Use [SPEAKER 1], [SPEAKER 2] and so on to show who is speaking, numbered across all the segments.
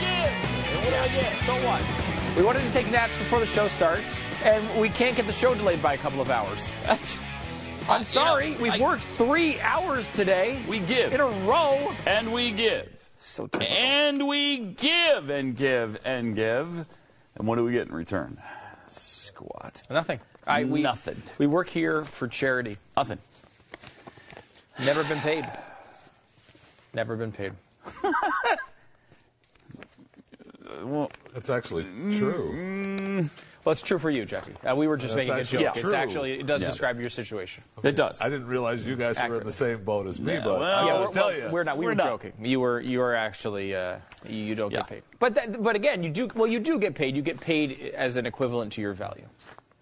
[SPEAKER 1] Yeah, Uh, yeah, so what? We wanted to take naps before the show starts, and we can't get the show delayed by a couple of hours. I'm sorry,
[SPEAKER 2] you know,
[SPEAKER 1] we've
[SPEAKER 2] I-
[SPEAKER 1] worked three hours today.
[SPEAKER 2] We give.
[SPEAKER 1] in a row.
[SPEAKER 2] and we give.
[SPEAKER 1] So typical.
[SPEAKER 2] And we give and give and give. And what do we get in return? Squat.
[SPEAKER 1] nothing. I, we,
[SPEAKER 2] Nothing.
[SPEAKER 1] We work here for charity.
[SPEAKER 2] Nothing.
[SPEAKER 1] Never been paid. Never been paid.
[SPEAKER 3] That's actually true.
[SPEAKER 1] Well, it's true for you, Jackie. Uh, we were just
[SPEAKER 3] That's
[SPEAKER 1] making a
[SPEAKER 3] actually
[SPEAKER 1] joke.
[SPEAKER 3] true.
[SPEAKER 1] It's actually it does
[SPEAKER 2] Yeah.
[SPEAKER 1] describe your situation.
[SPEAKER 2] It does.
[SPEAKER 3] I didn't realize you guys were in the same boat as me, but
[SPEAKER 2] well,
[SPEAKER 3] I'll
[SPEAKER 2] yeah,
[SPEAKER 1] Oh, we're,
[SPEAKER 3] tell
[SPEAKER 1] well,
[SPEAKER 3] you,
[SPEAKER 1] we're not. We
[SPEAKER 2] We're
[SPEAKER 1] Uh, were
[SPEAKER 2] not.
[SPEAKER 1] joking. You were. You were actually. Uh, you- you don't
[SPEAKER 2] Yeah.
[SPEAKER 1] get paid. But that, but again, you do. Well, you do get paid. You get paid as an equivalent to your value.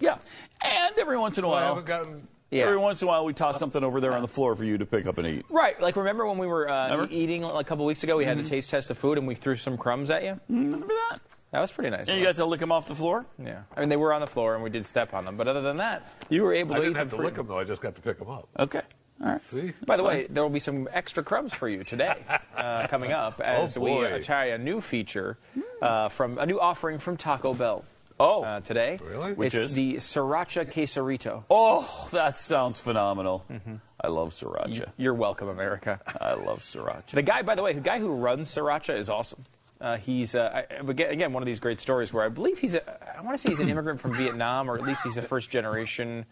[SPEAKER 2] yeah. And every once in a
[SPEAKER 3] I
[SPEAKER 2] while,
[SPEAKER 3] haven't gotten.
[SPEAKER 1] Yeah.
[SPEAKER 2] every once in a while, we toss something over there on the floor for you to pick up and eat.
[SPEAKER 1] Right. Like remember Mm-hmm. when we were uh,
[SPEAKER 2] Remember?
[SPEAKER 1] eating a couple weeks ago? We had a taste test of food, and we threw some crumbs at you.
[SPEAKER 2] Remember that?
[SPEAKER 1] That was pretty nice.
[SPEAKER 2] And
[SPEAKER 1] of
[SPEAKER 2] you got
[SPEAKER 1] us.
[SPEAKER 2] to lick them off the floor.
[SPEAKER 1] yeah. I mean, they were on the floor, and we did step on them. But other than that, you were able
[SPEAKER 3] I
[SPEAKER 1] to
[SPEAKER 3] didn't
[SPEAKER 1] eat
[SPEAKER 3] have to
[SPEAKER 1] them.
[SPEAKER 3] lick
[SPEAKER 1] free.
[SPEAKER 3] them though. I just got to pick them up.
[SPEAKER 2] Okay. All right.
[SPEAKER 3] See?
[SPEAKER 1] By the way, there will be some extra crumbs for you today uh, coming up as we
[SPEAKER 3] boy.
[SPEAKER 1] uh, try a new feature uh, from a new offering from Taco Bell.
[SPEAKER 2] Oh.
[SPEAKER 1] uh, today,
[SPEAKER 3] Really?
[SPEAKER 1] It's
[SPEAKER 3] Which
[SPEAKER 2] is?
[SPEAKER 1] the Sriracha Quesarito.
[SPEAKER 2] Oh, that sounds phenomenal.
[SPEAKER 1] Mm-hmm.
[SPEAKER 2] I love sriracha.
[SPEAKER 1] You're welcome, America.
[SPEAKER 2] I love sriracha.
[SPEAKER 1] The guy, by the way, the guy who runs Sriracha is awesome. Uh, he's uh, I- aga- again one of these great stories where I believe he's a, I want to say he's an immigrant from Vietnam, or at least he's a first generation.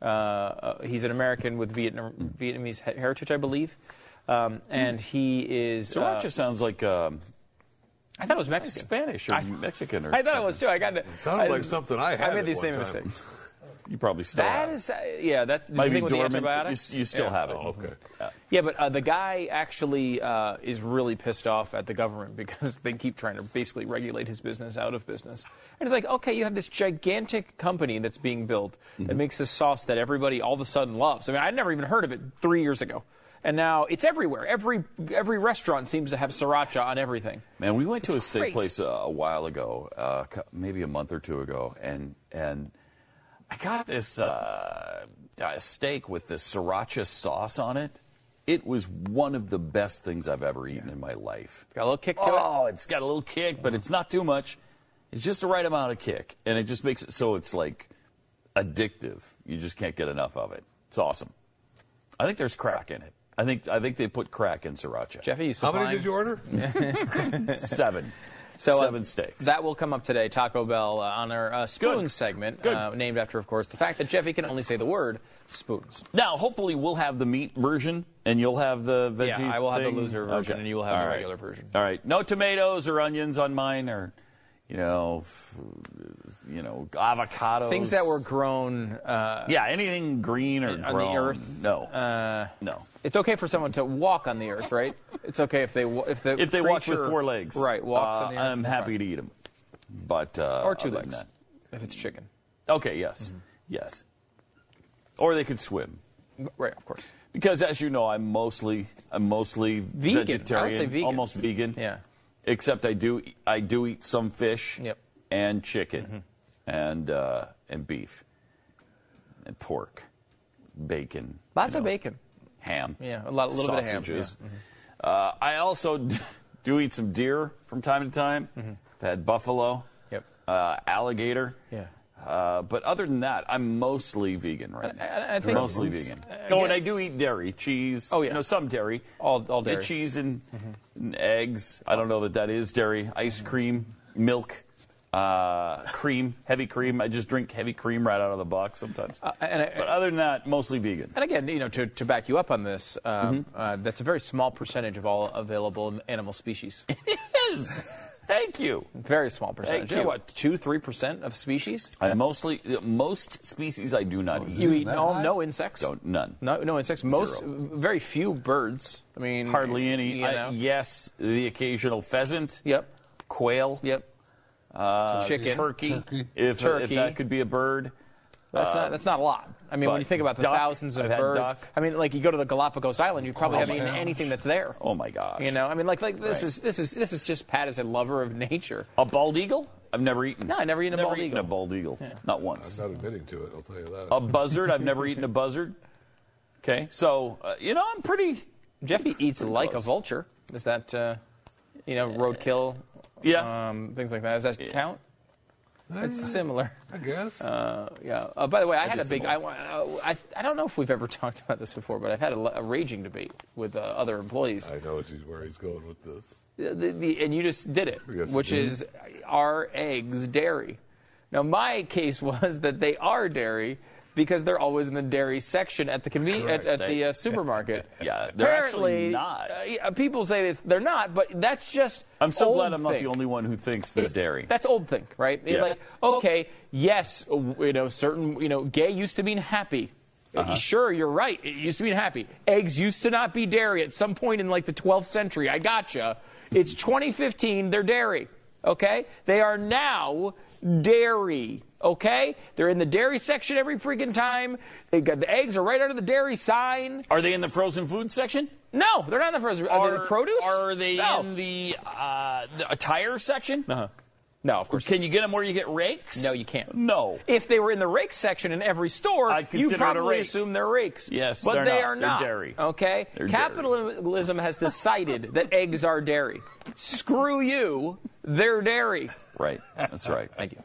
[SPEAKER 1] Uh, uh, he's an American with Vietnam, Vietnamese he- heritage, I believe, um, and he is. uh,
[SPEAKER 2] sriracha sounds like um,
[SPEAKER 1] I thought it was Mexican.
[SPEAKER 2] Spanish or Mexican. Or
[SPEAKER 1] I thought it was too. I got it.
[SPEAKER 3] sounded like something I had
[SPEAKER 1] I
[SPEAKER 3] at
[SPEAKER 1] made the
[SPEAKER 3] one
[SPEAKER 1] same
[SPEAKER 3] time.
[SPEAKER 1] mistake.
[SPEAKER 2] You probably still
[SPEAKER 1] That
[SPEAKER 2] have it.
[SPEAKER 1] is, uh, yeah. That the
[SPEAKER 2] Might be
[SPEAKER 1] thing with the
[SPEAKER 2] dormant. but
[SPEAKER 1] antibiotics.
[SPEAKER 2] You, you still
[SPEAKER 1] yeah.
[SPEAKER 2] have it.
[SPEAKER 3] Oh, okay.
[SPEAKER 1] Yeah, but uh, the guy actually uh, is really pissed off at the government because they keep trying to basically regulate his business out of business. And it's like, okay, you have this gigantic company that's being built that makes this sauce that everybody all of a sudden loves. I mean, I'd never even heard of it three years ago. And now it's everywhere. Every every restaurant seems to have sriracha on everything.
[SPEAKER 2] Man, we went to a
[SPEAKER 1] It's
[SPEAKER 2] steak
[SPEAKER 1] great.
[SPEAKER 2] place uh, a while ago, uh, cou- maybe a month or two ago, and and I got this uh, uh, steak with this sriracha sauce on it. It was one of the best things I've ever eaten in my life.
[SPEAKER 1] Got a little kick to it.
[SPEAKER 2] Oh, it's got a little kick, but it's not too much. It's just the right amount of kick, and it just makes it so it's like addictive. You just can't get enough of it. It's awesome. I think there's crack in it. I think I think they put crack in sriracha.
[SPEAKER 1] Jeffy, you
[SPEAKER 3] How
[SPEAKER 1] supplying-
[SPEAKER 3] many did you order?
[SPEAKER 2] Seven.
[SPEAKER 1] So, uh,
[SPEAKER 2] Seven steaks.
[SPEAKER 1] That will come up today, Taco Bell, uh, on our uh, spoon segment, Uh, named after, of course, the fact that Jeffy can only say the word spoons.
[SPEAKER 2] Now, hopefully, we'll have the meat version, and you'll have the veggie.
[SPEAKER 1] Yeah, I will have the
[SPEAKER 2] thing.
[SPEAKER 1] loser version, and you will have the regular version.
[SPEAKER 2] All right, no tomatoes or onions on mine, or you know, f- you know, avocados.
[SPEAKER 1] Things that were grown. Uh,
[SPEAKER 2] yeah, anything green or
[SPEAKER 1] the
[SPEAKER 2] grown.
[SPEAKER 1] earth. uh,
[SPEAKER 2] No, no.
[SPEAKER 1] it's okay for someone to walk on the earth, right? It's okay if they wa- if the
[SPEAKER 2] If they walk with
[SPEAKER 1] creature-
[SPEAKER 2] four legs,
[SPEAKER 1] right? Walks
[SPEAKER 2] uh,
[SPEAKER 1] on the earth.
[SPEAKER 2] I'm happy to eat them, but uh,
[SPEAKER 1] Or two
[SPEAKER 2] other than
[SPEAKER 1] legs, Mm-hmm.
[SPEAKER 2] that-
[SPEAKER 1] if it's chicken.
[SPEAKER 2] Okay, yes, yes. Or they could swim,
[SPEAKER 1] Right, of course.
[SPEAKER 2] because as you know, I'm mostly I'm mostly
[SPEAKER 1] Vegan. I would say
[SPEAKER 2] vegetarian,
[SPEAKER 1] vegan.
[SPEAKER 2] almost vegan.
[SPEAKER 1] Yeah.
[SPEAKER 2] except I do I do eat some fish
[SPEAKER 1] Yep. Mm-hmm.
[SPEAKER 2] and chicken and uh, and beef and pork, bacon,
[SPEAKER 1] Lots
[SPEAKER 2] you
[SPEAKER 1] of
[SPEAKER 2] know,
[SPEAKER 1] bacon.
[SPEAKER 2] ham,
[SPEAKER 1] Yeah, a lot- a little bit of ham,
[SPEAKER 2] sausages. Uh, I also do eat some deer from time to time. I've had buffalo,
[SPEAKER 1] Mm-hmm. Yep.
[SPEAKER 2] uh, alligator.
[SPEAKER 1] Yeah.
[SPEAKER 2] Uh, but other than that, I'm mostly vegan right now.
[SPEAKER 1] I- I think- uh,
[SPEAKER 2] mostly vegan.
[SPEAKER 1] yeah.
[SPEAKER 2] Oh, and I do eat dairy, cheese.
[SPEAKER 1] Oh, yeah.
[SPEAKER 2] you know some dairy.
[SPEAKER 1] All- all
[SPEAKER 2] Yeah,
[SPEAKER 1] dairy. Mm-hmm.
[SPEAKER 2] cheese and, and eggs. I don't know that that is dairy. Ice cream, milk. Uh, cream, heavy cream. I just drink heavy cream right out of the box sometimes.
[SPEAKER 1] Uh, and I-
[SPEAKER 2] but uh, other than that, mostly vegan.
[SPEAKER 1] And again, you know, to, to back you up on this, um,
[SPEAKER 2] Mm-hmm.
[SPEAKER 1] uh, that's a very small percentage of all available animal species.
[SPEAKER 2] Thank you.
[SPEAKER 1] very small percentage.
[SPEAKER 2] you.
[SPEAKER 1] What, two, three percent of species?
[SPEAKER 2] I mostly most species I do not eat.
[SPEAKER 1] Oh, You eat
[SPEAKER 3] that
[SPEAKER 1] all,
[SPEAKER 3] high?
[SPEAKER 1] no insects.
[SPEAKER 2] Don't- none.
[SPEAKER 1] No, no insects. Most,
[SPEAKER 2] Zero.
[SPEAKER 1] very few birds. I mean,
[SPEAKER 2] Hardly any.
[SPEAKER 1] You
[SPEAKER 2] I-
[SPEAKER 1] know.
[SPEAKER 2] yes, the occasional pheasant.
[SPEAKER 1] Yep.
[SPEAKER 2] Quail.
[SPEAKER 1] Yep.
[SPEAKER 2] Uh,
[SPEAKER 1] Chicken.
[SPEAKER 2] Turkey.
[SPEAKER 3] Turkey.
[SPEAKER 2] If,
[SPEAKER 1] Turkey.
[SPEAKER 2] if that could be a bird.
[SPEAKER 1] That's not. That's not a lot. I mean, when
[SPEAKER 2] but
[SPEAKER 1] you think about the
[SPEAKER 2] duck,
[SPEAKER 1] thousands of
[SPEAKER 2] I've had
[SPEAKER 1] birds.
[SPEAKER 2] duck.
[SPEAKER 1] I mean, like you go to the Galapagos Island, you probably
[SPEAKER 3] Oh
[SPEAKER 1] haven't
[SPEAKER 3] my
[SPEAKER 1] eaten
[SPEAKER 3] gosh.
[SPEAKER 1] anything that's there.
[SPEAKER 2] Oh my gosh.
[SPEAKER 1] You know, I mean, like like this
[SPEAKER 2] Right.
[SPEAKER 1] is this is this is just Pat as a lover of nature.
[SPEAKER 2] A bald eagle? I've never eaten.
[SPEAKER 1] No, I never eaten a bald
[SPEAKER 2] eaten
[SPEAKER 1] eagle.
[SPEAKER 2] a bald eagle. Not once.
[SPEAKER 3] I'm not admitting to it, I'll tell you that.
[SPEAKER 2] A buzzard? I've never eaten a buzzard. Okay. So uh, you know, I'm pretty.
[SPEAKER 1] Jeffy eats like
[SPEAKER 2] close.
[SPEAKER 1] a vulture. Is that uh, you know roadkill?
[SPEAKER 2] Yeah.
[SPEAKER 1] Um, things like that. Does that count? It's similar.
[SPEAKER 3] I guess.
[SPEAKER 1] Yeah. Uh, by the way, I had a
[SPEAKER 2] is
[SPEAKER 1] big. I,
[SPEAKER 2] similar.
[SPEAKER 1] want- uh, I I don't know if we've ever talked about this before, but I've had a, l- a raging debate with uh, other employees.
[SPEAKER 3] I know she's- where he's going with this.
[SPEAKER 1] The- the- the- and you just did it,
[SPEAKER 3] Yes, I
[SPEAKER 1] which
[SPEAKER 3] did.
[SPEAKER 1] is are eggs dairy? Now, my case was that they are dairy because they're always in the dairy section at the conven- at,
[SPEAKER 3] Correct.
[SPEAKER 1] at the
[SPEAKER 2] They-
[SPEAKER 1] uh, supermarket.
[SPEAKER 2] Yeah, they're actually
[SPEAKER 1] Apparently,
[SPEAKER 2] not.
[SPEAKER 1] uh, yeah, people say it's, they're not, but that's just.
[SPEAKER 2] I'm so
[SPEAKER 1] old
[SPEAKER 2] glad I'm not
[SPEAKER 1] think.
[SPEAKER 2] the only one who thinks there's dairy.
[SPEAKER 1] That's old think, right? It's
[SPEAKER 2] Yeah.
[SPEAKER 1] Like, okay, yes, you know, certain, you know, gay used to mean happy.
[SPEAKER 2] Uh-huh.
[SPEAKER 1] Sure, you're right. It used to mean happy. Eggs used to not be dairy at some point in like the 12th century. I gotcha. It's 2015. They're dairy. Okay, they are now dairy. Okay, they're in the dairy section every freaking time. They got the eggs are right under the dairy sign.
[SPEAKER 2] Are they in the frozen food section?
[SPEAKER 1] No, they're not in the frozen. Are, they in the produce?
[SPEAKER 2] Are they
[SPEAKER 1] no.
[SPEAKER 2] in the, uh, the attire section? Uh-huh.
[SPEAKER 1] No, of course.
[SPEAKER 2] Can you get them where you get rakes?
[SPEAKER 1] No, you can't.
[SPEAKER 2] No.
[SPEAKER 1] If they were in the rake section in every store,
[SPEAKER 2] I'd
[SPEAKER 1] you
[SPEAKER 2] consider it a
[SPEAKER 1] probably
[SPEAKER 2] rake.
[SPEAKER 1] assume they're rakes.
[SPEAKER 2] Yes,
[SPEAKER 1] but
[SPEAKER 2] they're
[SPEAKER 1] they
[SPEAKER 2] not.
[SPEAKER 1] are
[SPEAKER 2] They're
[SPEAKER 1] not.
[SPEAKER 2] dairy.
[SPEAKER 1] Okay,
[SPEAKER 2] They're dairy.
[SPEAKER 1] capitalism has decided that eggs are dairy. Screw you, they're dairy.
[SPEAKER 2] Right. That's right.
[SPEAKER 1] Thank you.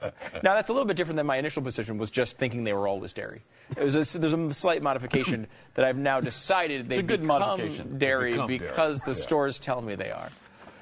[SPEAKER 1] Now that's a little bit different than my initial position was just thinking they were always dairy. It was a, there's a slight modification that I've now decided they
[SPEAKER 2] a good
[SPEAKER 1] become
[SPEAKER 2] modification.
[SPEAKER 1] dairy
[SPEAKER 3] become dairy.
[SPEAKER 1] because the
[SPEAKER 3] Yeah.
[SPEAKER 1] stores tell me they are.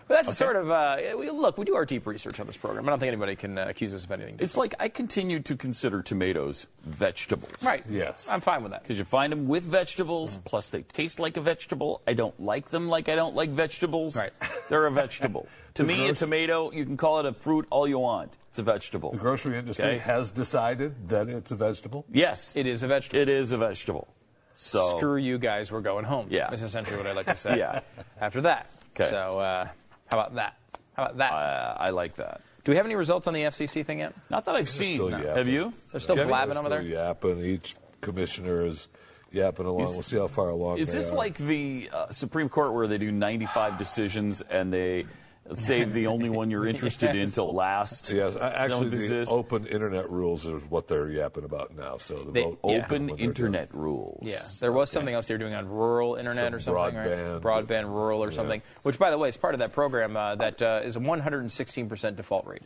[SPEAKER 1] But that's sort of uh, we, look. We do our deep research on this program. I don't think anybody can uh, accuse us of anything.
[SPEAKER 2] It's like I continue to consider tomatoes vegetables.
[SPEAKER 1] Right.
[SPEAKER 3] Yes.
[SPEAKER 1] I'm fine with that.
[SPEAKER 2] Because you find them with vegetables, plus they taste like a vegetable. I don't like them like I don't like vegetables.
[SPEAKER 1] Right.
[SPEAKER 2] They're a vegetable. to me, a tomato, you can call it a fruit all you want. It's a vegetable.
[SPEAKER 3] The grocery industry
[SPEAKER 2] Okay.
[SPEAKER 3] has decided that it's a vegetable.
[SPEAKER 2] yes.
[SPEAKER 1] It is a vegetable.
[SPEAKER 2] It is a vegetable. So
[SPEAKER 1] Screw you guys, we're going home.
[SPEAKER 2] Yeah.
[SPEAKER 1] That's essentially what I like to say.
[SPEAKER 2] Yeah.
[SPEAKER 1] After that.
[SPEAKER 2] 'Kay.
[SPEAKER 1] So, uh, how about that? How about that?
[SPEAKER 2] uh, I like that.
[SPEAKER 1] Do we have any results on the FCC thing yet?
[SPEAKER 2] Not that I've seen.
[SPEAKER 3] still yapping.
[SPEAKER 2] Have you?
[SPEAKER 1] They're still
[SPEAKER 2] Jimmy?
[SPEAKER 1] blabbing over
[SPEAKER 3] They're
[SPEAKER 1] there.
[SPEAKER 3] still Yapping. Each commissioner is yapping along.
[SPEAKER 2] Is-
[SPEAKER 3] we'll see how far along.
[SPEAKER 2] Is
[SPEAKER 3] they
[SPEAKER 2] this
[SPEAKER 3] are.
[SPEAKER 2] like the uh, Supreme Court where they do 95 decisions and they save the only one you're interested in till last?
[SPEAKER 3] Yes, I- actually,
[SPEAKER 2] Don't
[SPEAKER 3] the
[SPEAKER 2] desist.
[SPEAKER 3] open internet rules is what they're yapping about now. So the
[SPEAKER 1] They-
[SPEAKER 3] vote
[SPEAKER 1] yeah.
[SPEAKER 2] open
[SPEAKER 3] what they're doing.
[SPEAKER 2] internet rules.
[SPEAKER 1] Yeah, there was something else they were doing on rural internet
[SPEAKER 3] Some
[SPEAKER 1] or something,
[SPEAKER 3] broadband.
[SPEAKER 1] right? Broadband rural or something. Which, by the way, is part of that program uh, that uh, is a 116% default rate,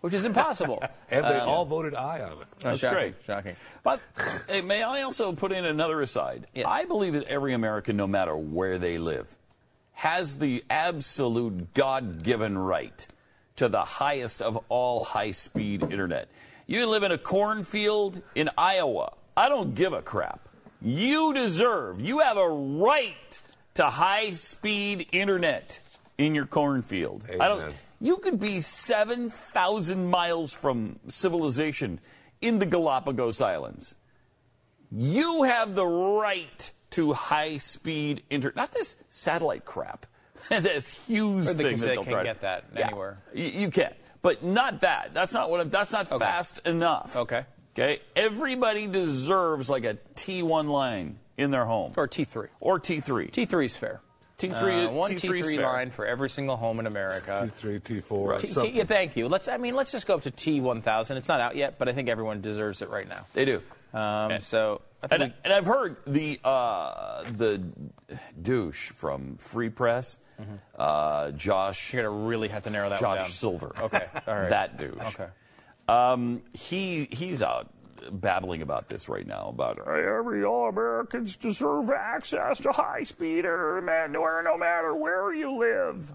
[SPEAKER 1] which is impossible.
[SPEAKER 3] And they all voted aye on it.
[SPEAKER 1] Uh,
[SPEAKER 2] That's
[SPEAKER 1] shocking,
[SPEAKER 2] great.
[SPEAKER 1] Shocking.
[SPEAKER 2] But hey, may I also put in another aside?
[SPEAKER 1] Yes.
[SPEAKER 2] I believe that every American, no matter where they live, has the absolute God given right to the highest of all high speed internet. You live in a cornfield in Iowa. I don't give a crap. You deserve, you have a right to high speed internet in your cornfield. I don't.
[SPEAKER 3] Amen.
[SPEAKER 2] You could be 7,000 miles from civilization in the Galapagos Islands. You have the right to high speed internet, not this satellite crap. That's Hughes
[SPEAKER 1] Heard they
[SPEAKER 2] thing
[SPEAKER 1] say
[SPEAKER 2] that
[SPEAKER 1] they
[SPEAKER 2] they'll
[SPEAKER 1] can't
[SPEAKER 2] try-
[SPEAKER 1] get that anywhere.
[SPEAKER 2] Y- You, can't, but not that. That's not what. I'm, that's not
[SPEAKER 1] Okay.
[SPEAKER 2] fast enough.
[SPEAKER 1] Okay.
[SPEAKER 2] Okay. Everybody deserves like a T1 line in their home
[SPEAKER 1] Or T3.
[SPEAKER 2] or T3.
[SPEAKER 1] T3 is fair.
[SPEAKER 2] T3
[SPEAKER 1] Uh, one
[SPEAKER 2] T3
[SPEAKER 1] T3
[SPEAKER 2] spare.
[SPEAKER 1] line for every single home in America.
[SPEAKER 3] T three, T four,
[SPEAKER 1] T- T- yeah, thank you. Let's. I mean, let's just go up to T one thousand. It's not out yet, but I think everyone deserves it right now.
[SPEAKER 2] They do.
[SPEAKER 1] Um, so I think
[SPEAKER 2] And,
[SPEAKER 1] we-
[SPEAKER 2] and I've heard the uh, the douche from Free Press, uh, Josh
[SPEAKER 1] Mm-hmm. you're gonna really have to narrow that one down.
[SPEAKER 2] Josh Silver.
[SPEAKER 1] Okay, all right.
[SPEAKER 2] that douche.
[SPEAKER 1] Okay.
[SPEAKER 2] Um, he he's out babbling about this right now about every all Americans deserve access to high speed internet no matter where you live.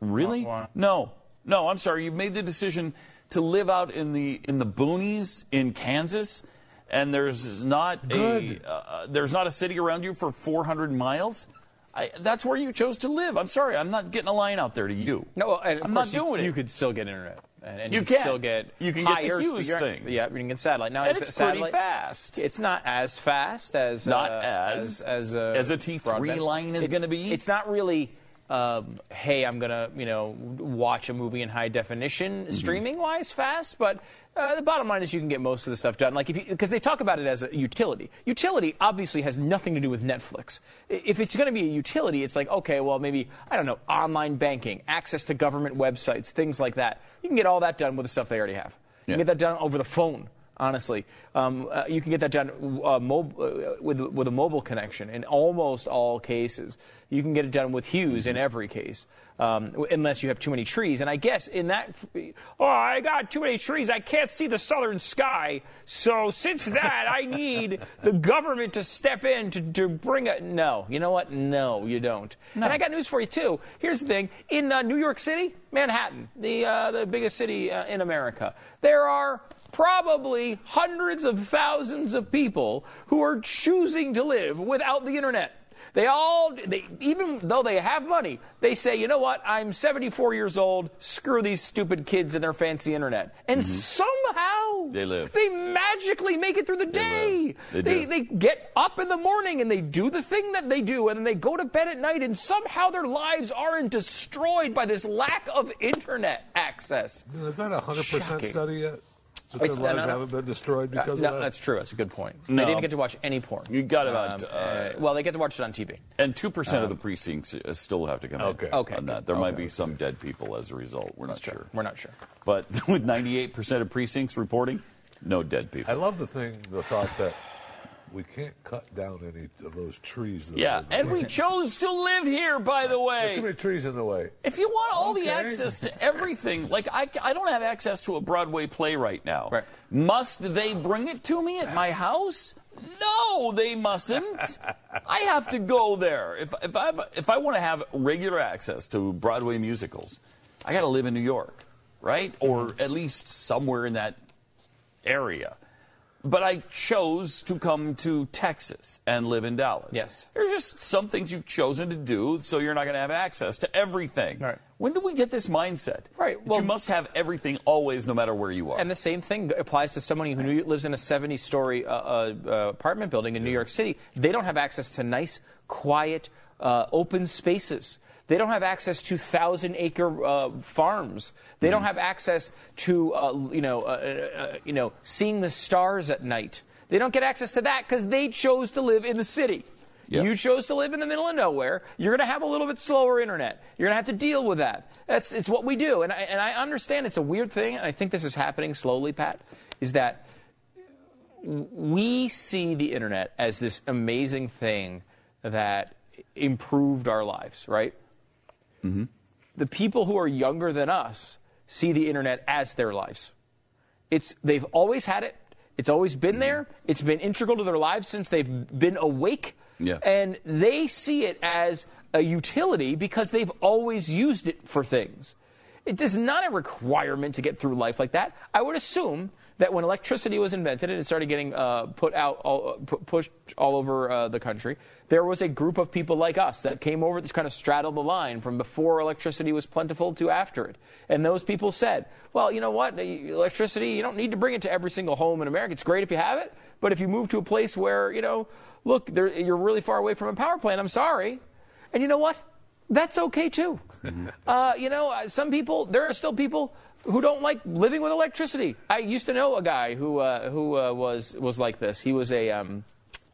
[SPEAKER 2] Really? No. No, I'm sorry. You've made the decision to live out in the in the boonies in Kansas, and there's not a uh, there's not a city around you for 400 miles. I, that's where you chose to live. I'm sorry. I'm not getting a line out there to you.
[SPEAKER 1] No, and of
[SPEAKER 2] I'm not
[SPEAKER 1] course you,
[SPEAKER 2] doing it.
[SPEAKER 1] You could still get internet, and, and
[SPEAKER 2] You
[SPEAKER 1] you,
[SPEAKER 2] can.
[SPEAKER 1] still get
[SPEAKER 2] You can get the
[SPEAKER 1] higher
[SPEAKER 2] Hughes
[SPEAKER 1] speed-
[SPEAKER 2] thing.
[SPEAKER 1] Yeah, you can get satellite now.
[SPEAKER 2] And
[SPEAKER 1] is
[SPEAKER 2] it's
[SPEAKER 1] it
[SPEAKER 2] pretty
[SPEAKER 1] satellite?
[SPEAKER 2] fast.
[SPEAKER 1] It's not as fast as
[SPEAKER 2] Not
[SPEAKER 1] uh,
[SPEAKER 2] as-
[SPEAKER 1] as as, uh,
[SPEAKER 2] as a T3
[SPEAKER 1] broadband.
[SPEAKER 2] line is
[SPEAKER 1] It's-
[SPEAKER 2] gonna be?
[SPEAKER 1] It's not really. Um, hey, I'm gonna you know watch a movie in high definition,
[SPEAKER 2] Mm-hmm.
[SPEAKER 1] streaming wise, fast. But uh, the bottom line is you can get most of the stuff done. Like if because they talk about it as a utility. Utility obviously has nothing to do with Netflix. I- If it's going to be a utility, it's like okay, well maybe I don't know online banking, access to government websites, things like that. You can get all that done with the stuff they already have.
[SPEAKER 2] Yeah.
[SPEAKER 1] You can get that done over the phone. Honestly, um, uh, you can get that done uh, mob- uh, with with a mobile connection in almost all cases. You can get it done with Hughes in every case, um, w- unless you have too many trees. And I guess in that, f- oh, I got too many trees. I can't see the southern sky. So since that, I need the government to step in to, to bring a no. You know what? No, you don't. And I got news for you too. Here's the thing: in uh, New York City, Manhattan, the uh, the biggest city uh, in America, there are probably hundreds of thousands of people who are choosing to live without the internet. They all, they, even though they have money, they say, you know what, I'm 74 years old, screw these stupid kids and their fancy internet. And somehow
[SPEAKER 2] Mm-hmm. They live.
[SPEAKER 1] They magically make it through the day.
[SPEAKER 2] live. They do.
[SPEAKER 1] they get up in the morning and they do the thing that they do and then they go to bed at night and somehow their lives aren't destroyed by this lack of internet access.
[SPEAKER 3] Is that a 100%
[SPEAKER 1] Shocking.
[SPEAKER 3] study yet? That their
[SPEAKER 1] It's- no,
[SPEAKER 3] lives
[SPEAKER 1] no, no.
[SPEAKER 3] haven't been destroyed because
[SPEAKER 1] Uh, no,
[SPEAKER 3] of that?
[SPEAKER 1] that's true. That's a good point.
[SPEAKER 2] No.
[SPEAKER 1] They didn't get to watch any porn. Um,
[SPEAKER 2] You got it on, uh,
[SPEAKER 1] well, they get to watch it on TV.
[SPEAKER 2] And two percent of the precincts uh, still have to come
[SPEAKER 3] Okay.
[SPEAKER 2] in
[SPEAKER 1] um, Okay,
[SPEAKER 2] on that.
[SPEAKER 1] good.
[SPEAKER 2] There might
[SPEAKER 1] Okay.
[SPEAKER 2] be some dead people as a result. We're not sure.
[SPEAKER 1] We're not sure.
[SPEAKER 2] But with 98% of precincts reporting, no dead people.
[SPEAKER 3] I love the thing, the thought that we can't cut down any of those trees. That are
[SPEAKER 2] yeah,
[SPEAKER 3] in the
[SPEAKER 2] and
[SPEAKER 3] way.
[SPEAKER 2] we chose to live here, by the
[SPEAKER 3] There's too
[SPEAKER 2] way.
[SPEAKER 3] many trees in the way.
[SPEAKER 2] If you want all the
[SPEAKER 3] Okay.
[SPEAKER 2] access to everything, like I, I don't have access to a Broadway play right now.
[SPEAKER 1] Right.
[SPEAKER 2] Must they bring it to me at my house? No, they mustn't. I have to go there. If, if, I've, if I want to have regular access to Broadway musicals, I got to live in New York, right? Or
[SPEAKER 1] Mm-hmm.
[SPEAKER 2] at least somewhere in that area. But I chose to come to Texas and live in Dallas.
[SPEAKER 1] Yes.
[SPEAKER 2] There's just some things you've chosen to do, so you're not going to have access to everything.
[SPEAKER 1] Right.
[SPEAKER 2] When do we get this mindset?
[SPEAKER 1] Right,
[SPEAKER 2] That
[SPEAKER 1] well-
[SPEAKER 2] you must have everything always, no matter where you are.
[SPEAKER 1] And the same thing applies to someone who knew- lives in a 70 story uh, uh, uh, apartment building in New York City. They don't have access to nice, quiet, uh, open spaces. They don't have access to thousand acre uh, farms. They
[SPEAKER 2] Mm-hmm.
[SPEAKER 1] don't have access to, uh, you, know, uh, uh, uh, you know, seeing the stars at night. They don't get access to that because they chose to live in the city.
[SPEAKER 2] Yeah.
[SPEAKER 1] You chose to live in the middle of nowhere. You're going to have a little bit slower internet. You're going to have to deal with that. That's it's what we do, and I, and I understand it's a weird thing, and I think this is happening slowly. Pat, is that we see the internet as this amazing thing that improved our lives, right?
[SPEAKER 2] Mm-hmm.
[SPEAKER 1] The people who are younger than us see the internet as their lives. It's they've always had it. It's always been
[SPEAKER 2] Mm-hmm.
[SPEAKER 1] there. It's been integral to their lives since they've been awake.
[SPEAKER 2] Yeah.
[SPEAKER 1] And they see it as a utility because they've always used it for things. It is not a requirement to get through life like that. I would assume that when electricity was invented and it started getting uh, put out, all, pu- pushed all over uh, the country, there was a group of people like us that came over this kind of straddled the line from before electricity was plentiful to after it. And those people said, well, you know what? Electricity, you don't need to bring it to every single home in America. It's great if you have it, but if you move to a place where, you know, look, there, you're really far away from a power plant, I'm sorry. And you know what? That's okay too. uh, you know, uh, some people, there are still people who don't like living with electricity. I used to know a guy who, uh, who uh, was, was like this. He was a, um,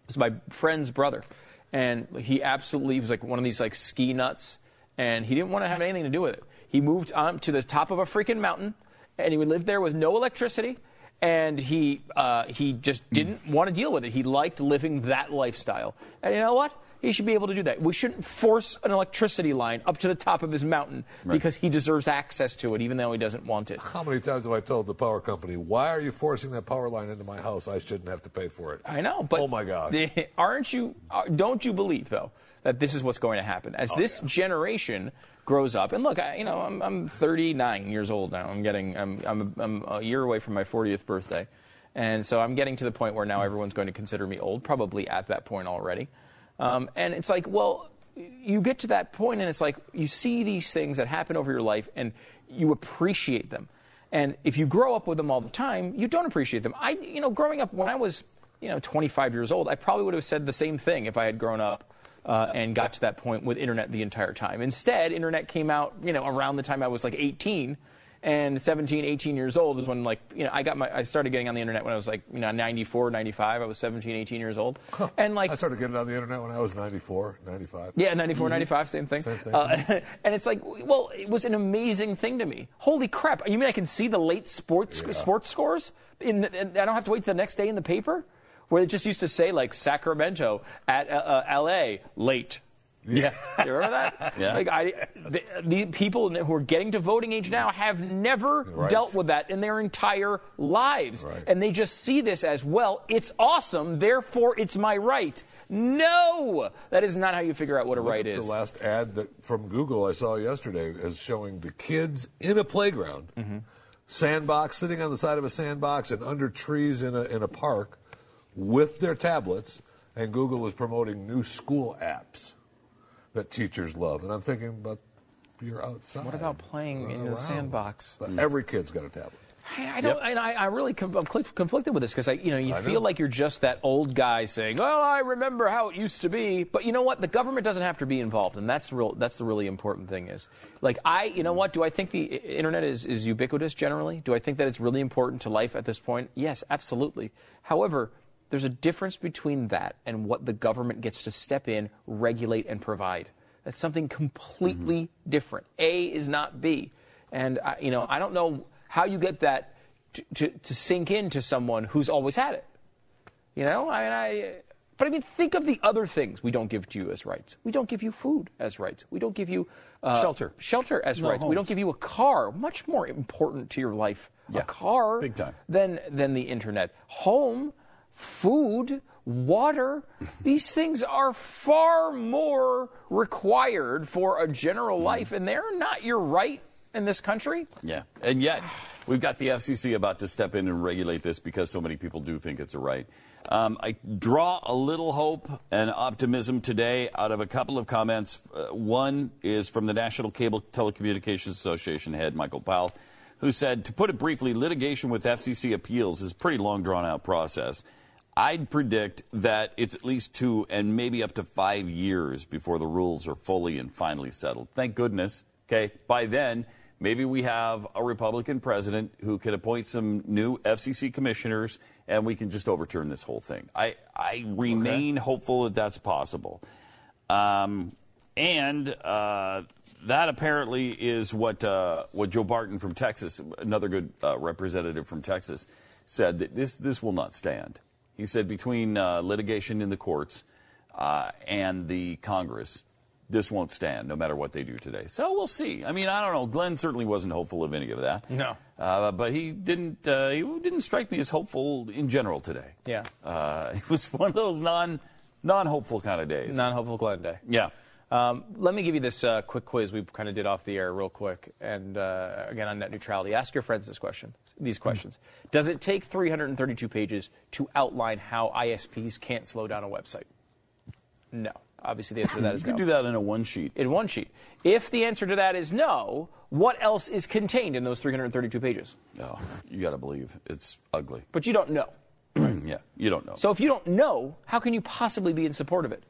[SPEAKER 1] was my friend's brother, and he absolutely he was like one of these like ski nuts, and he didn't want to have anything to do with it. He moved on to the top of a freaking mountain, and he would live there with no electricity, and he uh, he just didn't want to deal with it. He liked living that lifestyle, and you know what? He should be able to do that. We shouldn't force an electricity line up to the top of his mountain because he deserves access to it, even though he doesn't want it.
[SPEAKER 3] How many times have I told the power company, why are you forcing that power line into my house? I shouldn't have to pay for it.
[SPEAKER 1] I know, but
[SPEAKER 3] Oh, my God.
[SPEAKER 1] aren't you? uh, Don't you believe though that this is what's going to happen as
[SPEAKER 3] Oh,
[SPEAKER 1] this generation grows up. And look, I, you know, I'm, I'm 39 years old now. I'm getting I'm, I'm I'm a year away from my 40th birthday, and so I'm getting to the point where now everyone's going to consider me old, probably at that point already. Um, and it's like, well, you get to that point and it's like you see these things that happen over your life and you appreciate them. And if you grow up with them all the time, you don't appreciate them. I, you know, growing up when I was, you know, 25 years old, I probably would have said the same thing if I had grown up uh, and got to that point with internet the entire time. Instead, internet came out, you know, around the time I was like 18 and 17, 18 years old is when like, you know, I got my, I started getting on the internet when I was like, you know, 94, 95. I was 17, 18 years old. And like,
[SPEAKER 3] I started getting on the internet when I was 94, 95.
[SPEAKER 1] yeah, 94, 95, same thing.
[SPEAKER 3] Mm-hmm. Same thing.
[SPEAKER 1] Uh, and it's like, well, it was an amazing thing to me. Holy crap! You mean I can see the late sports sports scores? In, and I don't have to wait till the next day in the paper, where it just used to say like Sacramento at uh, uh, L.A. late.
[SPEAKER 2] Yeah.
[SPEAKER 1] You remember that?
[SPEAKER 2] Yeah.
[SPEAKER 1] Like I, the, the people who are getting to voting age now have never dealt with that in their entire lives,
[SPEAKER 3] Right.
[SPEAKER 1] and they just see this as well. It's awesome, therefore it's my right. No, that is not how you figure out what a
[SPEAKER 3] Look
[SPEAKER 1] right
[SPEAKER 3] at
[SPEAKER 1] is.
[SPEAKER 3] The last ad that from Google I saw yesterday is showing the kids in a playground, sandbox, sitting on the side of a sandbox and under trees in a in a park, with their tablets, and Google is promoting new school apps that teachers love. And I'm thinking, but you're outside.
[SPEAKER 1] What about playing
[SPEAKER 3] Run
[SPEAKER 1] in the
[SPEAKER 3] around.
[SPEAKER 1] sandbox?
[SPEAKER 3] But every kid's got a tablet.
[SPEAKER 1] I, I don't, and I, I really com- I'm cli- conflicted with this because I, you know, you
[SPEAKER 3] I
[SPEAKER 1] feel
[SPEAKER 3] know.
[SPEAKER 1] like you're just that old guy saying, "Well, I remember how it used to be," but you know what? The government doesn't have to be involved, and that's the real. That's the really important thing is, like, I, you know, what do I think the i- internet is is ubiquitous generally? Do I think that it's really important to life at this point? Yes, absolutely. However. There's a difference between that and what the government gets to step in, regulate, and provide. That's something completely
[SPEAKER 3] Mm-hmm.
[SPEAKER 1] different. A is not B. And, I, you know, I don't know how you get that to, to, to sink into someone who's always had it. You know, I mean, I. But I mean, think of the other things we don't give to you as rights. We don't give you food as rights. We don't give you uh,
[SPEAKER 2] Shelter.
[SPEAKER 1] shelter as rights. We don't
[SPEAKER 2] homes.
[SPEAKER 1] give you a car. Much more important to your life,
[SPEAKER 2] Yeah.
[SPEAKER 1] a car,
[SPEAKER 2] Big time.
[SPEAKER 1] than than the internet. Home, food, water. these things are far more required for a general
[SPEAKER 2] Mm-hmm.
[SPEAKER 1] life, and they're not your right in this country.
[SPEAKER 2] Yeah. And yet, we've got the FCC about to step in and regulate this because so many people do think it's a right. Um, I draw a little hope and optimism today out of a couple of comments. Uh, one is from the National Cable Telecommunications Association head, Michael Powell, who said, to put it briefly, litigation with FCC appeals is a pretty long, drawn out process. I'd predict that it's at least two and maybe up to five years before the rules are fully and finally settled. Thank goodness. Okay. By then, maybe we have a Republican president who can appoint some new FCC commissioners and we can just overturn this whole thing. I, I remain hopeful that that's possible. Um, and uh, that apparently is what uh, what Joe Barton from Texas, another good uh, representative from Texas, said that this this will not stand. He said between uh, litigation in the courts uh, and the Congress, this won't stand no matter what they do today. So we'll see. I mean, I don't know. Glenn certainly wasn't hopeful of any of that.
[SPEAKER 1] No.
[SPEAKER 2] uh, but he didn't. Uh, he didn't strike me as hopeful in general today.
[SPEAKER 1] Yeah.
[SPEAKER 2] uh, it was one of those non non hopeful kind of days.
[SPEAKER 1] Non-hopeful Glenn Day.
[SPEAKER 2] yeah.
[SPEAKER 1] Um, let me give you this uh, quick quiz we kind of did off the air real quick. And uh, again, on net neutrality, ask your friends this question,
[SPEAKER 2] Hmm.
[SPEAKER 1] these questions. Does it take 332 pages to outline how ISPs can't slow down a website? No. Obviously, the answer to that is
[SPEAKER 2] You could
[SPEAKER 1] no.
[SPEAKER 2] do that in a one sheet.
[SPEAKER 1] In one sheet. If the answer to that is no, what else is contained in those 332 pages?
[SPEAKER 2] Oh, you got to believe it's ugly.
[SPEAKER 1] But you don't know.
[SPEAKER 2] yeah, you don't know.
[SPEAKER 1] So if you don't know, how can you possibly be in support of it?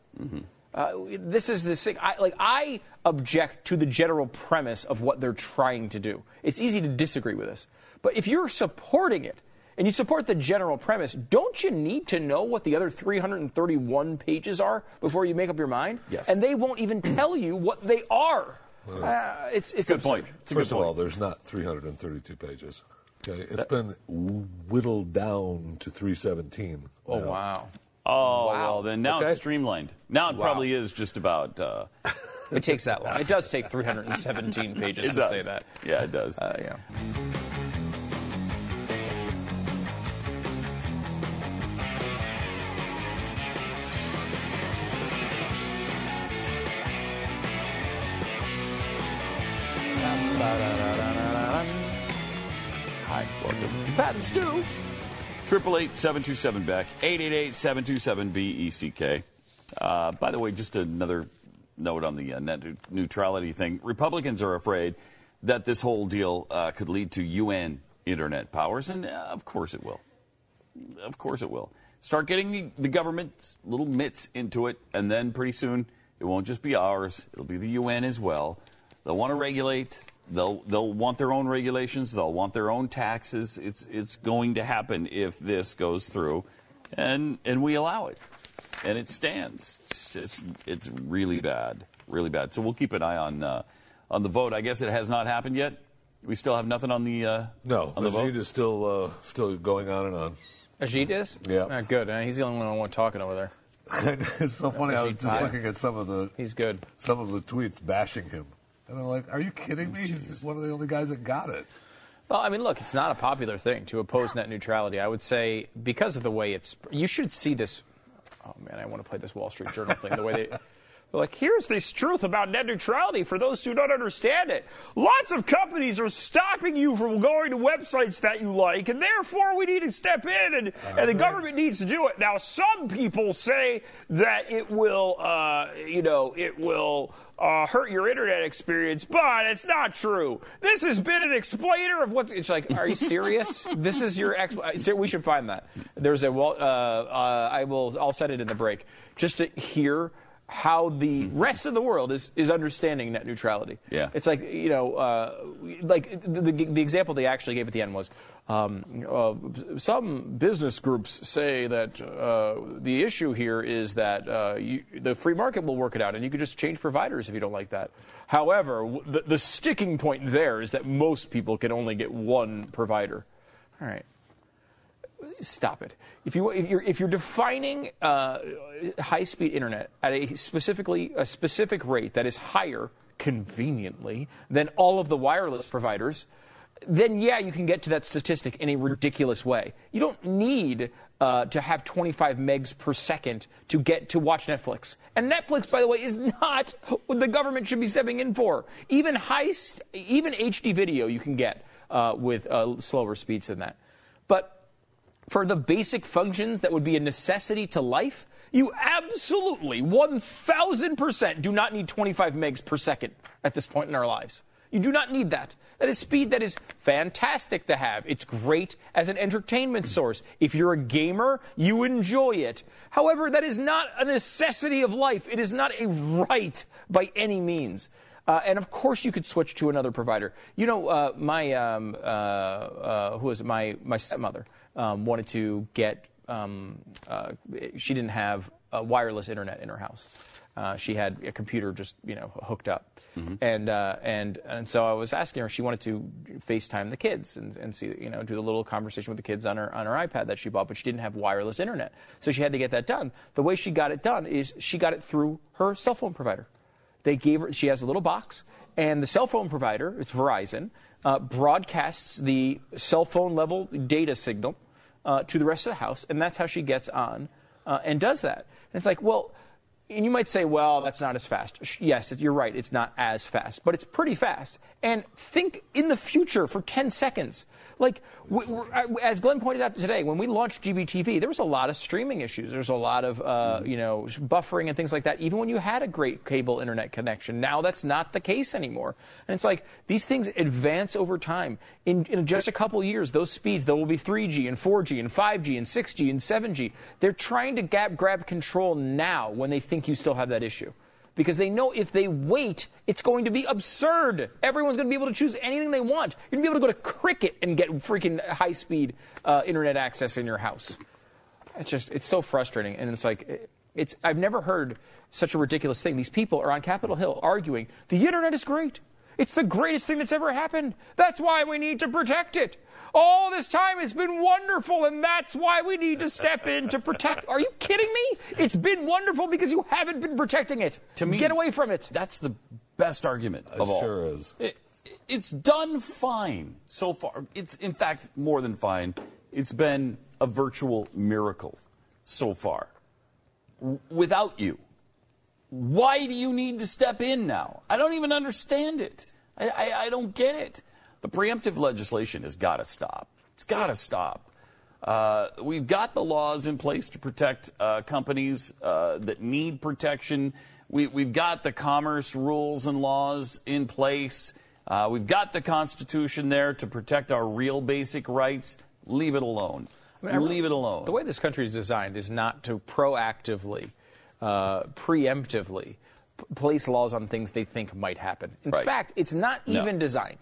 [SPEAKER 1] Uh, this is the thing. I, like I object to the general premise of what they're trying to do. It's easy to disagree with this, but if you're supporting it and you support the general premise, don't you need to know what the other 331 pages are before you make up your mind?
[SPEAKER 2] Yes.
[SPEAKER 1] And they won't even tell you what they are. Uh, it's, it's
[SPEAKER 2] it's a good
[SPEAKER 1] absurd.
[SPEAKER 2] point. It's a good
[SPEAKER 3] First of
[SPEAKER 2] point.
[SPEAKER 3] all, there's not 332 pages. Okay, it's been whittled down to 317.
[SPEAKER 1] Oh
[SPEAKER 3] now.
[SPEAKER 1] wow!
[SPEAKER 2] oh,
[SPEAKER 1] wow.
[SPEAKER 2] well, then now
[SPEAKER 3] Okay.
[SPEAKER 2] it's streamlined. Now it probably is just about. Uh,
[SPEAKER 1] It takes that long. It does take 317 pages
[SPEAKER 2] it
[SPEAKER 1] to
[SPEAKER 2] does.
[SPEAKER 1] say that.
[SPEAKER 2] Yeah, it does.
[SPEAKER 1] Uh, yeah. Patents do.
[SPEAKER 2] Triple eight seven two seven Beck eight eight eight seven two seven B E C K. Uh, By the way, just another note on the uh, net neutrality thing. Republicans are afraid that this whole deal uh, could lead to UN internet powers, and uh, of course it will. Of course it will. Start getting the, the government's little mitts into it, and then pretty soon it won't just be ours; it'll be the UN as well. They'll want to regulate. They'll they'll want their own regulations. They'll want their own taxes. It's it's going to happen if this goes through, and and we allow it, and it stands. It's just, it's really bad, really bad. So we'll keep an eye on uh, on the vote. I guess it has not happened yet. We still have nothing on the uh,
[SPEAKER 3] No,
[SPEAKER 2] on the vote.
[SPEAKER 3] Najid is still uh, still going on and on.
[SPEAKER 1] Ajit is?
[SPEAKER 3] Yeah.
[SPEAKER 1] Ah, good. Uh, he's the only one talking over there.
[SPEAKER 3] it's so funny. I was
[SPEAKER 1] Najid's
[SPEAKER 3] just
[SPEAKER 1] high.
[SPEAKER 3] looking at some of the
[SPEAKER 1] He's good.
[SPEAKER 3] some of the tweets bashing him, and I'm like, "Are you kidding me? He's just one of the only guys that got it."
[SPEAKER 1] Well, I mean, look, it's not a popular thing to oppose net neutrality. I would say because of the way it's, you should see this. Oh man, I want to play this Wall Street Journal thing. The way they, they're like, here's this truth about net neutrality for those who don't understand it. Lots of companies are stopping you from going to websites that you like, and therefore we need to step in, and, and the government needs to do it. Now, some people say that it will, uh, you know, it will uh, hurt your internet experience, but it's not true. This has been an explainer of what's. It's like, are you serious? this is your ex. uh, ser- We should find that. There's a. Well, uh, uh, I will. I'll set it in the break just to hear how the rest of the world is is understanding net neutrality.
[SPEAKER 2] Yeah.
[SPEAKER 1] It's like you know, uh, like the, the the example they actually gave at the end was. Um, uh, some business groups say that uh, the issue here is that uh, you, the free market will work it out, and you could just change providers if you don't like that. However, w- the, the sticking point there is that most people can only get one provider. All right, stop it. If you if you're if you're defining uh, high speed internet at a specifically a specific rate that is higher conveniently than all of the wireless providers, then yeah, you can get to that statistic in a ridiculous way. You don't need uh, to have 25 megs per second to get to watch Netflix. And Netflix, by the way, is not what the government should be stepping in for. Even high, st- even HD video you can get uh, with uh, slower speeds than that. But for the basic functions that would be a necessity to life, you absolutely 1000% do not need 25 megs per second at this point in our lives. You do not need that. That is speed that is fantastic to have. It's great as an entertainment source. If you're a gamer, you enjoy it. However, that is not a necessity of life. It is not a right by any means. Uh, and of course, you could switch to another provider. You know, uh, my um, uh, uh, who is it? my my stepmother um, wanted to get. Um, uh, she didn't have uh wireless internet in her house. Uh, she had a computer just you know hooked up, and uh, and and so I was asking her. She wanted to FaceTime the kids and, and see you know do the little conversation with the kids on her on her iPad that she bought, but she didn't have wireless internet, so she had to get that done. The way she got it done is she got it through her cell phone provider. They gave her. She has a little box, and the cell phone provider, it's Verizon, uh, broadcasts the cell phone level data signal uh, to the rest of the house, and that's how she gets on uh, and does that. And it's like, well, and you might say, well, that's not as fast. Sh- Yes, you're right. It's not as fast, but it's pretty fast. And think in the future for 10 seconds. Like, w- w- I- as Glenn pointed out today, when we launched GBTV, there was a lot of streaming issues. There's a lot of, uh, you know, buffering and things like that, even when you had a great cable internet connection. Now that's not the case anymore. And it's like these things advance over time. In, in just a couple years, those speeds, there will be 3G and 4G and 5G and 6G and 7G. They're trying to gap, grab control now when they think you still have that issue. Because they know if they wait, it's going to be absurd. Everyone's going to be able to choose anything they want. You're going to be able to go to Cricket and get freaking high speed uh, internet access in your house it's just it's so frustrating and it's like it's i've never heard such a ridiculous thing these people are on capitol hill arguing the internet is great it's the greatest thing that's ever happened that's why we need to protect it all this time it's been wonderful and that's why we need to step in to protect are you kidding me it's been wonderful because you haven't been protecting it
[SPEAKER 2] To me-
[SPEAKER 1] get away from it
[SPEAKER 2] That's the best argument of all.
[SPEAKER 3] sure is.
[SPEAKER 2] It, it's done fine so far. It's in fact more than fine. It's been a virtual miracle so far. W- Without you, why do you need to step in now? I don't even understand it. I, I, I don't get it. The preemptive legislation has got to stop. It's got to stop. Uh, we've got the laws in place to protect uh, companies uh, that need protection. We, we've got the commerce rules and laws in place. Uh, we've got the Constitution there to protect our real basic rights. Leave it alone.
[SPEAKER 1] I mean, I re-
[SPEAKER 2] Leave it alone.
[SPEAKER 1] The way this country is designed is not to proactively, uh, preemptively p- place laws on things they think might happen. In
[SPEAKER 2] Right.
[SPEAKER 1] fact, it's not
[SPEAKER 2] No.
[SPEAKER 1] even designed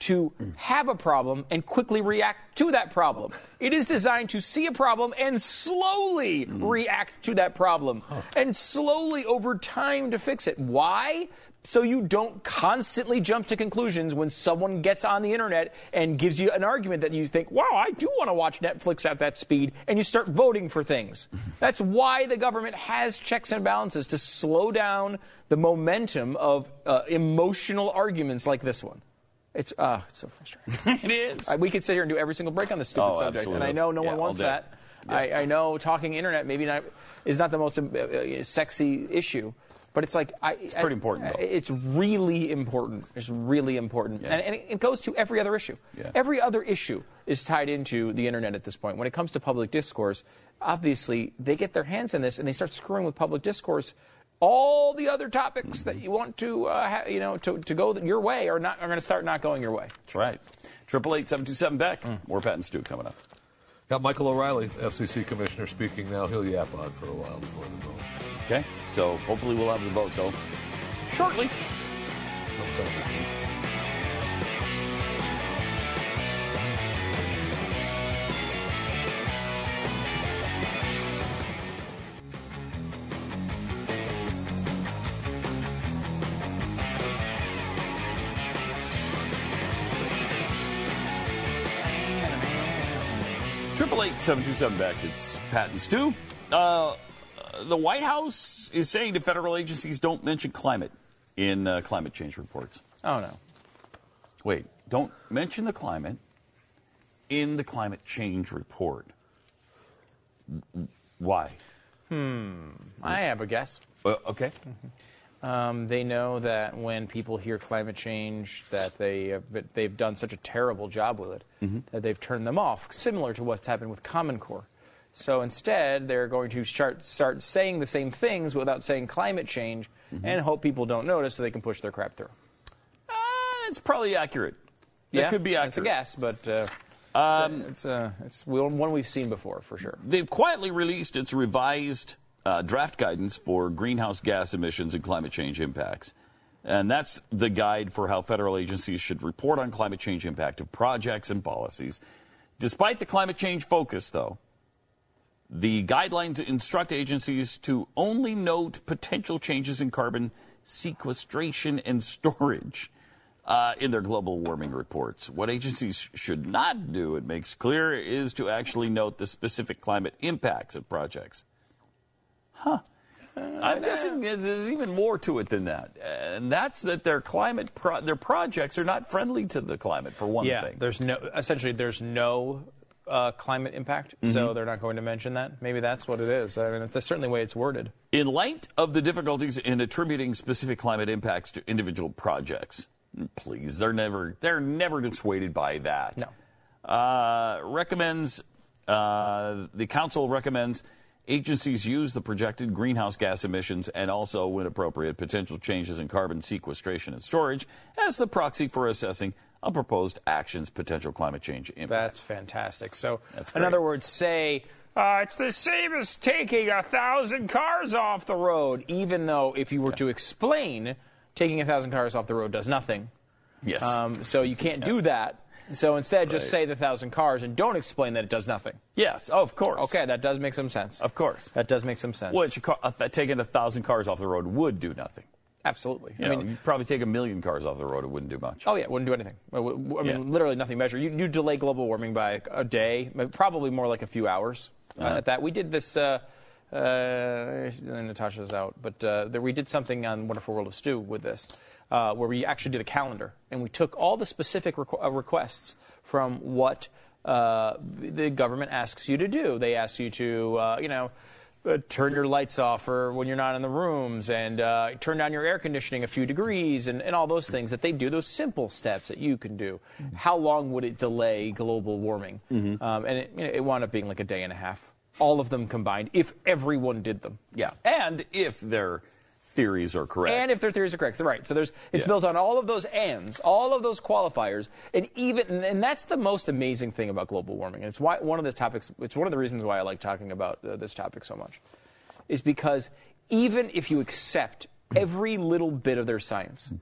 [SPEAKER 1] to have a problem and quickly react to that problem. It is designed to see a problem and slowly react to that problem and slowly over time to fix it. Why? So you don't constantly jump to conclusions when someone gets on the internet and gives you an argument that you think, wow, I do want to watch Netflix at that speed, and you start voting for things. That's why the government has checks and balances to slow down the momentum of uh, emotional arguments like this one. It's uh, it's so frustrating.
[SPEAKER 2] it is.
[SPEAKER 1] I- we could sit here and do every single break on this stupid
[SPEAKER 2] Oh,
[SPEAKER 1] subject, and
[SPEAKER 2] absolutely.
[SPEAKER 1] I know no
[SPEAKER 2] Yeah,
[SPEAKER 1] one
[SPEAKER 2] all
[SPEAKER 1] wants
[SPEAKER 2] day.
[SPEAKER 1] that. I, I know talking internet maybe not is not the most uh, uh, sexy issue, but it's like I, it's
[SPEAKER 2] pretty important, though.
[SPEAKER 1] It's really important. It's really important, and, and it- it goes to every other issue.
[SPEAKER 2] Yeah.
[SPEAKER 1] Every other issue is tied into the internet at this point. When it comes to public discourse, obviously they get their hands in this and they start screwing with public discourse. All the other topics
[SPEAKER 2] Mm-hmm.
[SPEAKER 1] that you want to, uh, ha- you know, to, to go your way are not are going to start not going your way.
[SPEAKER 2] That's right. Triple eight seven two seven Beck.
[SPEAKER 1] Mm.
[SPEAKER 2] More Pat and Stu coming up.
[SPEAKER 3] Got Michael O'Reilly, FCC commissioner, speaking now. He'll yap on for a while before the vote.
[SPEAKER 2] Okay. So hopefully we'll have the vote though shortly.
[SPEAKER 3] Sometime this week.
[SPEAKER 2] Triple eight seven two seven Beck. It's Pat and Stu. Uh, the White House is saying to federal agencies don't mention climate in uh, climate change reports.
[SPEAKER 1] Oh no.
[SPEAKER 2] Wait, don't mention the climate in the climate change report. W- Why?
[SPEAKER 1] I have a guess.
[SPEAKER 2] Uh, okay.
[SPEAKER 1] Um, they know that when people hear climate change, that they have, been- they've done such a terrible job with it
[SPEAKER 2] Mm-hmm.
[SPEAKER 1] that they've turned them off. Similar to what's happened with Common Core. So instead, they're going to start start saying the same things without saying climate change,
[SPEAKER 2] Mm-hmm.
[SPEAKER 1] and hope people don't notice so they can push their crap through.
[SPEAKER 2] Uh, it's probably accurate. That could be accurate.
[SPEAKER 1] It's a guess, but uh,
[SPEAKER 2] Um,
[SPEAKER 1] it's, a, it's, a, it's one we've seen before for sure.
[SPEAKER 2] They've quietly released its revised uh, draft guidance for greenhouse gas emissions and climate change impacts. And that's the guide for how federal agencies should report on climate change impact of projects and policies. Despite the climate change focus, though, the guidelines instruct agencies to only note potential changes in carbon sequestration and storage uh, in their global warming reports. What agencies should not do, it makes clear, is to actually note the specific climate impacts of projects. Huh. I'm guessing there's there's even more to it than that, and that's that their climate pro- their projects are not friendly to the climate for one
[SPEAKER 1] Yeah,
[SPEAKER 2] thing.
[SPEAKER 1] there's no essentially there's no uh, climate impact,
[SPEAKER 2] Mm-hmm.
[SPEAKER 1] so they're not going to mention that. Maybe that's what it is. I mean, it's a certainly way it's worded.
[SPEAKER 2] In light of the difficulties in attributing specific climate impacts to individual projects, please, they're never they're never dissuaded by that. No. Uh, recommends uh, the council recommends agencies use the projected greenhouse gas emissions and also, when appropriate, potential changes in carbon sequestration and storage as the proxy for assessing a proposed action's potential climate change impact.
[SPEAKER 1] That's fantastic. So,
[SPEAKER 2] That's
[SPEAKER 1] in
[SPEAKER 2] great.
[SPEAKER 1] other words, say uh, it's the same as taking a thousand cars off the road. Even though, if you were to explain taking a thousand cars off the road does nothing,
[SPEAKER 2] yes.
[SPEAKER 1] um, so you can't do that. So instead, just
[SPEAKER 2] Right.
[SPEAKER 1] say the thousand cars and don't explain that it does nothing.
[SPEAKER 2] yes. Of course.
[SPEAKER 1] Okay, that does make some sense.
[SPEAKER 2] Of course.
[SPEAKER 1] That does make some sense.
[SPEAKER 2] Well, it's your car, uh, th- taking a thousand cars off the road would do nothing.
[SPEAKER 1] Absolutely.
[SPEAKER 2] You
[SPEAKER 1] I
[SPEAKER 2] know,
[SPEAKER 1] mean,
[SPEAKER 2] you'd probably take a million cars off the road; it wouldn't do much.
[SPEAKER 1] Oh yeah, it wouldn't do anything. I w- w- I mean,
[SPEAKER 2] Yeah.
[SPEAKER 1] literally nothing measured. You, you delay global warming by a day, m- probably more like a few hours. uh,
[SPEAKER 2] Uh-huh.
[SPEAKER 1] at that, we did this. Uh, uh, Natasha's out, but uh, there, we did something on Wonderful World of Stew with this, uh, where we actually did a calendar and we took all the specific requ- uh, requests from what uh, the government asks you to do. They ask you to, uh, you know. uh, turn your lights off or when you're not in the rooms and uh, turn down your air conditioning a few degrees and, and all those things that they do, those simple steps that you can do. How long would it delay global warming? Um, and it, you know, it wound up being like a day and a half, all of them combined, if everyone did them.
[SPEAKER 2] Yeah. And if their theories are correct.
[SPEAKER 1] And if their theories are correct, they're right. So there's it's
[SPEAKER 2] Yeah.
[SPEAKER 1] built on all of those ands, all of those qualifiers, and even and that's the most amazing thing about global warming. And it's why one of the topics. It's one of the reasons why I like talking about uh, this topic so much, is because even if you accept every little bit of their science,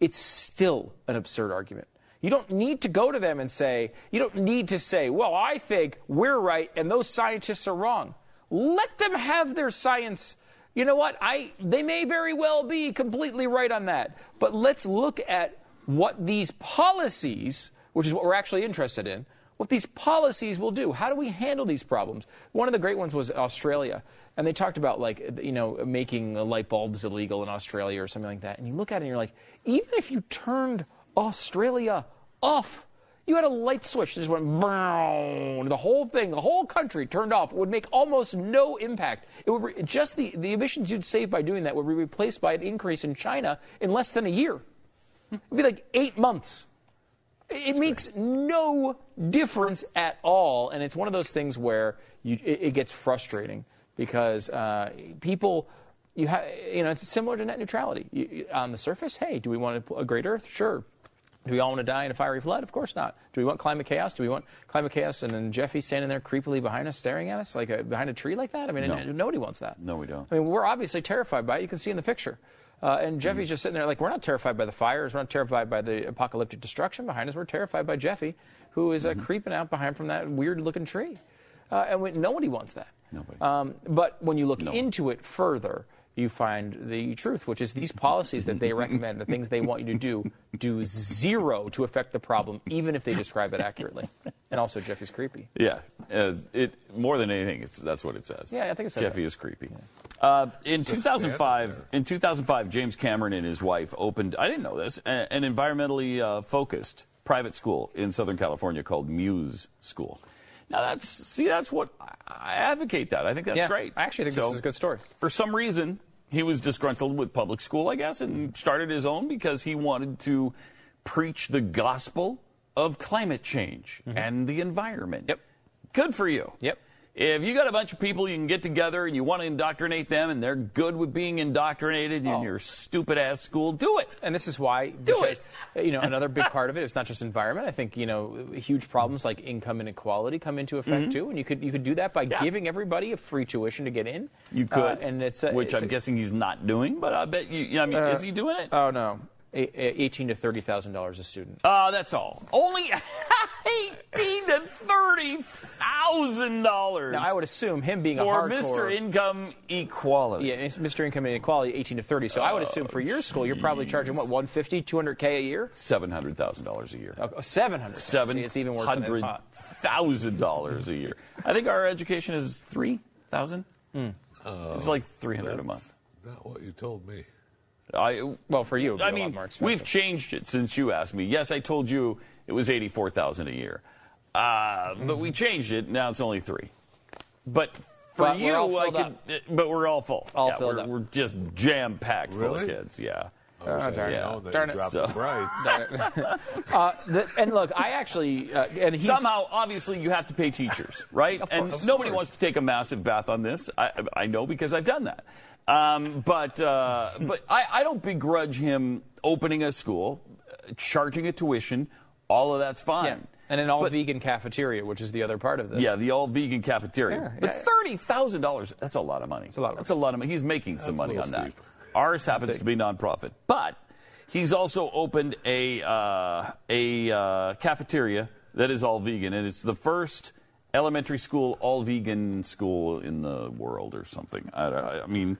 [SPEAKER 1] it's still an absurd argument. You don't need to go to them and say, you don't need to say, well, I think we're right and those scientists are wrong. Let them have their science. You know what? I they may very well be completely right on that. But let's look at what these policies, which is what we're actually interested in, what these policies will do. How do we handle these problems? One of the great ones was Australia, and they talked about like you know making light bulbs illegal in Australia or something like that. And you look at it and you're like, even if you turned Australia off, you had a light switch that just went brown. The whole thing, the whole country turned off. It would make almost no impact. It would re- just the, the emissions you'd save by doing that would be replaced by an increase in China in less than a year. It'd be like eight months. It it makes no difference at all, and it's one of those things where you, it, it gets frustrating because uh, people, you ha- you know, it's similar to net neutrality. You, you- on the surface, hey, do we want a, a great Earth? Sure. Do we all want to die in a fiery flood? Of course not. Do we want climate chaos? Do we want climate chaos and then Jeffy standing there creepily behind us, staring at us like a, behind a tree like that? I mean,
[SPEAKER 2] No.
[SPEAKER 1] n- nobody wants that.
[SPEAKER 2] No, we don't.
[SPEAKER 1] I mean, we're obviously terrified by it. You can see in the picture. Uh, and
[SPEAKER 2] Hmm.
[SPEAKER 1] Jeffy's just sitting there like, we're not terrified by the fires. We're not terrified by the apocalyptic destruction behind us. We're terrified by Jeffy, who is uh,
[SPEAKER 2] Mm-hmm.
[SPEAKER 1] creeping out behind from that weird looking tree. Uh, and we, nobody wants that.
[SPEAKER 2] Nobody.
[SPEAKER 1] Um, but when you look into it further, you find the truth, which is these policies that they recommend, the things they want you to do, do zero to affect the problem, even if they describe it accurately. And also, Jeffy's creepy.
[SPEAKER 2] Yeah, uh, it more than anything, it's that's what it says.
[SPEAKER 1] Yeah, I think it says
[SPEAKER 2] Jeffy
[SPEAKER 1] that.
[SPEAKER 2] is creepy. Uh, in
[SPEAKER 3] just
[SPEAKER 2] 2005,
[SPEAKER 3] standing
[SPEAKER 2] in 2005, James Cameron and his wife opened. I didn't know this. a- An environmentally uh, focused private school in Southern California called Muse School. Now that's see, that's what I- I advocate. That I think that's
[SPEAKER 1] yeah,
[SPEAKER 2] great.
[SPEAKER 1] I actually think
[SPEAKER 2] So-
[SPEAKER 1] this is a good story.
[SPEAKER 2] for some reason, he was disgruntled with public school, I guess, and started his own because he wanted to preach the gospel of climate change and the environment.
[SPEAKER 1] Mm-hmm. Yep.
[SPEAKER 2] Good for you.
[SPEAKER 1] Yep.
[SPEAKER 2] If you got a bunch of people you can get together and you want to indoctrinate them and they're good with being indoctrinated in
[SPEAKER 1] Oh.
[SPEAKER 2] your stupid ass school, do it.
[SPEAKER 1] And this is why
[SPEAKER 2] it.
[SPEAKER 1] You know, another big part of it is not just environment. I think you know, huge problems like income inequality come into effect too, and you could you could do that by
[SPEAKER 2] Mm-hmm. Yeah.
[SPEAKER 1] giving everybody a free tuition to get in.
[SPEAKER 2] You
[SPEAKER 1] Uh,
[SPEAKER 2] could,
[SPEAKER 1] and it's a,
[SPEAKER 2] which
[SPEAKER 1] it's
[SPEAKER 2] I'm
[SPEAKER 1] a-
[SPEAKER 2] guessing he's not doing, but I bet you. you know, I mean, is he doing it?
[SPEAKER 1] Oh no, A- a- eighteen to thirty thousand dollars a student.
[SPEAKER 2] Uh, that's all. Only eighteen to thirty thousand dollars.
[SPEAKER 1] Now I would assume him being a
[SPEAKER 2] for
[SPEAKER 1] hardcore.
[SPEAKER 2] Mr. Income Equality.
[SPEAKER 1] yeah, it's Mr. Income Inequality, 18 to 30. So I would assume for your school, you're probably charging what, 150, 200k a year,
[SPEAKER 2] Seven hundred thousand dollars a year.
[SPEAKER 1] Oh, 700.
[SPEAKER 2] Seven
[SPEAKER 1] See, it's even worse. Than I
[SPEAKER 2] hundred
[SPEAKER 1] thought.
[SPEAKER 2] thousand dollars a year. I think our education is three thousand.
[SPEAKER 1] Hmm.
[SPEAKER 2] it's like three hundred a month.
[SPEAKER 3] Not what you told me.
[SPEAKER 2] I
[SPEAKER 1] Well, for you, it'd be
[SPEAKER 2] I
[SPEAKER 1] a lot
[SPEAKER 2] mean,
[SPEAKER 1] more expensive.
[SPEAKER 2] we've changed it since you asked me. Yes, I told you it was eighty-four thousand a year, uh, but
[SPEAKER 1] Mm-hmm.
[SPEAKER 2] we changed it. Now it's only three. But for
[SPEAKER 1] But we're
[SPEAKER 2] you,
[SPEAKER 1] all
[SPEAKER 2] I
[SPEAKER 1] filled
[SPEAKER 2] could. But we're all full.
[SPEAKER 1] All
[SPEAKER 2] yeah,
[SPEAKER 1] filled
[SPEAKER 2] we're,
[SPEAKER 1] up.
[SPEAKER 2] we're just jam packed full of
[SPEAKER 3] Really?
[SPEAKER 2] kids. Yeah.
[SPEAKER 3] I
[SPEAKER 1] Oh, darn it.
[SPEAKER 3] know that
[SPEAKER 1] Darn it.
[SPEAKER 3] you dropped
[SPEAKER 2] So-
[SPEAKER 3] the price.
[SPEAKER 1] Uh, the, and look, I actually, uh, and he's,
[SPEAKER 2] Somehow, obviously, you have to pay teachers, right? and
[SPEAKER 1] course.
[SPEAKER 2] nobody
[SPEAKER 1] Of course.
[SPEAKER 2] wants to take a massive bath on this. I, I know because I've done that. Um, but uh, but I, I don't begrudge him opening a school, uh, charging a tuition. All of that's fine.
[SPEAKER 1] Yeah. And an all
[SPEAKER 2] But-
[SPEAKER 1] vegan cafeteria, which is the other part of this.
[SPEAKER 2] Yeah, the all vegan cafeteria.
[SPEAKER 1] Yeah,
[SPEAKER 2] but
[SPEAKER 1] yeah.
[SPEAKER 2] thirty thousand dollars—that's a lot of money. That's a
[SPEAKER 1] lot of
[SPEAKER 2] That's a lot of money. He's making some money
[SPEAKER 3] little
[SPEAKER 2] on that.
[SPEAKER 3] steep.
[SPEAKER 2] Ours happens to be nonprofit, but he's also opened a uh, a uh, cafeteria that is all vegan, and it's the first elementary school all vegan school in the world, or something. I, I- I mean,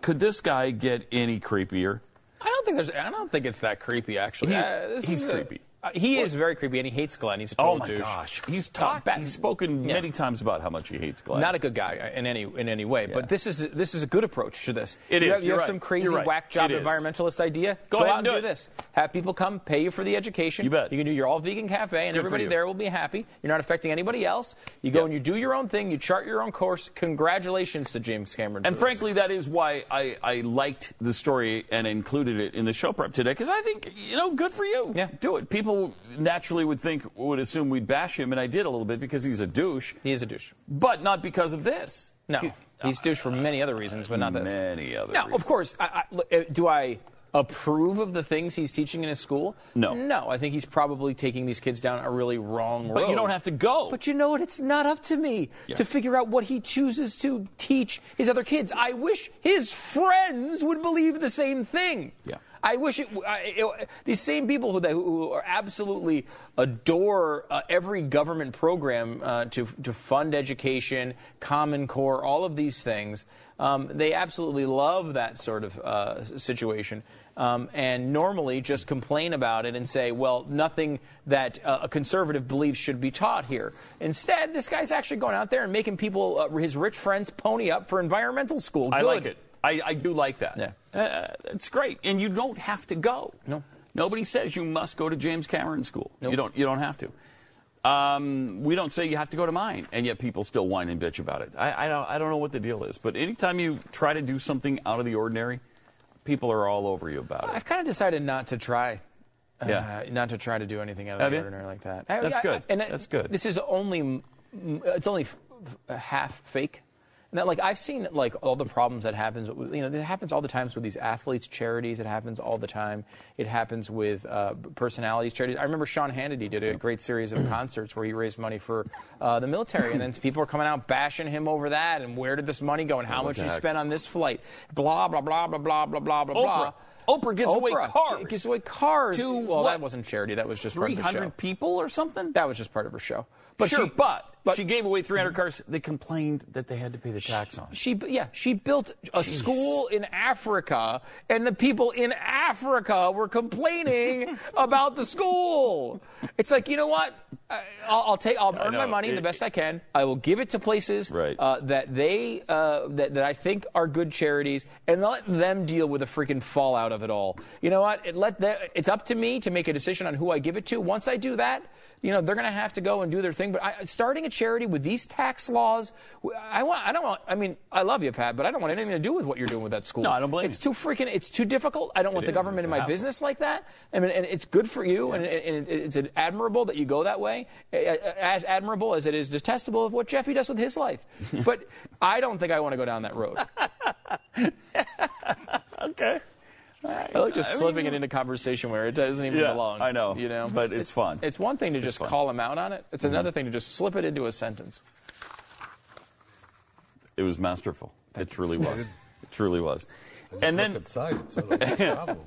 [SPEAKER 2] could this guy get any creepier?
[SPEAKER 1] I don't think there's. I don't think it's that creepy. Actually,
[SPEAKER 2] He-
[SPEAKER 1] Uh, this
[SPEAKER 2] he's
[SPEAKER 1] is a-
[SPEAKER 2] creepy.
[SPEAKER 1] Uh, he is very creepy, and he hates Glenn. He's a total
[SPEAKER 2] Oh my
[SPEAKER 1] douche.
[SPEAKER 2] gosh, he's
[SPEAKER 1] Uh,
[SPEAKER 2] talked.
[SPEAKER 1] back-
[SPEAKER 2] he's spoken
[SPEAKER 1] Yeah.
[SPEAKER 2] many times about how much he hates Glenn.
[SPEAKER 1] Not a good guy uh, in any in any way,
[SPEAKER 2] Yeah.
[SPEAKER 1] but this is this is a good approach to this.
[SPEAKER 2] It
[SPEAKER 1] you
[SPEAKER 2] is.
[SPEAKER 1] Have, you
[SPEAKER 2] You're
[SPEAKER 1] have
[SPEAKER 2] right.
[SPEAKER 1] some crazy
[SPEAKER 2] You're right.
[SPEAKER 1] whack job
[SPEAKER 2] It is.
[SPEAKER 1] environmentalist idea.
[SPEAKER 2] Go ahead
[SPEAKER 1] out
[SPEAKER 2] and
[SPEAKER 1] and
[SPEAKER 2] do it.
[SPEAKER 1] this. Have people come, pay you for the education.
[SPEAKER 2] You bet.
[SPEAKER 1] You can do your all vegan cafe, and
[SPEAKER 2] Good for
[SPEAKER 1] everybody
[SPEAKER 2] you.
[SPEAKER 1] there will be happy. You're not affecting anybody else. You go
[SPEAKER 2] Yeah.
[SPEAKER 1] and you do your own thing. You chart your own course. Congratulations to James Cameron.
[SPEAKER 2] And
[SPEAKER 1] for this.
[SPEAKER 2] frankly, that is why I, I liked the story and included it in the show prep today because I think, you know, good for you.
[SPEAKER 1] Yeah.
[SPEAKER 2] Do it. People naturally would think, would assume we'd bash him, and I did a little bit because he's a douche,
[SPEAKER 1] he is a douche.
[SPEAKER 2] but not because of this.
[SPEAKER 1] No, he's douche for many other reasons, but not this.
[SPEAKER 2] Many other
[SPEAKER 1] No,
[SPEAKER 2] reasons.
[SPEAKER 1] of course. I, I, look, uh, do I approve of the things he's teaching in his school?
[SPEAKER 2] No.
[SPEAKER 1] No, I think he's probably taking these kids down a really wrong road.
[SPEAKER 2] But you don't have to go.
[SPEAKER 1] But you know what? It's not up to me to figure out what he chooses to teach his other kids. I wish his friends would believe the same thing.
[SPEAKER 2] Yeah.
[SPEAKER 1] I wish it, I- it- these same people who, that, who are absolutely adore uh, every government program uh, to, to fund education, Common Core, all of these things, um, they absolutely love that sort of uh, s- situation. Um, and normally just complain about it and say, well, nothing that uh, a conservative believes should be taught here. Instead, this guy's actually going out there and making people, uh, his rich friends, pony up for environmental school.
[SPEAKER 2] I
[SPEAKER 1] Good.
[SPEAKER 2] like it. I, I do like that.
[SPEAKER 1] Yeah.
[SPEAKER 2] Uh, it's great. And you don't have to go.
[SPEAKER 1] No.
[SPEAKER 2] Nobody says you must go to James Cameron School. You don't. You don't have to. Um, we don't say you have to go to mine, and yet people still whine and bitch about it. I, I, don't, I don't know what the deal is, but anytime you try to do something out of the ordinary, people are all over you about it.
[SPEAKER 1] I've kind of decided not to try.
[SPEAKER 2] Yeah.
[SPEAKER 1] uh, not to try to do anything out of
[SPEAKER 2] Have
[SPEAKER 1] the
[SPEAKER 2] you?
[SPEAKER 1] ordinary like that.
[SPEAKER 2] That's good.
[SPEAKER 1] and it-
[SPEAKER 2] That's good.
[SPEAKER 1] This is only, mm, it's only f- f- half fake. And that, like I've seen like all the problems that happens. with- You know, it happens all the times with these athletes, charities. It happens all the time. It happens with uh, personalities, charities. I remember Sean Hannity did a great series of concerts where he raised money for uh, the military, and then people are coming out bashing him over that and where did this money go and how much
[SPEAKER 2] the
[SPEAKER 1] you
[SPEAKER 2] heck?
[SPEAKER 1] spent on this flight, blah blah blah blah blah blah blah blah
[SPEAKER 2] Oprah.
[SPEAKER 1] blah.
[SPEAKER 2] Oprah gives away cars.
[SPEAKER 1] It gives away cars.
[SPEAKER 2] To
[SPEAKER 1] well,
[SPEAKER 2] what?
[SPEAKER 1] that wasn't charity. That was just part
[SPEAKER 2] Three
[SPEAKER 1] of the show.
[SPEAKER 2] hundred people or something.
[SPEAKER 1] That was just part of her show.
[SPEAKER 2] sure,
[SPEAKER 1] she,
[SPEAKER 2] but,
[SPEAKER 1] but
[SPEAKER 2] she gave away 300 cars. They complained that they had to pay the tax on. it.
[SPEAKER 1] she yeah she built a school in Africa, and the people in Africa were complaining about the school. It's like you know what? I, I'll, I'll take. I'll earn
[SPEAKER 2] know.
[SPEAKER 1] my money
[SPEAKER 2] It-
[SPEAKER 1] the best I can. I will give it to places
[SPEAKER 2] Right.
[SPEAKER 1] uh, that they uh, that, that I think are good charities, and let them deal with the freaking fallout of it all. You know what? It let the, it's up to me to make a decision on who I give it to. Once I do that, you know they're going to have to go and do their thing. But I, starting a charity with these tax laws, w- I want. I don't want. I mean, I love you, Pat, but I don't want anything to do with what you're doing with that school.
[SPEAKER 2] No, I don't blame
[SPEAKER 1] It's
[SPEAKER 2] you.
[SPEAKER 1] too freaking. It's too difficult. I don't want
[SPEAKER 2] It
[SPEAKER 1] the
[SPEAKER 2] is.
[SPEAKER 1] government
[SPEAKER 2] It's
[SPEAKER 1] in
[SPEAKER 2] a
[SPEAKER 1] my
[SPEAKER 2] hassle.
[SPEAKER 1] business like that. I mean, and it's good for you, and, and it- it's admirable that you go that way, as admirable as it is detestable of what Jeffy does with his life. but I don't think I want to go down that road.
[SPEAKER 2] Okay.
[SPEAKER 1] I like just slipping it into conversation where it doesn't even
[SPEAKER 2] Yeah,
[SPEAKER 1] belong.
[SPEAKER 2] I know.
[SPEAKER 1] you know,
[SPEAKER 2] but it's fun.
[SPEAKER 1] it's Mm-hmm. one thing to just
[SPEAKER 2] fun.
[SPEAKER 1] call him out on it. It's another thing to just slip it into a sentence.
[SPEAKER 2] It was masterful. It truly was. It truly was.
[SPEAKER 3] Just
[SPEAKER 2] And then
[SPEAKER 3] look inside. It's not a problem.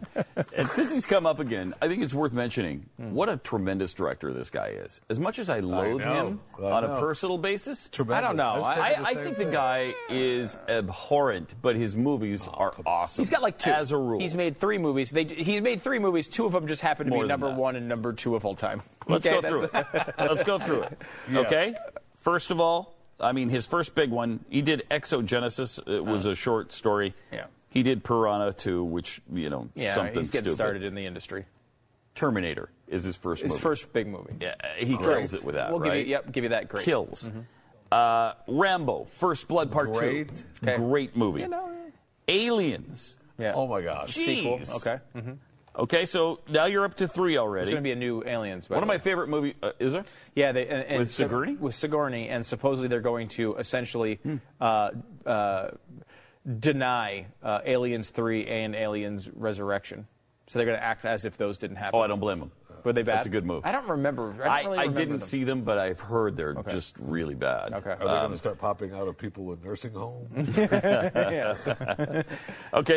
[SPEAKER 2] and since he's come up again, I think it's worth mentioning
[SPEAKER 3] Hmm.
[SPEAKER 2] what a tremendous director this guy is. As much as I loathe
[SPEAKER 3] know.
[SPEAKER 2] him
[SPEAKER 3] I
[SPEAKER 2] on a
[SPEAKER 3] know.
[SPEAKER 2] personal basis,
[SPEAKER 3] Tremendous.
[SPEAKER 1] I don't know.
[SPEAKER 3] was thinking
[SPEAKER 2] I,
[SPEAKER 3] the
[SPEAKER 2] I
[SPEAKER 3] same
[SPEAKER 2] think the
[SPEAKER 3] thing.
[SPEAKER 2] guy is abhorrent, but his
[SPEAKER 3] Oh,
[SPEAKER 2] movies are awesome.
[SPEAKER 1] He's got like two.
[SPEAKER 2] As a rule.
[SPEAKER 1] he's made three movies. They, he's made three movies. Two of them just happen to
[SPEAKER 2] More
[SPEAKER 1] be
[SPEAKER 2] than
[SPEAKER 1] number
[SPEAKER 2] that.
[SPEAKER 1] one and number two of all time.
[SPEAKER 2] Let's
[SPEAKER 1] Okay,
[SPEAKER 2] go
[SPEAKER 1] that's-
[SPEAKER 2] through it. Let's go through it. Okay? First of all, I mean, his first big one, he did Exogenesis.
[SPEAKER 3] Uh-huh.
[SPEAKER 2] It was a short story.
[SPEAKER 1] Yeah.
[SPEAKER 2] He did Piranha 2, which, you know,
[SPEAKER 1] Yeah,
[SPEAKER 2] something
[SPEAKER 1] he's getting
[SPEAKER 2] stupid.
[SPEAKER 1] started in the industry.
[SPEAKER 2] Terminator is his first
[SPEAKER 1] His
[SPEAKER 2] movie.
[SPEAKER 1] first big movie.
[SPEAKER 2] Yeah, he kills it with that,
[SPEAKER 1] We'll
[SPEAKER 2] right?
[SPEAKER 1] give you, yep, give you that. Great. Mm-hmm.
[SPEAKER 2] Kills. Uh, Rambo, First Blood Part
[SPEAKER 3] Great.
[SPEAKER 2] 2.
[SPEAKER 1] Okay.
[SPEAKER 2] Great movie.
[SPEAKER 1] You know,
[SPEAKER 2] Aliens.
[SPEAKER 1] yeah.
[SPEAKER 3] Oh my gosh.
[SPEAKER 2] Jeez.
[SPEAKER 1] Sequel. Okay. It's
[SPEAKER 2] Okay, so now you're up to three already.
[SPEAKER 1] going to be a new Aliens. By
[SPEAKER 2] One of
[SPEAKER 1] the
[SPEAKER 2] my
[SPEAKER 1] way.
[SPEAKER 2] favorite movie uh, is there?
[SPEAKER 1] Yeah, they, and, and
[SPEAKER 2] With
[SPEAKER 1] so-
[SPEAKER 2] Sigourney? Hmm.
[SPEAKER 1] with Sigourney, and supposedly they're going to essentially uh, uh, deny uh, Aliens Three and Aliens Resurrection. So they're going to act as if those didn't happen.
[SPEAKER 2] Oh, I don't blame him.
[SPEAKER 1] Were they bad?
[SPEAKER 2] That's a good move.
[SPEAKER 1] I don't remember. I, don't
[SPEAKER 2] I,
[SPEAKER 1] really
[SPEAKER 2] I
[SPEAKER 1] remember
[SPEAKER 2] didn't
[SPEAKER 1] them.
[SPEAKER 2] see them, but I've heard they're
[SPEAKER 1] Okay.
[SPEAKER 2] just really bad.
[SPEAKER 1] Okay.
[SPEAKER 3] Are they going to start popping out of people in nursing homes?
[SPEAKER 2] Okay,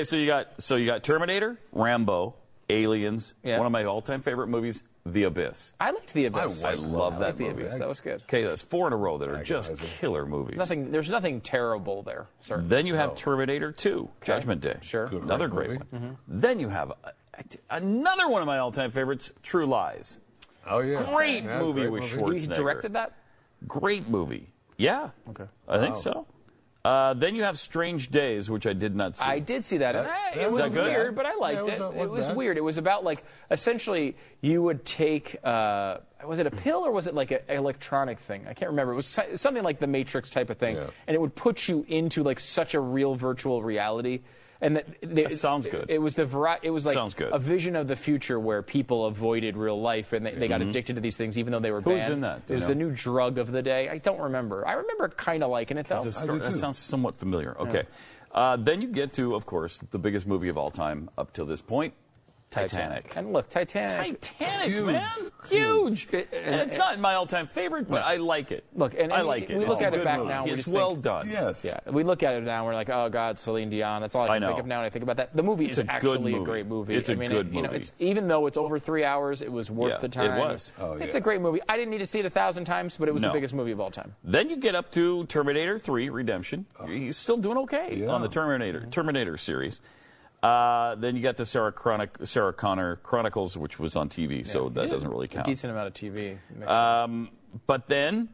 [SPEAKER 2] so you got so you got Terminator, Rambo, Aliens,
[SPEAKER 1] Yeah.
[SPEAKER 2] one of my all-time favorite movies, The Abyss.
[SPEAKER 1] I liked the Abyss.
[SPEAKER 2] I love that
[SPEAKER 1] the
[SPEAKER 2] movie.
[SPEAKER 1] Abyss. That was good.
[SPEAKER 2] Okay, that's four in a row that are just
[SPEAKER 3] Agonizing.
[SPEAKER 2] killer movies.
[SPEAKER 1] Nothing. There's nothing terrible there. Certainly.
[SPEAKER 2] Then you have Terminator 2, Judgment Day.
[SPEAKER 1] Oh. Sure. Good, Mm-hmm.
[SPEAKER 2] another
[SPEAKER 3] great
[SPEAKER 2] great one. Then you have uh, another one of my all-time favorites, True Lies.
[SPEAKER 3] Oh, yeah.
[SPEAKER 2] Great
[SPEAKER 3] Yeah,
[SPEAKER 2] movie
[SPEAKER 3] great
[SPEAKER 2] with
[SPEAKER 3] movie.
[SPEAKER 2] Schwarzenegger.
[SPEAKER 1] He directed that?
[SPEAKER 2] Great movie. Yeah. Okay. I think so. Uh, then you have Strange Days, which I did not see.
[SPEAKER 1] I did see that, and I,
[SPEAKER 3] That- that
[SPEAKER 1] it was
[SPEAKER 3] wasn't bad.
[SPEAKER 1] weird, but I liked
[SPEAKER 3] Yeah,
[SPEAKER 1] it.
[SPEAKER 3] it wasn't-
[SPEAKER 1] it was
[SPEAKER 3] wasn't bad.
[SPEAKER 1] weird. It was about like essentially you would take uh, was it a pill or was it like an electronic thing? I can't remember. It was si- something like the Matrix type of thing,
[SPEAKER 3] Yeah.
[SPEAKER 1] and it would put you into like such a real virtual reality. And that, that
[SPEAKER 2] sounds good.
[SPEAKER 1] It, was the vari- It was like
[SPEAKER 2] Sounds good.
[SPEAKER 1] a vision of the future where people avoided real life and they, they got addicted to these things, even though they were
[SPEAKER 2] Mm-hmm. Who was
[SPEAKER 1] banned.
[SPEAKER 2] in that? Do
[SPEAKER 1] It was
[SPEAKER 2] you
[SPEAKER 1] the
[SPEAKER 2] know?
[SPEAKER 1] new drug of the day. I don't remember. I remember kind of liking it though.
[SPEAKER 2] That's a start.
[SPEAKER 3] do
[SPEAKER 2] That
[SPEAKER 3] too.
[SPEAKER 2] sounds somewhat familiar. Okay. Uh, then you get to, of course, the biggest movie of all time up till this point, Titanic.
[SPEAKER 1] And look, Titanic.
[SPEAKER 2] Titanic,
[SPEAKER 3] Huge.
[SPEAKER 2] man, huge, and, it's not my all-time favorite, but I like it.
[SPEAKER 1] Look, and-
[SPEAKER 2] I
[SPEAKER 1] and
[SPEAKER 2] like it.
[SPEAKER 1] we
[SPEAKER 2] It's
[SPEAKER 1] look
[SPEAKER 2] a
[SPEAKER 1] at it
[SPEAKER 2] good
[SPEAKER 1] back
[SPEAKER 2] movie.
[SPEAKER 1] now, we
[SPEAKER 2] It's
[SPEAKER 1] just
[SPEAKER 2] well
[SPEAKER 1] think-
[SPEAKER 2] done.
[SPEAKER 3] Yes.
[SPEAKER 1] Yeah, we look at it now. We're like, oh God, Celine Dion. That's all I
[SPEAKER 2] I
[SPEAKER 1] can
[SPEAKER 2] know.
[SPEAKER 1] think of now. And I think about that. The movie
[SPEAKER 2] It's
[SPEAKER 1] is
[SPEAKER 2] a good
[SPEAKER 1] actually a
[SPEAKER 2] movie.
[SPEAKER 1] great movie.
[SPEAKER 2] It's a
[SPEAKER 1] I mean,
[SPEAKER 2] good
[SPEAKER 1] it, you know,
[SPEAKER 2] movie.
[SPEAKER 1] it's even though it's over three hours, it was worth
[SPEAKER 2] Yeah,
[SPEAKER 1] the
[SPEAKER 2] it
[SPEAKER 1] time.
[SPEAKER 2] was.
[SPEAKER 3] Oh,
[SPEAKER 1] It's
[SPEAKER 3] yeah.
[SPEAKER 1] a great movie. I didn't need to see it a thousand times, but it was
[SPEAKER 2] No.
[SPEAKER 1] the biggest movie of all time.
[SPEAKER 2] Then you get up to Terminator 3 Redemption. He's still doing okay
[SPEAKER 3] Oh. Yeah.
[SPEAKER 2] on the Terminator Terminator series. Uh, then you got the Sarah, Chronic, Sarah Connor Chronicles, which was on TV, so that doesn't really count.
[SPEAKER 1] Decent amount of TV.
[SPEAKER 2] Um, but then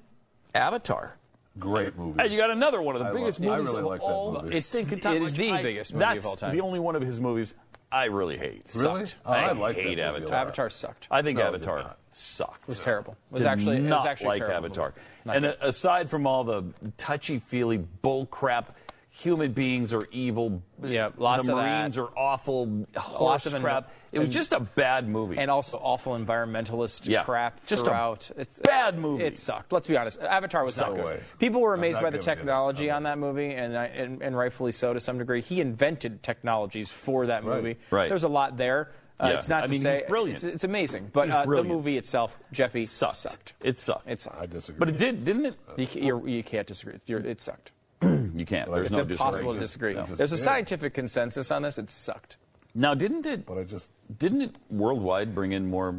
[SPEAKER 2] Avatar.
[SPEAKER 3] Great movie.
[SPEAKER 2] And you got another one of the
[SPEAKER 3] I
[SPEAKER 2] biggest
[SPEAKER 3] love- I
[SPEAKER 2] movies
[SPEAKER 3] really
[SPEAKER 2] of
[SPEAKER 3] like that
[SPEAKER 2] all
[SPEAKER 3] movie.
[SPEAKER 2] the stinking time.
[SPEAKER 1] It is
[SPEAKER 2] Like,
[SPEAKER 1] the
[SPEAKER 2] I-
[SPEAKER 1] biggest movie of
[SPEAKER 2] that's
[SPEAKER 1] all time.
[SPEAKER 2] the only one of his movies I really hate.
[SPEAKER 3] Really?
[SPEAKER 2] Sucked.
[SPEAKER 3] Oh, I like that
[SPEAKER 2] hate
[SPEAKER 3] movie a
[SPEAKER 2] Avatar.
[SPEAKER 3] lot.
[SPEAKER 1] Avatar sucked.
[SPEAKER 2] I think
[SPEAKER 3] No, it did
[SPEAKER 2] Avatar
[SPEAKER 3] not.
[SPEAKER 2] sucked. It
[SPEAKER 1] was terrible. It was
[SPEAKER 2] Did
[SPEAKER 1] actually- it was
[SPEAKER 2] not
[SPEAKER 1] actually
[SPEAKER 2] like
[SPEAKER 1] terrible
[SPEAKER 2] Avatar.
[SPEAKER 1] movie. Not
[SPEAKER 2] and
[SPEAKER 1] good.
[SPEAKER 2] a- aside from all the touchy-feely bullcrap, human beings are evil.
[SPEAKER 1] Yeah, lots
[SPEAKER 2] the
[SPEAKER 1] of that.
[SPEAKER 2] Marines are awful. Horse
[SPEAKER 1] of en-
[SPEAKER 2] crap. it was
[SPEAKER 1] en-
[SPEAKER 2] just a bad movie.
[SPEAKER 1] and also awful environmentalist
[SPEAKER 2] Yeah.
[SPEAKER 1] crap
[SPEAKER 2] Just a
[SPEAKER 1] throughout. it's
[SPEAKER 2] bad movie.
[SPEAKER 1] It sucked. Let's be honest. Avatar was
[SPEAKER 3] No
[SPEAKER 1] not good.
[SPEAKER 3] way.
[SPEAKER 1] People were
[SPEAKER 3] I'm
[SPEAKER 1] amazed
[SPEAKER 3] not
[SPEAKER 1] by the
[SPEAKER 3] giving it.
[SPEAKER 1] technology
[SPEAKER 3] I'm
[SPEAKER 1] on that movie, and, I, and and rightfully so to some degree. He invented technologies for that
[SPEAKER 3] Right.
[SPEAKER 1] movie.
[SPEAKER 2] Right.
[SPEAKER 1] There's a lot there. Uh,
[SPEAKER 2] Yeah.
[SPEAKER 1] It's not
[SPEAKER 2] I
[SPEAKER 1] to
[SPEAKER 2] mean,
[SPEAKER 1] say
[SPEAKER 2] he's brilliant.
[SPEAKER 1] It's, it's amazing, but
[SPEAKER 2] He's
[SPEAKER 1] uh, the
[SPEAKER 2] brilliant.
[SPEAKER 1] movie itself, Jeffy,
[SPEAKER 2] sucked. Uh,
[SPEAKER 1] sucked.
[SPEAKER 2] It sucked.
[SPEAKER 1] It sucked.
[SPEAKER 3] I disagree.
[SPEAKER 2] but it did, didn't it?
[SPEAKER 1] You, ca- you're, you can't disagree. You're, it sucked.
[SPEAKER 2] You can't.
[SPEAKER 3] Like,
[SPEAKER 2] There's
[SPEAKER 3] it's
[SPEAKER 2] no
[SPEAKER 3] Just
[SPEAKER 1] Possible to
[SPEAKER 3] just-
[SPEAKER 1] disagree.
[SPEAKER 3] no.
[SPEAKER 1] There's a
[SPEAKER 3] Yeah.
[SPEAKER 1] scientific consensus on this. It sucked.
[SPEAKER 2] Now, didn't it?
[SPEAKER 3] But I just.
[SPEAKER 2] Didn't it worldwide bring in more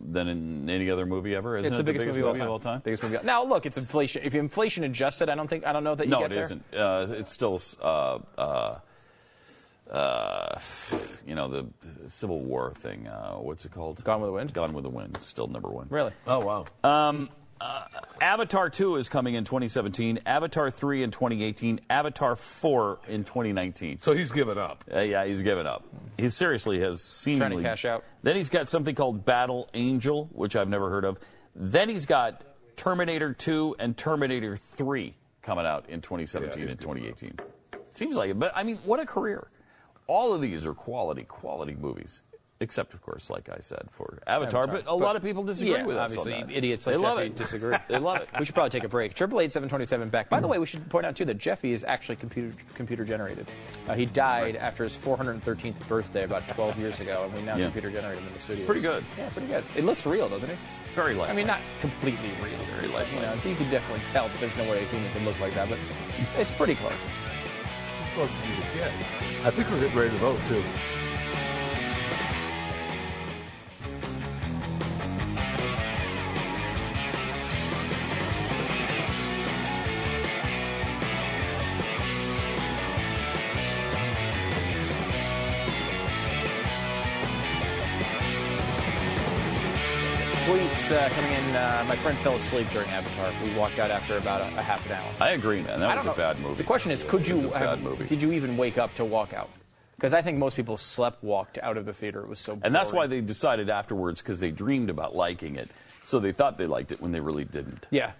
[SPEAKER 2] than in any other movie ever? Isn't
[SPEAKER 1] It's
[SPEAKER 2] it
[SPEAKER 1] the biggest, movie, of all time. Biggest movie. of all- Now look, it's inflation. If you inflation adjusted, I don't think I don't know that you
[SPEAKER 2] No,
[SPEAKER 1] get
[SPEAKER 2] it
[SPEAKER 1] there.
[SPEAKER 2] isn't. Uh, it's still, uh, uh, uh, you know, the Civil War thing. Uh, what's it called?
[SPEAKER 1] Gone with the Wind?
[SPEAKER 2] Gone with the Wind. Still number one.
[SPEAKER 1] Really?
[SPEAKER 3] Oh, wow.
[SPEAKER 2] Avatar 2 is coming in 2017. Avatar 3 in 2018. Avatar 4 in 2019.
[SPEAKER 3] so he's given up.
[SPEAKER 2] Uh, yeah, he's given up. He seriously has seemingly
[SPEAKER 1] Trying to cash out.
[SPEAKER 2] Then he's got something called Battle Angel, which I've never heard of. Then he's got Terminator 2 and Terminator 3 coming out in 2017
[SPEAKER 3] Yeah, he's
[SPEAKER 2] and
[SPEAKER 3] doing
[SPEAKER 2] 2018. Seems like it, but I mean, what a career! All of these are quality, quality movies. Except, of course, like I said, for Avatar,
[SPEAKER 1] Avatar.
[SPEAKER 2] but a lot of people disagree
[SPEAKER 1] yeah,
[SPEAKER 2] with us. on
[SPEAKER 1] obviously,
[SPEAKER 2] that.
[SPEAKER 1] idiots like
[SPEAKER 2] they love
[SPEAKER 1] Jeffy
[SPEAKER 2] it.
[SPEAKER 1] disagree.
[SPEAKER 2] they love it.
[SPEAKER 1] We should probably take a break. Triple eight seven twenty seven back. By the way, we should point out too that Jeffy is actually computer computer generated. Uh, he died after his 413th birthday about 12 years ago, and we now
[SPEAKER 2] Yeah.
[SPEAKER 1] computer generate him in the studio.
[SPEAKER 2] Pretty good.
[SPEAKER 1] Yeah, pretty good. It looks real, doesn't it?
[SPEAKER 2] Very
[SPEAKER 1] I
[SPEAKER 2] likely.
[SPEAKER 1] mean, not completely real.
[SPEAKER 2] Very likely.
[SPEAKER 1] You, know, you can definitely tell, but there's no way a human could look like that. But it's pretty close.
[SPEAKER 3] As close as you can get. I think we're getting ready to vote, too.
[SPEAKER 1] Tweets uh, coming in. Uh, my friend fell asleep during Avatar. We walked out after about a, a half an hour.
[SPEAKER 2] I agree, man. That was a bad movie.
[SPEAKER 1] The question is,
[SPEAKER 2] It
[SPEAKER 1] could
[SPEAKER 2] was
[SPEAKER 1] you
[SPEAKER 2] a bad
[SPEAKER 1] have,
[SPEAKER 2] movie.
[SPEAKER 1] did you even wake up to walk out? Because I think most people slept walked out of the theater. It was so.
[SPEAKER 2] And that's why
[SPEAKER 1] boring.
[SPEAKER 2] they decided afterwards because they dreamed about liking it. So they thought they liked it when they really didn't.
[SPEAKER 1] Yeah.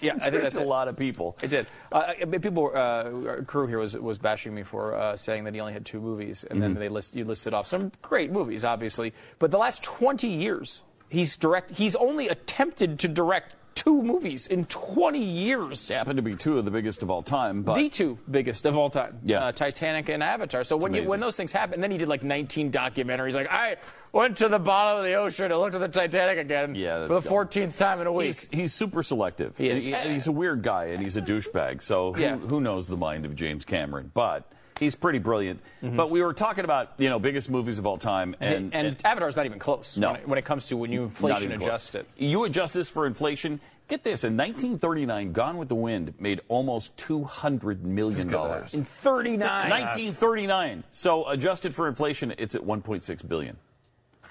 [SPEAKER 1] yeah, I think that's
[SPEAKER 2] a
[SPEAKER 1] it.
[SPEAKER 2] lot of people.
[SPEAKER 1] It did. Uh, I- people, were, uh, our crew here was was bashing me for uh, saying that he only had two movies, and
[SPEAKER 2] Mm-hmm.
[SPEAKER 1] then they list you listed off some great movies, obviously. But the last twenty years, he's direct. He's only attempted to direct two movies in twenty years.
[SPEAKER 2] Happened to be two of the biggest of all time, but
[SPEAKER 1] the two biggest of all time.
[SPEAKER 2] Yeah.
[SPEAKER 1] Uh, Titanic and Avatar. So when you,
[SPEAKER 2] amazing.
[SPEAKER 1] when those things happen, then he did like 19 documentaries. Like I went to the bottom of the ocean and looked at the Titanic again
[SPEAKER 2] Yeah, that's
[SPEAKER 1] for the
[SPEAKER 2] dumb.
[SPEAKER 1] 14th time in a week.
[SPEAKER 2] he's, he's super selective.
[SPEAKER 1] He is.
[SPEAKER 2] And and he's a weird guy and he's a douchebag. So who,
[SPEAKER 1] Yeah.
[SPEAKER 2] who knows the mind of James Cameron? But he's pretty brilliant. But we were talking about you know biggest movies of all time, and,
[SPEAKER 1] Mm-hmm. and, Avatar's not even close
[SPEAKER 2] No.
[SPEAKER 1] when, it, when it comes to when you
[SPEAKER 2] Not
[SPEAKER 1] inflation
[SPEAKER 2] even
[SPEAKER 1] adjust
[SPEAKER 2] close.
[SPEAKER 1] it.
[SPEAKER 2] You adjust this for inflation. Get this: in 1939, Gone with the Wind made almost 200 million dollars.
[SPEAKER 1] In 39.
[SPEAKER 2] 1939. So adjusted for inflation, it's at 1.6 billion.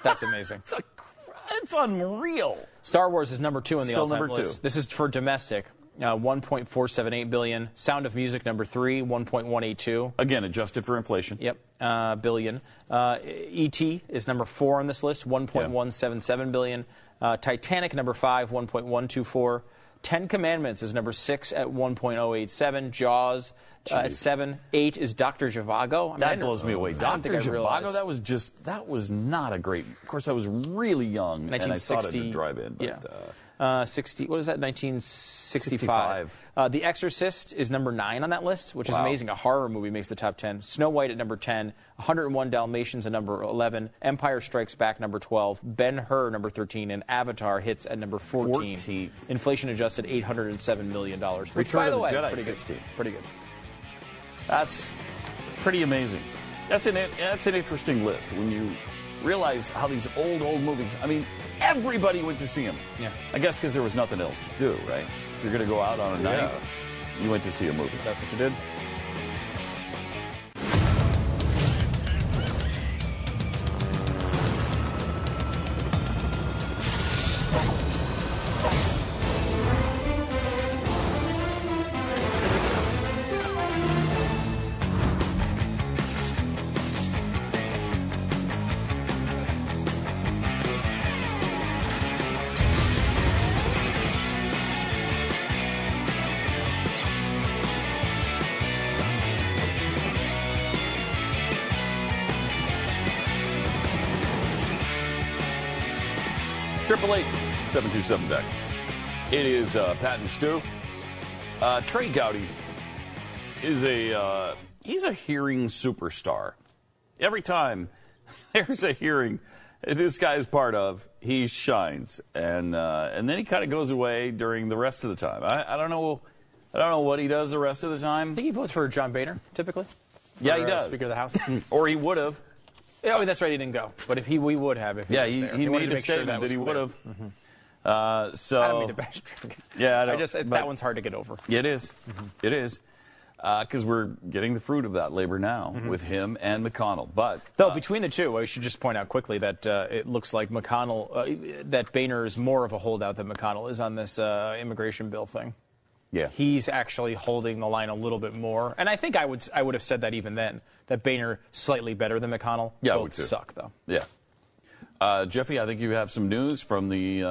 [SPEAKER 1] That's amazing.
[SPEAKER 2] It's a cr- It's unreal.
[SPEAKER 1] Star Wars is number two on the
[SPEAKER 2] Still
[SPEAKER 1] all-time
[SPEAKER 2] number two.
[SPEAKER 1] list. This is for domestic, uh, 1.478 billion. Sound of Music number three, 1.182.
[SPEAKER 2] Again, adjusted for inflation.
[SPEAKER 1] Yep, uh, billion. Uh, E.T. is number four on this list, 1.177 billion. Uh, Titanic number five, 1.124. Ten Commandments is number six at 1.087. Jaws uh, at seven. Eight is Doctor Zhivago. I mean, I
[SPEAKER 2] That
[SPEAKER 1] didn't-
[SPEAKER 2] blows me away.
[SPEAKER 1] I don't
[SPEAKER 2] Doctor
[SPEAKER 1] think I
[SPEAKER 2] Zhivago,
[SPEAKER 1] realized.
[SPEAKER 2] that was just that was not a great. Of course, I was really young and I saw it at the
[SPEAKER 1] 1960
[SPEAKER 2] drive-in. But,
[SPEAKER 1] yeah.
[SPEAKER 2] uh,
[SPEAKER 1] Uh, 60, what is that? 1965.
[SPEAKER 2] 65.
[SPEAKER 1] Uh, the Exorcist is number nine on that list, which is
[SPEAKER 2] Wow.
[SPEAKER 1] amazing. A horror movie makes the top 10. Snow White at number 10. 101 Dalmatians at number 11. Empire Strikes Back number 12. Ben Hur number 13. And Avatar hits at number 14.
[SPEAKER 2] 14.
[SPEAKER 1] Inflation adjusted $807 million. Which,
[SPEAKER 2] Return
[SPEAKER 1] by
[SPEAKER 2] of
[SPEAKER 1] the
[SPEAKER 2] the
[SPEAKER 1] way,
[SPEAKER 2] Jedi,
[SPEAKER 1] pretty
[SPEAKER 2] 16.
[SPEAKER 1] Good. Pretty good.
[SPEAKER 2] That's pretty amazing. That's an that's an interesting list when you realize how these old old movies. I mean, everybody went to see them.
[SPEAKER 1] Yeah.
[SPEAKER 2] I guess because there was nothing else to do, right? If you're gonna go out on a night, you went to see a movie.
[SPEAKER 1] That's what you did.
[SPEAKER 2] Triple eight seven two seven deck. It is uh, Pat and Stu. Uh, Trey Gowdy is a uh, he's a hearing superstar. Every time there's a hearing this guy is part of, he shines, and uh, and then he kind of goes away during the rest of the time. I, I don't know. I don't know what he does the rest of the time,
[SPEAKER 1] I think he votes for John Boehner, typically.
[SPEAKER 2] Yeah,
[SPEAKER 1] For,
[SPEAKER 2] he
[SPEAKER 1] uh,
[SPEAKER 2] does. Hmm.
[SPEAKER 1] Speaker of the House.
[SPEAKER 2] or he would have.
[SPEAKER 1] oh, that's right. He didn't go. But if he, we would have. If he
[SPEAKER 2] Yeah,
[SPEAKER 1] was
[SPEAKER 2] he,
[SPEAKER 1] there.
[SPEAKER 2] he, made
[SPEAKER 1] wanted to
[SPEAKER 2] a
[SPEAKER 1] make sure
[SPEAKER 2] statement that,
[SPEAKER 1] was
[SPEAKER 2] he would
[SPEAKER 1] clear.
[SPEAKER 2] have. Uh, so
[SPEAKER 1] I don't mean to bash Trump.
[SPEAKER 2] Yeah, I don't-
[SPEAKER 1] just it's,
[SPEAKER 2] but-
[SPEAKER 1] that one's hard to get over.
[SPEAKER 2] It is. It is. Because we're getting the fruit of that labor now with him and McConnell. But uh,
[SPEAKER 1] Though between the two, I should just point out quickly that uh, it looks like McConnell, uh, that Boehner is more of a holdout than McConnell is on this uh, immigration bill thing.
[SPEAKER 2] yeah,
[SPEAKER 1] He's actually holding the line a little bit more, and I think I would I would have said that even then that Boehner slightly better than McConnell.
[SPEAKER 2] Yeah, I
[SPEAKER 1] Both
[SPEAKER 2] would too.
[SPEAKER 1] suck though.
[SPEAKER 2] yeah. Uh, Jeffy, I think you have some news from the uh,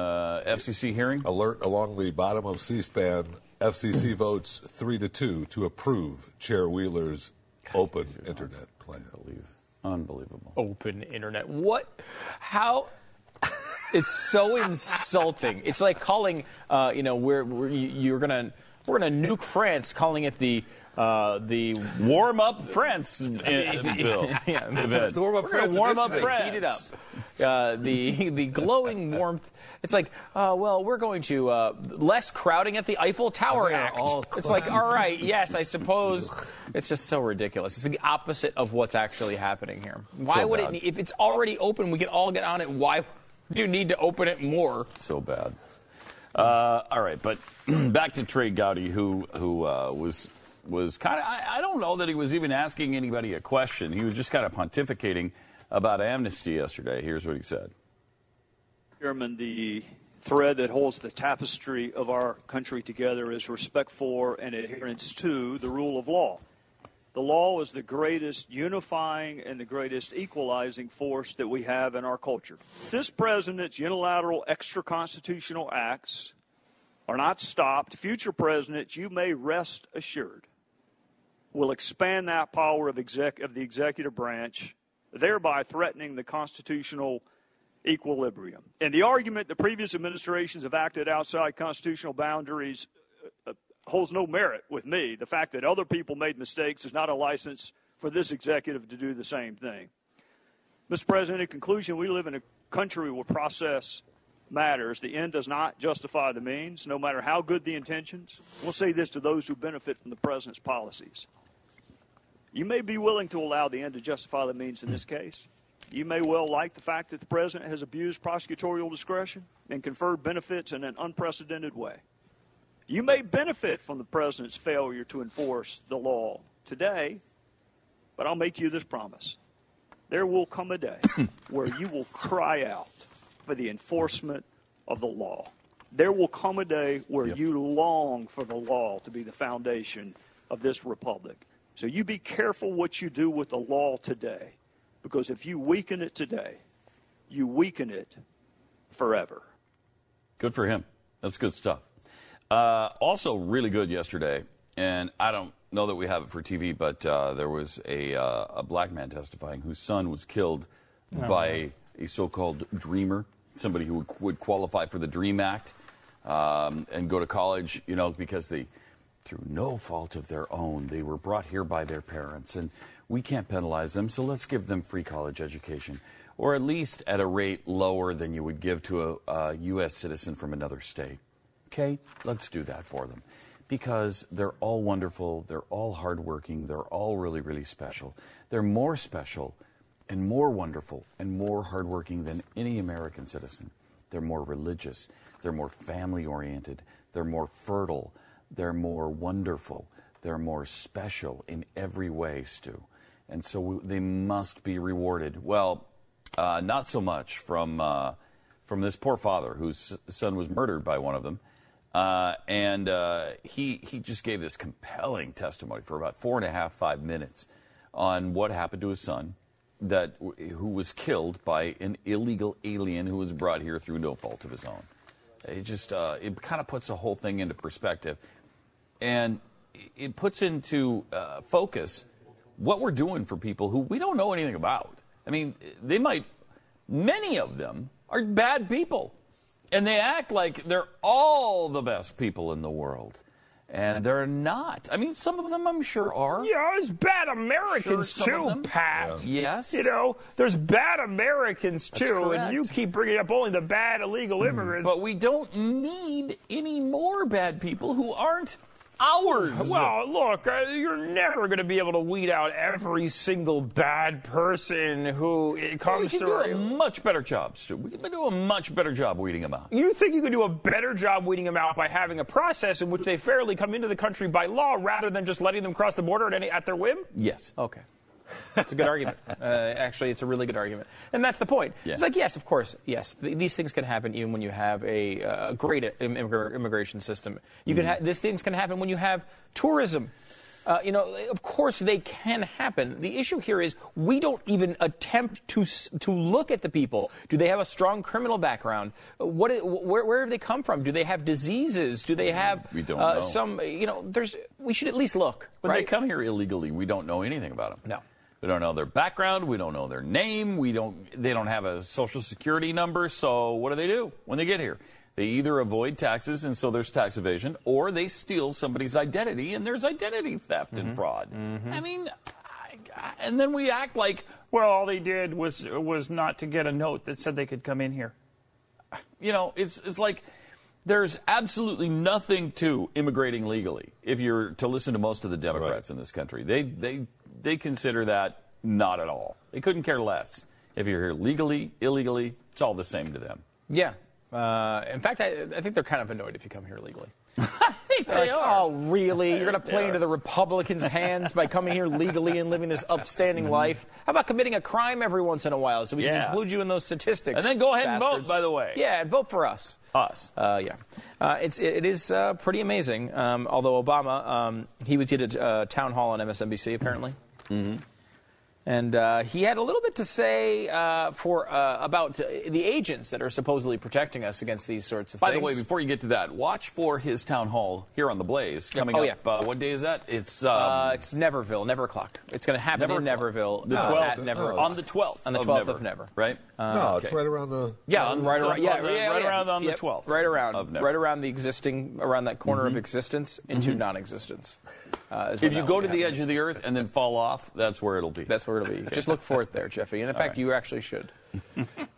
[SPEAKER 2] FCC hearing.
[SPEAKER 3] Alert along the bottom of C-SPAN. FCC votes three to two to approve Chair Wheeler's open internet plan.
[SPEAKER 2] Unbelievable.
[SPEAKER 1] Open internet. What? How? It's so insulting. It's like calling, uh, you know, we're, we're you- you're gonna we're gonna nuke France, calling it the uh, the
[SPEAKER 2] Warm up France, uh, Bill.
[SPEAKER 1] yeah,
[SPEAKER 2] Event.
[SPEAKER 3] warm up
[SPEAKER 1] We're gonna
[SPEAKER 3] France
[SPEAKER 1] warm up
[SPEAKER 3] initiative.
[SPEAKER 1] France. Heat it up. Uh, the the glowing warmth. It's like, uh, well, we're going to uh, less crowding at the Eiffel Tower
[SPEAKER 3] they're
[SPEAKER 1] Act.
[SPEAKER 3] all
[SPEAKER 1] It's like, all right, yes, I suppose. It's just so ridiculous. It's the opposite of what's actually happening here. Why
[SPEAKER 2] So
[SPEAKER 1] would
[SPEAKER 2] bad.
[SPEAKER 1] it? If it's already open, we can all get on it. Why do you need to open it more?
[SPEAKER 2] so bad. Uh, all right, but back to Trey Gowdy, who who uh, was was kind of I, I don't know that he was even asking anybody a question. He was just kind of pontificating about amnesty yesterday. Here's what he said.
[SPEAKER 4] Chairman, the thread that holds the tapestry of our country together is respect for and adherence to the rule of law. The law is the greatest unifying and the greatest equalizing force that we have in our culture. This president's unilateral extra constitutional acts are not stopped. Future presidents, you may rest assured, will expand that power of, exec- of the executive branch, thereby threatening the constitutional equilibrium. And the argument that previous administrations have acted outside constitutional boundaries uh, holds no merit with me. The fact that other people made mistakes is not a license for this executive to do the same thing. Mr. President, in conclusion, we live in a country where process matters. The end does not justify the means, no matter how good the intentions. We'll say this to those who benefit from the president's policies. You may be willing to allow the end to justify the means in this case. You may well like the fact that the president has abused prosecutorial discretion and conferred benefits in an unprecedented way. You may benefit from the president's failure to enforce the law today, but I'll make you this promise. There will come a day where you will cry out for the enforcement of the law. There will come a day where you long for the law to be the foundation of this republic. So you be careful what you do with the law today, because if you weaken it today, you weaken it forever.
[SPEAKER 2] Good for him. That's good stuff. Uh, also, really good yesterday, and I don't know that we have it for TV, but uh, there was a, uh, a black man testifying whose son was killed by a so called dreamer, somebody who would, would qualify for the DREAM Act um, and go to college, you know, because they, through no fault of their own, they were brought here by their parents, and we can't penalize them, so let's give them free college education. Or at least at a rate lower than you would give to a, a U.S. citizen from another state. Okay, let's do that for them. Because they're all wonderful, they're all hardworking, they're all really, really special. They're more special and more wonderful and more hardworking than any American citizen. They're more religious, they're more family oriented, they're more fertile, they're more wonderful, they're more special in every way, Stu. And so we, they must be rewarded. Well, uh, not so much from, uh, from this poor father whose son was murdered by one of them. Uh, and uh, he he just gave this compelling testimony for about four and a half five minutes on what happened to his son that who was killed by an illegal alien who was brought here through no fault of his own. It just uh, it kind of puts the whole thing into perspective, and it puts into uh, focus what we're doing for people who we don't know anything about. I mean, they might many of them are bad people. And they act like they're all the best people in the world. And they're not. I mean, some of them I'm sure are.
[SPEAKER 5] Yeah, there's bad Americans
[SPEAKER 2] Sure, some of
[SPEAKER 5] too,
[SPEAKER 2] them.
[SPEAKER 5] Pat.
[SPEAKER 2] Yes.
[SPEAKER 5] You know, there's bad Americans too,
[SPEAKER 2] correct. Hmm.
[SPEAKER 5] and you keep bringing up only the bad illegal immigrants.
[SPEAKER 2] But we don't need any more bad people who aren't ours.
[SPEAKER 5] well, look, uh, you're never going to be able to weed out every single bad person who it
[SPEAKER 2] we
[SPEAKER 5] comes
[SPEAKER 2] can
[SPEAKER 5] to.
[SPEAKER 2] do
[SPEAKER 5] our-
[SPEAKER 2] a much better job, Stu. We can do a much better job weeding them out.
[SPEAKER 5] you think you could do a better job weeding them out by having a process in which they fairly come into the country by law rather than just letting them cross the border at, any, at their whim?
[SPEAKER 2] Yes.
[SPEAKER 1] Okay. That's a good argument. Uh, actually, it's a really good argument. And that's the point.
[SPEAKER 2] Yeah.
[SPEAKER 1] It's like, yes, of course, yes, th- these things can happen even when you have a uh, great im- immigra- immigration system. You can
[SPEAKER 2] Mm-hmm.
[SPEAKER 1] ha- these things can happen when you have tourism. Uh, you know, of course they can happen. The issue here is we don't even attempt to s- to look at the people. Do they have a strong criminal background? Uh, What, i- wh- where, where have they come from? Do they have diseases? Do they have
[SPEAKER 2] Mm, We don't
[SPEAKER 1] uh,
[SPEAKER 2] know.
[SPEAKER 1] some? You know, there's. We should at least look.
[SPEAKER 2] When
[SPEAKER 1] right?
[SPEAKER 2] they come here illegally, we don't know anything about them.
[SPEAKER 1] No.
[SPEAKER 2] We don't know their background. We don't know their name. We don't. They don't have a social security number. So what do they do when they get here? They either avoid taxes, and so there's tax evasion, or they steal somebody's identity, and there's identity theft
[SPEAKER 1] Mm-hmm.
[SPEAKER 2] and fraud. I mean, I, I, and then we act like
[SPEAKER 6] Well, all they did was was not to get a note that said they could come in here.
[SPEAKER 2] you know, it's it's like there's absolutely nothing to immigrating legally. If you're to listen to most of the Democrats in this country, they they they consider that not at all. They couldn't care less. If you're here legally, illegally, it's all the same to them.
[SPEAKER 1] Yeah. Uh, in fact, I, I think they're kind of annoyed if you come here legally.
[SPEAKER 2] They
[SPEAKER 1] They're like, Oh, really? You're going to play into the Republicans' hands by coming here legally and living this upstanding life? How about committing a crime every once in a while so we can
[SPEAKER 2] Mm-hmm. Yeah.
[SPEAKER 1] include you in those statistics?
[SPEAKER 2] And then go ahead and vote,
[SPEAKER 1] bastards?
[SPEAKER 2] by the way.
[SPEAKER 1] Yeah, and vote for us.
[SPEAKER 2] Us.
[SPEAKER 1] Uh, yeah, uh, it's it, it is uh, pretty amazing. Um, although Obama, um, he was did a uh, town hall on MSNBC apparently, mm-hmm. and uh, he had a little bit to say uh, for uh, about uh, the agents that are supposedly protecting us against these sorts of
[SPEAKER 2] By
[SPEAKER 1] things.
[SPEAKER 2] the way, before you get to that, watch for his town hall here on the Blaze coming
[SPEAKER 1] Oh,
[SPEAKER 2] up. Uh, what day is that? It's um,
[SPEAKER 1] uh, it's Neverville, Never O'clock. It's going to happen in Neverville.
[SPEAKER 2] the
[SPEAKER 1] uh,
[SPEAKER 2] 12th
[SPEAKER 1] at Never
[SPEAKER 3] no.
[SPEAKER 2] on the 12th
[SPEAKER 1] On the
[SPEAKER 2] of
[SPEAKER 1] 12th
[SPEAKER 2] Never,
[SPEAKER 1] of Never. Uh,
[SPEAKER 2] right?
[SPEAKER 3] no, it's
[SPEAKER 1] okay.
[SPEAKER 3] right around the.
[SPEAKER 2] yeah,
[SPEAKER 1] on
[SPEAKER 2] on
[SPEAKER 1] right
[SPEAKER 2] so
[SPEAKER 1] around, yeah,
[SPEAKER 2] on the-
[SPEAKER 1] yeah,
[SPEAKER 2] right
[SPEAKER 1] yeah.
[SPEAKER 2] around on the
[SPEAKER 1] Yep,
[SPEAKER 2] 12th.
[SPEAKER 1] right around,
[SPEAKER 2] of Never. Mm-hmm.
[SPEAKER 1] right around the existing, around that corner of existence into non-existence. Uh, is when
[SPEAKER 2] If you
[SPEAKER 1] that
[SPEAKER 2] go
[SPEAKER 1] will
[SPEAKER 2] to
[SPEAKER 1] be
[SPEAKER 2] the
[SPEAKER 1] happening.
[SPEAKER 2] edge of the earth and then fall off, that's where it'll be.
[SPEAKER 1] That's where it'll be. Just look for it there, Jeffy. And in fact,
[SPEAKER 2] right.
[SPEAKER 1] you actually should.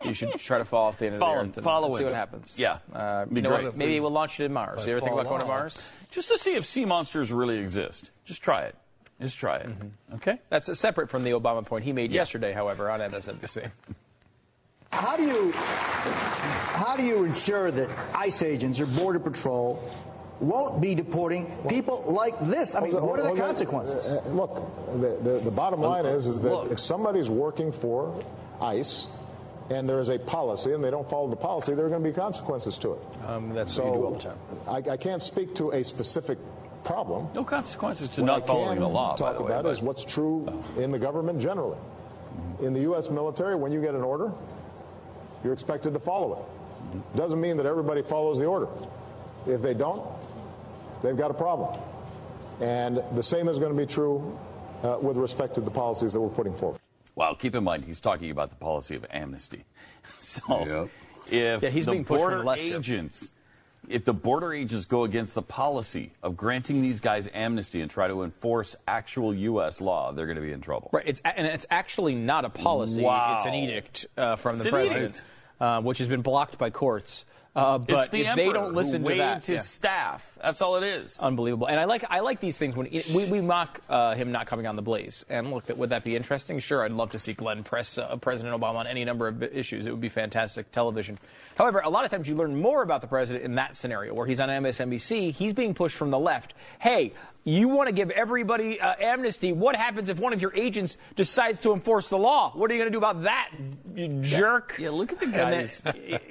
[SPEAKER 1] You should try to fall off the end of
[SPEAKER 2] Follow-
[SPEAKER 1] the earth and
[SPEAKER 2] follow
[SPEAKER 1] see
[SPEAKER 2] it.
[SPEAKER 1] what happens.
[SPEAKER 2] Yeah.
[SPEAKER 1] Uh,
[SPEAKER 2] Be
[SPEAKER 1] you know
[SPEAKER 2] great.
[SPEAKER 1] what? Maybe we'll launch it in Mars. You ever think
[SPEAKER 3] fall
[SPEAKER 1] about going to
[SPEAKER 3] off.
[SPEAKER 1] Mars?
[SPEAKER 2] Just to see if sea monsters really exist. Just try it. Just try it. Okay?
[SPEAKER 1] That's uh, separate from the Obama point he made yesterday, however, on MSNBC.
[SPEAKER 7] How do you how do you ensure that ICE agents or Border Patrol won't be deporting people like this? I mean, what are the consequences?
[SPEAKER 8] Uh, Look, the, the, the bottom line is, is that
[SPEAKER 2] Look.
[SPEAKER 8] if somebody's working for ICE, and there is a policy and they don't follow the policy, there are going to be consequences to it.
[SPEAKER 1] Um, that's
[SPEAKER 8] so
[SPEAKER 1] what you do all the time.
[SPEAKER 8] I, I can't speak to a specific problem.
[SPEAKER 2] No consequences to
[SPEAKER 8] What
[SPEAKER 2] not
[SPEAKER 8] I
[SPEAKER 2] following
[SPEAKER 8] can
[SPEAKER 2] the law.
[SPEAKER 8] Talk
[SPEAKER 2] by the way,
[SPEAKER 8] about
[SPEAKER 2] but- Oh.
[SPEAKER 8] is what's true in the government generally. In the U.S. military, when you get an order, you're expected to follow
[SPEAKER 2] Mm-hmm.
[SPEAKER 8] it. Doesn't mean that everybody follows the order. If they don't, they've got a problem. And the same is going to be true uh, with respect to the policies that we're putting forward.
[SPEAKER 2] Well, keep in mind he's talking about the policy of amnesty. So if
[SPEAKER 1] Yeah, he's
[SPEAKER 2] the
[SPEAKER 1] being pushed from
[SPEAKER 2] border
[SPEAKER 1] the left here.
[SPEAKER 2] agents, if the border agents go against the policy of granting these guys amnesty and try to enforce actual U.S. law, they're going to be in trouble.
[SPEAKER 1] Right. It's a- and it's actually not a policy.
[SPEAKER 2] Wow.
[SPEAKER 1] It's an edict uh, from
[SPEAKER 2] It's
[SPEAKER 1] the
[SPEAKER 2] an
[SPEAKER 1] president,
[SPEAKER 2] edict.
[SPEAKER 1] uh, which has been blocked by courts. Uh, but
[SPEAKER 2] it's the
[SPEAKER 1] if
[SPEAKER 2] emperor
[SPEAKER 1] they don't listen
[SPEAKER 2] who
[SPEAKER 1] to
[SPEAKER 2] waived
[SPEAKER 1] that,
[SPEAKER 2] his
[SPEAKER 1] yeah.
[SPEAKER 2] staff. That's all it is.
[SPEAKER 1] unbelievable. And I like I like these things when we, we mock uh, him not coming on the blaze. And look, that would that be interesting? Sure, I'd love to see Glenn press uh, President Obama on any number of issues. It would be fantastic television. However, a lot of times you learn more about the president in that scenario where he's on MSNBC. He's being pushed from the left. Hey, you want to give everybody uh, amnesty? What happens if one of your agents decides to enforce the law? What are you going to do about that, you jerk?
[SPEAKER 2] Yeah, look at the
[SPEAKER 1] And then-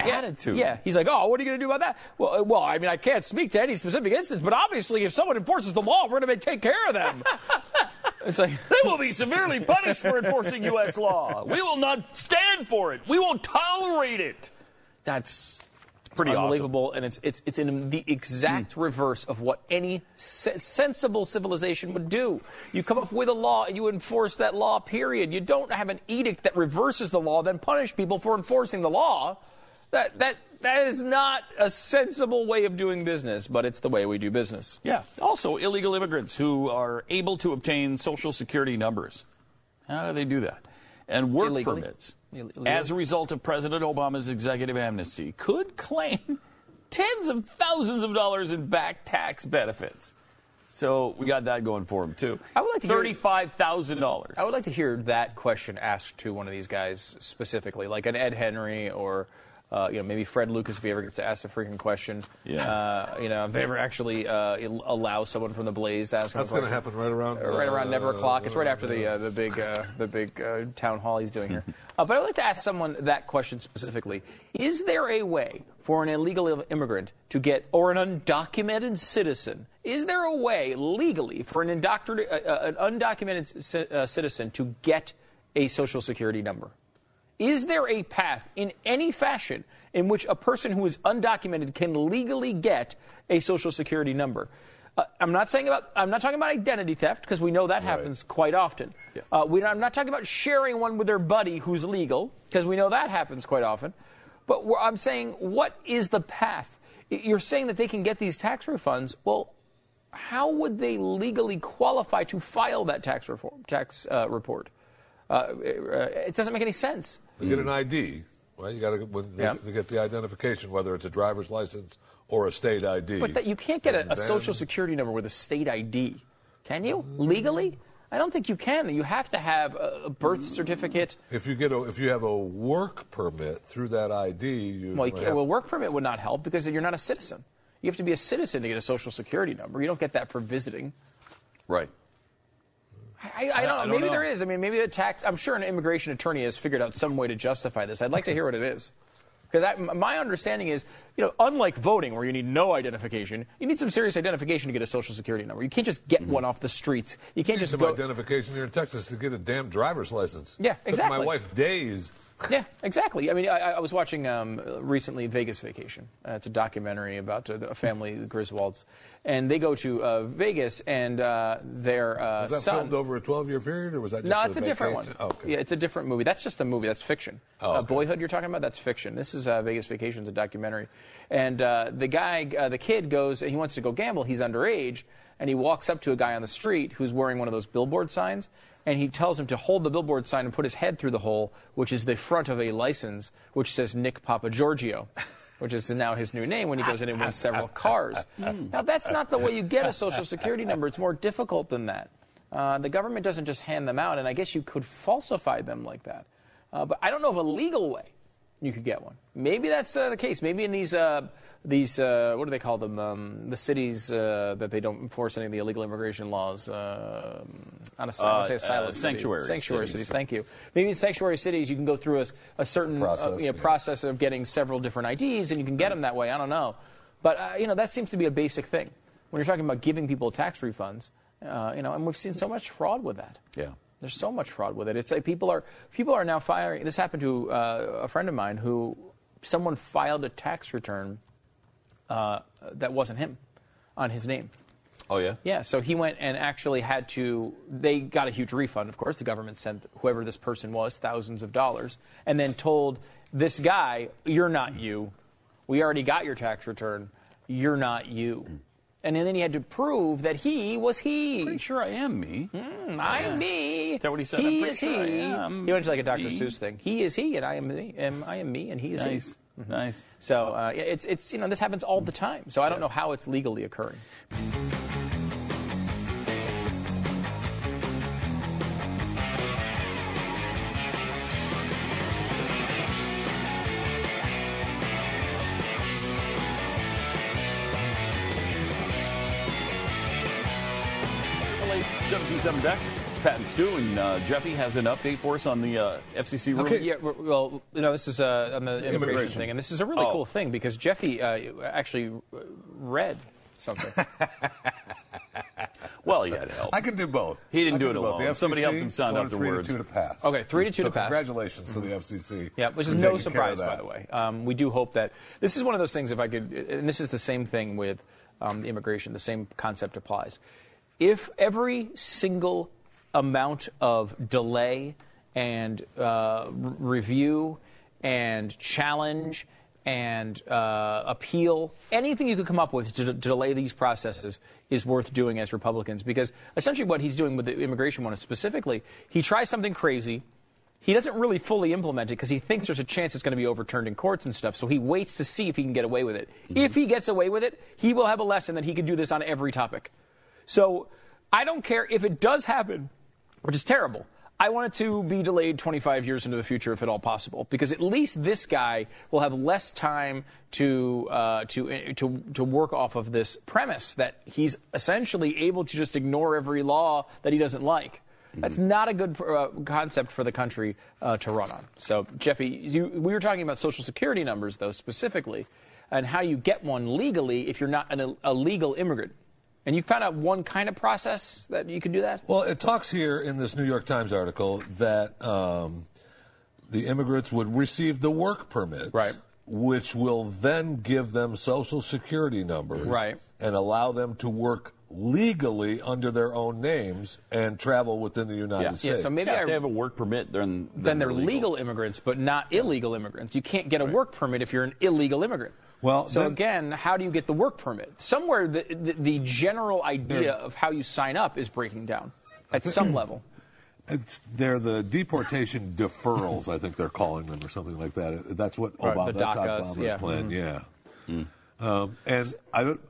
[SPEAKER 2] guy's attitude.
[SPEAKER 1] Yeah, He's like, oh, what are you going to do about that? Well, uh, well, I mean, I can't speak to any specific instance, but obviously, if someone enforces the law, we're going to take care of them. it's like,
[SPEAKER 6] They will be severely punished for enforcing U.S. law. We will not stand for it. We won't tolerate it.
[SPEAKER 2] That's pretty awesome. Hmm.
[SPEAKER 1] unbelievable, and it's it's it's in the exact reverse of what any se- sensible civilization would do. You come up with a law and you enforce that law. Period. You don't have an edict that reverses the law, then punish people for enforcing the law. That that that is not a sensible way of doing business, but it's the way we do business.
[SPEAKER 2] Yeah. Also, illegal immigrants who are able to obtain Social Security numbers. How do they do that? And work
[SPEAKER 1] Illegally.
[SPEAKER 2] permits,
[SPEAKER 1] Ill-
[SPEAKER 2] as a result of President Obama's executive amnesty, could claim tens of thousands of dollars in back tax benefits. So we got that going for him too.
[SPEAKER 1] I would like to hear-
[SPEAKER 2] thirty-five thousand dollars.
[SPEAKER 1] I would like to hear that question asked to one of these guys specifically, like an Ed Henry or. Uh, you know, maybe Fred Lucas, if he ever gets to ask a freaking question.
[SPEAKER 2] Yeah.
[SPEAKER 1] Uh, you know, if they ever actually uh, il- allow someone from the Blaze to ask. him a
[SPEAKER 3] That's gonna
[SPEAKER 1] question.
[SPEAKER 3] happen right around,
[SPEAKER 1] Uh, right around
[SPEAKER 3] uh,
[SPEAKER 1] never o'clock. It's right after the
[SPEAKER 3] yeah.
[SPEAKER 1] uh, the big uh, the big uh, town hall he's doing here. Uh, but I'd like to ask someone that question specifically. Is there a way for an illegal im- immigrant to get, or an undocumented citizen? Is there a way legally for an, indoctr- uh, uh, an undocumented ci- uh, citizen to get a social security number? Is there a path in any fashion in which a person who is undocumented can legally get a social security number? Uh, I'm not saying about I'm not talking about identity theft because we know that happens quite often. Uh, we, I'm not talking about sharing one with their buddy who's legal because we know that happens quite often. But wh- I'm saying what is the path? Y- You're saying that they can get these tax refunds. Well, how would they legally qualify to file that tax reform tax uh, report? Uh, uh, it doesn't make any sense.
[SPEAKER 3] You get an ID. Well, you got to
[SPEAKER 1] Yeah.
[SPEAKER 3] get the identification, whether it's a driver's license or a state ID.
[SPEAKER 1] But that you can't get a, a
[SPEAKER 3] And then-
[SPEAKER 1] social security number with a state ID, can you? Legally, I don't think you can. You have to have a, a birth certificate.
[SPEAKER 3] If you get a, if you have a work permit through that ID, you
[SPEAKER 1] Well, you
[SPEAKER 3] might
[SPEAKER 1] can't,
[SPEAKER 3] have-
[SPEAKER 1] well, work permit would not help because you're not a citizen. You have to be a citizen to get a social security number. You don't get that for visiting.
[SPEAKER 2] Right.
[SPEAKER 1] I, I, don't,
[SPEAKER 2] I don't
[SPEAKER 1] know. Maybe
[SPEAKER 2] know.
[SPEAKER 1] there is. I mean, maybe the tax. I'm sure an immigration attorney has figured out some way to justify this. I'd like to hear what it is. Because my understanding is, you know, unlike voting where you need no identification, you need some serious identification to get a social security number. You can't just get one off the streets. You can't just
[SPEAKER 3] some
[SPEAKER 1] go.
[SPEAKER 3] identification here in Texas to get a damn driver's license.
[SPEAKER 1] Yeah,
[SPEAKER 3] Took
[SPEAKER 1] exactly.
[SPEAKER 3] my wife days.
[SPEAKER 1] Yeah, exactly. I mean, I, I was watching um, recently Vegas Vacation. Uh, it's a documentary about uh, the family the Griswolds, and they go to uh, Vegas, and uh, their uh,
[SPEAKER 3] Was that
[SPEAKER 1] son.
[SPEAKER 3] filmed over a 12-year period, or was that just
[SPEAKER 1] No,
[SPEAKER 3] the
[SPEAKER 1] it's a different one.
[SPEAKER 3] vacation? Oh, okay.
[SPEAKER 1] Yeah, it's a different movie. That's just a movie. That's fiction.
[SPEAKER 3] Oh,
[SPEAKER 1] uh,
[SPEAKER 3] okay.
[SPEAKER 1] Boyhood, you're talking about, that's fiction. This is uh, Vegas Vacation's a documentary, and uh, the guy, uh, the kid, goes and he wants to go gamble. He's underage, and he walks up to a guy on the street who's wearing one of those billboard signs, and he tells him to hold the billboard sign and put his head through the hole, which is the front of a license which says Nick Papa Giorgio. Which is now his new name when he goes in and wins several cars. Now, that's not the way you get a Social Security number. It's more difficult than that. Uh, the government doesn't just hand them out, and I guess you could falsify them like that. Uh, but I don't know of a legal way. you could get one. Maybe that's uh, the case. Maybe in these uh, these uh, what do they call them? Um, the cities uh, that they don't enforce any of the illegal immigration laws. Uh, not a, I would say
[SPEAKER 2] Uh,
[SPEAKER 1] asylum
[SPEAKER 2] uh,
[SPEAKER 1] city.
[SPEAKER 2] sanctuary
[SPEAKER 1] Sanctuary
[SPEAKER 2] cities.
[SPEAKER 1] cities. Thank you. Maybe in sanctuary cities you can go through a, a certain uh,
[SPEAKER 3] Process,
[SPEAKER 1] you know,
[SPEAKER 3] yeah. Mm-hmm.
[SPEAKER 1] process of getting several different IDs, and you can get them that way. I don't know, but uh, you know that seems to be a basic thing when you're talking about giving people tax refunds. Uh, you know, and we've seen so much fraud with that.
[SPEAKER 2] Yeah.
[SPEAKER 1] There's so much fraud with it. It's like people are people are now firing. This happened to uh, a friend of mine who someone filed a tax return uh, that wasn't him on his name.
[SPEAKER 2] Oh yeah.
[SPEAKER 1] Yeah, so he went and actually had to. They got a huge refund, of course. The government sent whoever this person was thousands of dollars, and then told this guy, "You're not you. We already got your tax return. You're not you." And then he had to prove that he was he.
[SPEAKER 2] Pretty sure I am me.
[SPEAKER 1] I'm me. Is
[SPEAKER 2] that what he said? I'm
[SPEAKER 1] He
[SPEAKER 2] pretty
[SPEAKER 1] is
[SPEAKER 2] sure I
[SPEAKER 1] he.
[SPEAKER 2] am
[SPEAKER 1] He went to like a Dr.
[SPEAKER 2] me.
[SPEAKER 1] Seuss thing. He is he, and I am me. Am, I am me, and he is
[SPEAKER 2] Nice.
[SPEAKER 1] he.
[SPEAKER 2] Nice.
[SPEAKER 1] So uh, yeah, it's it's you know this happens all the time. So I don't know how it's legally occurring.
[SPEAKER 2] Late 727 deck. It's Pat and Stu, and uh, Jeffy has an update for us on the uh, FCC ruling.
[SPEAKER 1] Yeah, w- well, you know, this is uh, on the immigration,
[SPEAKER 3] Immigration.
[SPEAKER 1] thing, and this is a really
[SPEAKER 2] Oh.
[SPEAKER 1] cool thing because Jeffy uh, actually uh, read something.
[SPEAKER 2] Well, he had help.
[SPEAKER 3] I can do both.
[SPEAKER 2] He didn't
[SPEAKER 3] I
[SPEAKER 2] do
[SPEAKER 3] can
[SPEAKER 2] it
[SPEAKER 3] both.
[SPEAKER 2] alone.
[SPEAKER 3] The FCC
[SPEAKER 2] Somebody helped him sign
[SPEAKER 3] wanted
[SPEAKER 2] up the
[SPEAKER 3] three
[SPEAKER 2] words.
[SPEAKER 3] To two to pass.
[SPEAKER 1] Okay, three to two
[SPEAKER 3] So
[SPEAKER 1] to pass.
[SPEAKER 3] Congratulations to the FCC.
[SPEAKER 1] Yeah, which
[SPEAKER 3] for
[SPEAKER 1] is no
[SPEAKER 3] taking care of
[SPEAKER 1] surprise, by
[SPEAKER 3] that.
[SPEAKER 1] the way. Um, we do hope that this is one of those things. If I could, and this is the same thing with um, the immigration, the same concept applies. If every single amount of delay and uh, r- review and challenge and uh, appeal, anything you could come up with to, to delay these processes is worth doing as Republicans, because essentially what he's doing with the immigration one is specifically he tries something crazy he doesn't really fully implement it because he thinks there's a chance it's going to be overturned in courts and stuff. So he waits to see if he can get away with it. If he gets away with it, he will have a lesson that he could do this on every topic. So I don't care if it does happen, which is terrible. I want it to be delayed 25 years into the future, if at all possible, because at least this guy will have less time to uh, to to to work off of this premise that he's essentially able to just ignore every law that he doesn't like. That's not a good uh, concept for the country uh, to run on. So, Jeffy, you, we were talking about Social Security numbers, though, specifically, and how you get one legally if you're not an, a legal immigrant. And you found out one kind of process that you can do that?
[SPEAKER 3] Well, it talks here in this New York Times article that um, the immigrants would receive the work permits,
[SPEAKER 1] Right.
[SPEAKER 3] which will then give them social security numbers,
[SPEAKER 1] Right.
[SPEAKER 3] and allow them to work legally under their own names and travel within the United
[SPEAKER 2] Yeah. Yeah,
[SPEAKER 3] States.
[SPEAKER 1] so maybe
[SPEAKER 2] Yeah,
[SPEAKER 1] I-
[SPEAKER 2] if they have a work permit, then
[SPEAKER 1] then they're legal immigrants, but not illegal immigrants. You can't get a work permit if you're an illegal immigrant.
[SPEAKER 3] Well,
[SPEAKER 1] so
[SPEAKER 3] then-
[SPEAKER 1] again, how do you get the work permit? Somewhere the, the, the general idea of how you sign up is breaking down at some level.
[SPEAKER 3] It's, they're the deportation deferrals, I think they're calling them, or something like that. That's what
[SPEAKER 1] Right,
[SPEAKER 3] Obama,
[SPEAKER 1] the
[SPEAKER 3] that's
[SPEAKER 1] DACAs,
[SPEAKER 3] Obama's
[SPEAKER 1] yeah. Mm-hmm.
[SPEAKER 3] plan. Yeah, um, and I don't.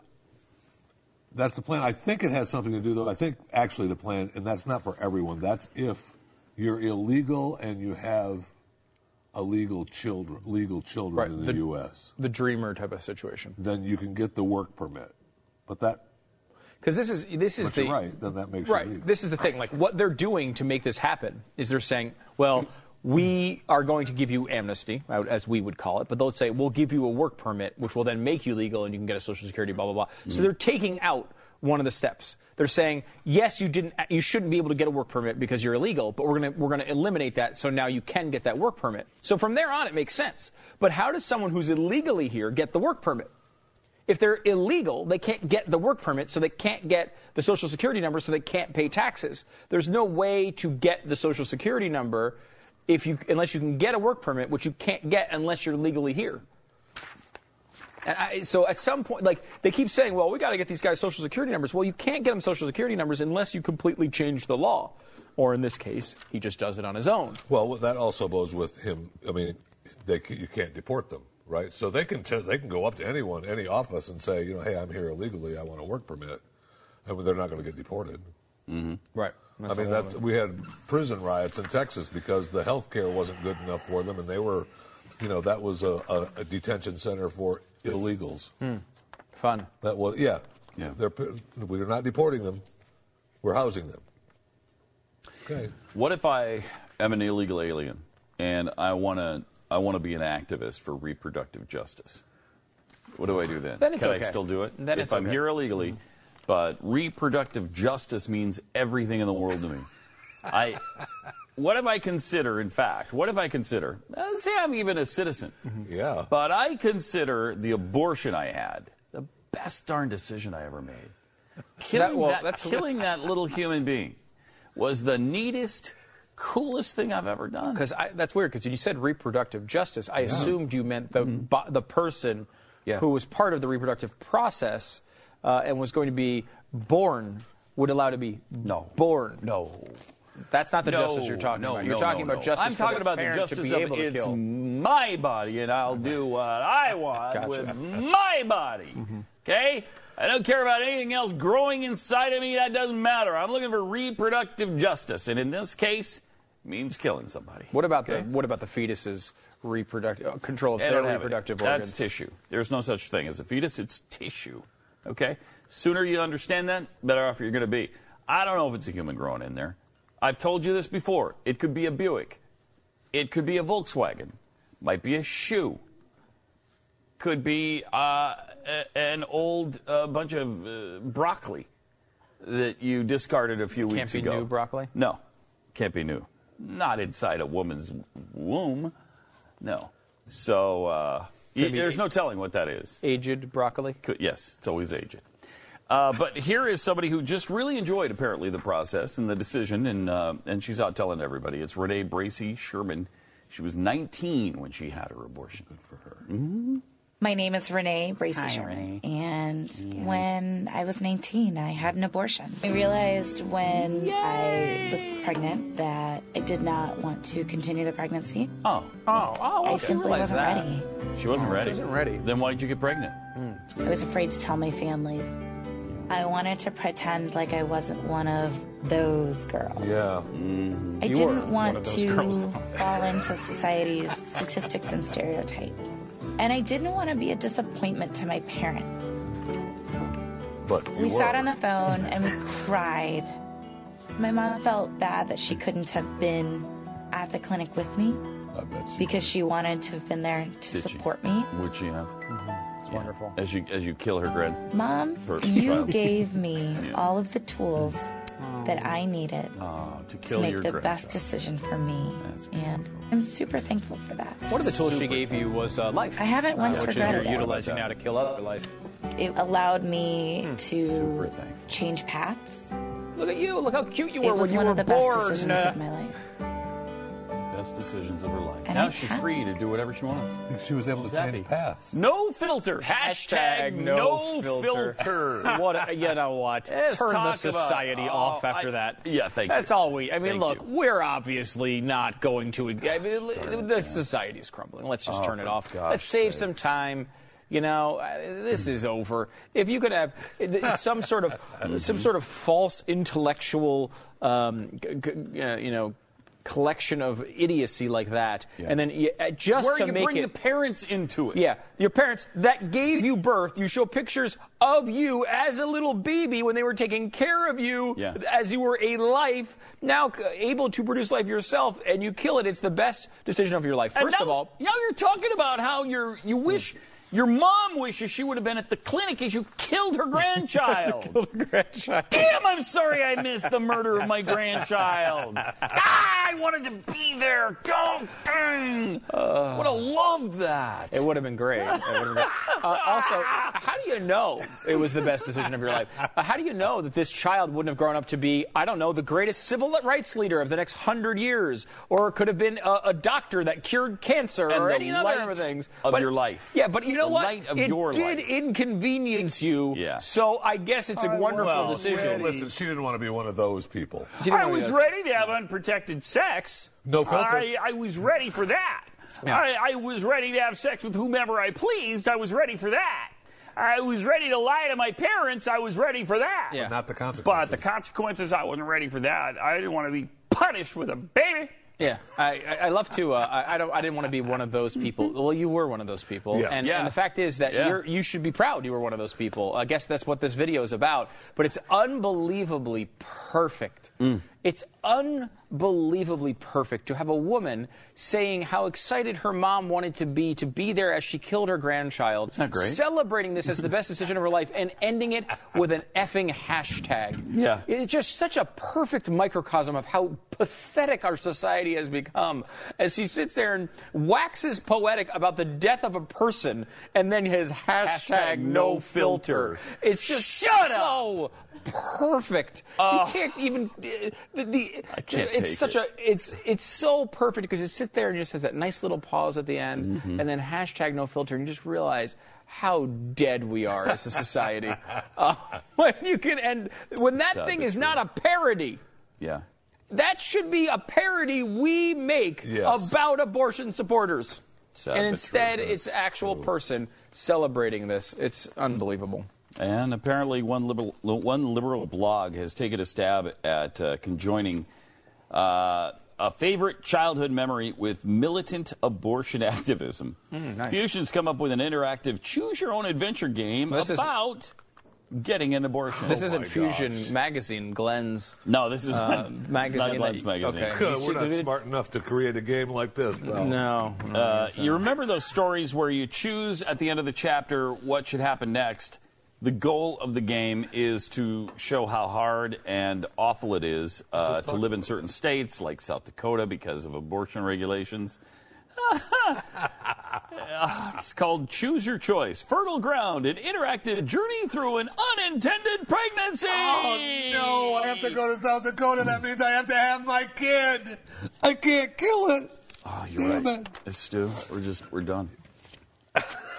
[SPEAKER 3] That's the plan. I think it has something to do, though. I think actually the plan, and that's not for everyone. That's if you're illegal and you have illegal children, legal children
[SPEAKER 1] Right,
[SPEAKER 3] in the,
[SPEAKER 1] the-
[SPEAKER 3] U.S.,
[SPEAKER 1] The dreamer type of situation.
[SPEAKER 3] then you can get the work permit. But that,
[SPEAKER 1] Because this is this is
[SPEAKER 3] but you're
[SPEAKER 1] the
[SPEAKER 3] right. Then that makes
[SPEAKER 1] Right.
[SPEAKER 3] you legal.
[SPEAKER 1] This is the thing. Like what they're doing to make this happen is they're saying, well, we are going to give you amnesty, uh, as we would call it, but they'll say we'll give you a work permit, which will then make you legal and you can get a social security, blah blah blah.
[SPEAKER 3] Mm-hmm.
[SPEAKER 1] So they're taking out one of the steps. They're saying, yes, you didn't, you shouldn't be able to get a work permit because you're illegal, but we're gonna we're gonna eliminate that, so now you can get that work permit. So from there on, it makes sense. But how does someone who's illegally here get the work permit? If they're illegal, they can't get the work permit, so they can't get the social security number, so they can't pay taxes. There's no way to get the social security number if you, unless you can get a work permit, which you can't get unless you're legally here. And I, so at some point, like they keep saying, well, we got to get these guys social security numbers. Well, you can't get them social security numbers unless you completely change the law. Or in this case, he just does it on his own.
[SPEAKER 3] Well, that also goes with him. I mean, they ca- you can't deport them, right? So they can t- they can go up to anyone, any office, and say, you know, hey, I'm here illegally. I want a work permit. I mean, they're not going to get deported.
[SPEAKER 1] Right.
[SPEAKER 3] I mean, that's, we had prison riots in Texas because the health care wasn't good enough for them, and they were you know, that was a, a, a detention center for illegals.
[SPEAKER 1] Fun.
[SPEAKER 3] That was yeah.
[SPEAKER 2] Yeah.
[SPEAKER 3] They're we're not deporting them. We're housing them. Okay.
[SPEAKER 2] What if I am an illegal alien and I want to I want to be an activist for reproductive justice? What do I do then?
[SPEAKER 1] Then it's
[SPEAKER 2] Can
[SPEAKER 1] okay.
[SPEAKER 2] I still do it?
[SPEAKER 1] Then
[SPEAKER 2] if
[SPEAKER 1] it's
[SPEAKER 2] I'm
[SPEAKER 1] okay.
[SPEAKER 2] here illegally, but reproductive justice means everything in the world to me. I what if I consider, in fact, what if I consider, let's say I'm even a citizen,
[SPEAKER 3] Yeah.
[SPEAKER 2] but I consider the abortion I had the best darn decision I ever made. Killing,
[SPEAKER 1] well,
[SPEAKER 2] that,
[SPEAKER 1] that's-
[SPEAKER 2] killing that little human being was the neatest, coolest thing I've ever done.
[SPEAKER 1] Because that's weird. Because you said reproductive justice, I assumed you meant the bo- the person
[SPEAKER 2] Mm-hmm. Yeah.
[SPEAKER 1] who was part of the reproductive process uh, and was going to be born would allow to be
[SPEAKER 2] No.
[SPEAKER 1] born.
[SPEAKER 2] No.
[SPEAKER 1] that's not the
[SPEAKER 2] no,
[SPEAKER 1] justice you're talking
[SPEAKER 2] no,
[SPEAKER 1] about. You're
[SPEAKER 2] no,
[SPEAKER 1] talking
[SPEAKER 2] no,
[SPEAKER 1] about
[SPEAKER 2] no.
[SPEAKER 1] justice.
[SPEAKER 2] I'm
[SPEAKER 1] for
[SPEAKER 2] talking
[SPEAKER 1] the
[SPEAKER 2] about the
[SPEAKER 1] parent
[SPEAKER 2] justice
[SPEAKER 1] to be able
[SPEAKER 2] of
[SPEAKER 1] to
[SPEAKER 2] it's
[SPEAKER 1] kill.
[SPEAKER 2] my body, and I'll do what I want
[SPEAKER 1] Gotcha. Mm-hmm.
[SPEAKER 2] with my body. Okay? I don't care about anything else growing inside of me. That doesn't matter. I'm looking for reproductive justice, and in this case, it means killing somebody.
[SPEAKER 1] What about
[SPEAKER 2] Okay?
[SPEAKER 1] the what about the fetus's reproductive uh, control of
[SPEAKER 2] They
[SPEAKER 1] their
[SPEAKER 2] don't have
[SPEAKER 1] reproductive
[SPEAKER 2] it.
[SPEAKER 1] organs?
[SPEAKER 2] That's tissue. There's no such thing as a fetus. It's tissue. Okay. Sooner you understand that, better off you're going to be. I don't know if it's a human growing in there. I've told you this before. It could be a Buick. It could be a Volkswagen. Might be a shoe. Could be uh, a- an old uh, bunch of uh, broccoli that you discarded a few weeks
[SPEAKER 1] be
[SPEAKER 2] ago.
[SPEAKER 1] new broccoli?
[SPEAKER 2] No, can't be new. Not inside a woman's womb. No. So uh, y-
[SPEAKER 1] be-
[SPEAKER 2] there's no telling what that is.
[SPEAKER 1] Aged broccoli.
[SPEAKER 2] Could, yes, it's always aged. Uh, but here is somebody who just really enjoyed apparently the process and the decision, and uh, and she's out telling everybody. It's Renee Bracy Sherman. She was 19 when she had her abortion. Good for her.
[SPEAKER 9] My name is Renee Bracy Sherman. And when I was 19, I had an abortion. I realized when I was pregnant that I did not want to continue the pregnancy.
[SPEAKER 2] Oh,
[SPEAKER 1] Oh, oh,
[SPEAKER 9] I
[SPEAKER 1] okay.
[SPEAKER 9] simply
[SPEAKER 1] Realize
[SPEAKER 9] wasn't
[SPEAKER 1] that.
[SPEAKER 9] ready.
[SPEAKER 2] she wasn't ready.
[SPEAKER 1] wasn't ready.
[SPEAKER 2] Then why did you get pregnant?
[SPEAKER 9] I was afraid to tell my family. I wanted to pretend like I wasn't one of those girls.
[SPEAKER 3] Yeah.
[SPEAKER 9] I
[SPEAKER 1] You were
[SPEAKER 9] didn't
[SPEAKER 1] one of
[SPEAKER 9] want
[SPEAKER 1] those
[SPEAKER 9] to
[SPEAKER 1] girls, though.
[SPEAKER 9] fall into society's statistics and stereotypes. And I didn't want to be a disappointment to my parents.
[SPEAKER 3] But you
[SPEAKER 9] We
[SPEAKER 3] were.
[SPEAKER 9] sat on the phone and we cried. My mom felt bad that she couldn't have been at the clinic with me
[SPEAKER 3] I bet you
[SPEAKER 9] because she wanted to have been there to
[SPEAKER 2] Did she?
[SPEAKER 9] support me.
[SPEAKER 2] Would she have?
[SPEAKER 1] Mm-hmm. It's wonderful.
[SPEAKER 2] As you as you kill her, Greg.
[SPEAKER 9] Mom,
[SPEAKER 2] First
[SPEAKER 9] you
[SPEAKER 2] child.
[SPEAKER 9] gave me all of the tools
[SPEAKER 2] Mm.
[SPEAKER 9] that I needed
[SPEAKER 2] Oh, to
[SPEAKER 9] to
[SPEAKER 2] kill
[SPEAKER 9] make
[SPEAKER 2] your
[SPEAKER 9] the
[SPEAKER 2] grandchild.
[SPEAKER 9] best decision for me.
[SPEAKER 2] That's
[SPEAKER 9] And I'm super thankful for that.
[SPEAKER 1] One of the tools she gave you was uh, life.
[SPEAKER 9] I haven't once
[SPEAKER 1] which is you're
[SPEAKER 9] regretted it.
[SPEAKER 1] utilizing now to kill other life.
[SPEAKER 9] It allowed me to
[SPEAKER 2] thankful.
[SPEAKER 9] change paths.
[SPEAKER 1] Look at you! Look how cute you
[SPEAKER 9] It
[SPEAKER 1] were
[SPEAKER 9] was
[SPEAKER 1] when you
[SPEAKER 9] one
[SPEAKER 1] were
[SPEAKER 9] of the
[SPEAKER 1] born.
[SPEAKER 9] best decisions
[SPEAKER 1] Uh,
[SPEAKER 9] of my life.
[SPEAKER 2] Best decisions of her life.
[SPEAKER 9] And
[SPEAKER 2] now
[SPEAKER 9] I'm
[SPEAKER 2] she's
[SPEAKER 9] happy.
[SPEAKER 2] free to do whatever she wants.
[SPEAKER 3] She was able to
[SPEAKER 2] Zappy.
[SPEAKER 3] change paths.
[SPEAKER 2] No filter. Hashtag, no, filter.
[SPEAKER 1] what a- you know what?
[SPEAKER 2] Let's
[SPEAKER 1] Turn the
[SPEAKER 2] talk
[SPEAKER 1] society
[SPEAKER 2] about-
[SPEAKER 1] off
[SPEAKER 2] oh,
[SPEAKER 1] after
[SPEAKER 2] I-
[SPEAKER 1] that.
[SPEAKER 2] yeah, thank you.
[SPEAKER 1] That's all we. I mean,
[SPEAKER 2] Thank
[SPEAKER 1] look,
[SPEAKER 2] you.
[SPEAKER 1] we're obviously not going to. I mean, the society's crumbling. Let's just turn it
[SPEAKER 2] Oh, for
[SPEAKER 1] off.
[SPEAKER 2] God's
[SPEAKER 1] Let's save some
[SPEAKER 2] sakes.
[SPEAKER 1] time. You know, uh, this is over. If you could have uh, some sort of some sort of false intellectual, um, g- g- uh, you know. Collection of idiocy like that, and then you- uh, just
[SPEAKER 2] Where
[SPEAKER 1] to
[SPEAKER 2] you
[SPEAKER 1] make
[SPEAKER 2] bring
[SPEAKER 1] it
[SPEAKER 2] the parents into it.
[SPEAKER 1] yeah, your parents that gave you birth, you show pictures of you as a little baby when they were taking care of you
[SPEAKER 2] Yeah.
[SPEAKER 1] as you were a life, now c- able to produce life yourself, and you kill it. It's the best decision of your life.
[SPEAKER 2] And
[SPEAKER 1] First
[SPEAKER 2] now,
[SPEAKER 1] of all,
[SPEAKER 2] now you're talking about how you're, you wish your mom wishes she would have been at the clinic as you killed her grandchild. Damn, I'm sorry I missed the murder of my grandchild. ah, I wanted to be there. Don't. dang. would have loved that.
[SPEAKER 1] It would have been great. It would have been great. Uh, also, how do you know it was the best decision of your life? Uh, how do you know that this child wouldn't have grown up to be, I don't know, the greatest civil rights leader of the next hundred years, or could have been a, a doctor that cured cancer
[SPEAKER 2] And
[SPEAKER 1] or
[SPEAKER 2] the
[SPEAKER 1] any other
[SPEAKER 2] light
[SPEAKER 1] things
[SPEAKER 2] of your life.
[SPEAKER 1] Yeah, but you know
[SPEAKER 2] The
[SPEAKER 1] what?
[SPEAKER 2] light of
[SPEAKER 1] it
[SPEAKER 2] your
[SPEAKER 1] did
[SPEAKER 2] life.
[SPEAKER 1] inconvenience you.
[SPEAKER 2] Yeah.
[SPEAKER 1] So I guess it's a wonderful
[SPEAKER 3] Well,
[SPEAKER 1] decision.
[SPEAKER 3] Listen, she didn't want to be one of those people.
[SPEAKER 1] Didn't
[SPEAKER 6] I
[SPEAKER 1] really
[SPEAKER 6] was
[SPEAKER 1] ask.
[SPEAKER 6] ready to have unprotected sex.
[SPEAKER 3] No filter.
[SPEAKER 6] I, I was ready for that. I, I was ready to have sex with whomever I pleased. I was ready for that. I was ready to lie to my parents. I was ready for that.
[SPEAKER 1] Yeah.
[SPEAKER 3] Not the
[SPEAKER 6] But
[SPEAKER 3] consequences.
[SPEAKER 6] the consequences, I wasn't ready for that. I didn't want to be punished with a baby.
[SPEAKER 1] Yeah, I, I- I love to. Uh, I, I don't. I didn't want to be one of those people. Well, you were one of those people,
[SPEAKER 3] Yeah.
[SPEAKER 2] Mm-hmm.
[SPEAKER 1] And,
[SPEAKER 2] Yeah.
[SPEAKER 1] and the fact is that
[SPEAKER 2] Yeah.
[SPEAKER 1] you're, you should be proud you were one of those people. I guess that's what this video is about. But it's unbelievably perfect.
[SPEAKER 2] Mm.
[SPEAKER 1] It's unbelievably perfect to have a woman saying how excited her mom wanted to be to be there as she killed her grandchild. Isn't
[SPEAKER 2] that great?
[SPEAKER 1] Celebrating this as the best decision of her life and ending it with an effing hashtag.
[SPEAKER 2] Yeah.
[SPEAKER 1] It's just such a perfect microcosm of how pathetic our society has become as she sits there and waxes poetic about the death of a person and then his hashtag,
[SPEAKER 2] Hashtag
[SPEAKER 1] no
[SPEAKER 2] no
[SPEAKER 1] filter.
[SPEAKER 2] filter.
[SPEAKER 1] It's just
[SPEAKER 2] Shut Uh.
[SPEAKER 1] so perfect. you can't even uh, the, the
[SPEAKER 2] I can't
[SPEAKER 1] it's
[SPEAKER 2] take
[SPEAKER 1] such
[SPEAKER 2] it.
[SPEAKER 1] a it's it's so perfect because it sits there and just has that nice little pause at the end
[SPEAKER 2] Mm-hmm.
[SPEAKER 1] and then hashtag no filter and you just realize how dead we are as a society Uh, when you can end when that
[SPEAKER 2] Sad
[SPEAKER 1] thing
[SPEAKER 2] but
[SPEAKER 1] is
[SPEAKER 2] true.
[SPEAKER 1] not a parody
[SPEAKER 2] Yeah.
[SPEAKER 1] that should be a parody we make
[SPEAKER 3] Yes.
[SPEAKER 1] about abortion supporters
[SPEAKER 2] Sad
[SPEAKER 1] and
[SPEAKER 2] but
[SPEAKER 1] instead
[SPEAKER 2] true.
[SPEAKER 1] it's actual person celebrating this it's unbelievable
[SPEAKER 2] And apparently, one liberal, one liberal blog has taken a stab at uh, conjoining uh, a favorite childhood memory with militant abortion activism.
[SPEAKER 1] Hmm,
[SPEAKER 2] Fusion's come up with an interactive choose-your-own-adventure game
[SPEAKER 1] This is-
[SPEAKER 2] about getting an abortion. Oh
[SPEAKER 1] this isn't fusion magazine glenn's
[SPEAKER 2] No, this is
[SPEAKER 1] Uh,
[SPEAKER 2] not, this is
[SPEAKER 1] magazine
[SPEAKER 2] Not Glenn's
[SPEAKER 1] that-
[SPEAKER 2] magazine.
[SPEAKER 1] okay.
[SPEAKER 3] Good, we're not smart enough to create a game like this, pal.
[SPEAKER 1] no,
[SPEAKER 2] Uh, you remember those stories where you choose at the end of the chapter what should happen next. The goal of the game is to show how hard and awful it is uh, to live in certain states like South Dakota because of abortion regulations. Uh, it's called Choose Your Choice Fertile Ground, an interactive journey through an unintended pregnancy.
[SPEAKER 3] Oh no! I have to go to South Dakota. That means I have to have my kid. I can't kill it.
[SPEAKER 2] Oh, you're right. Stu, we're just, we're done.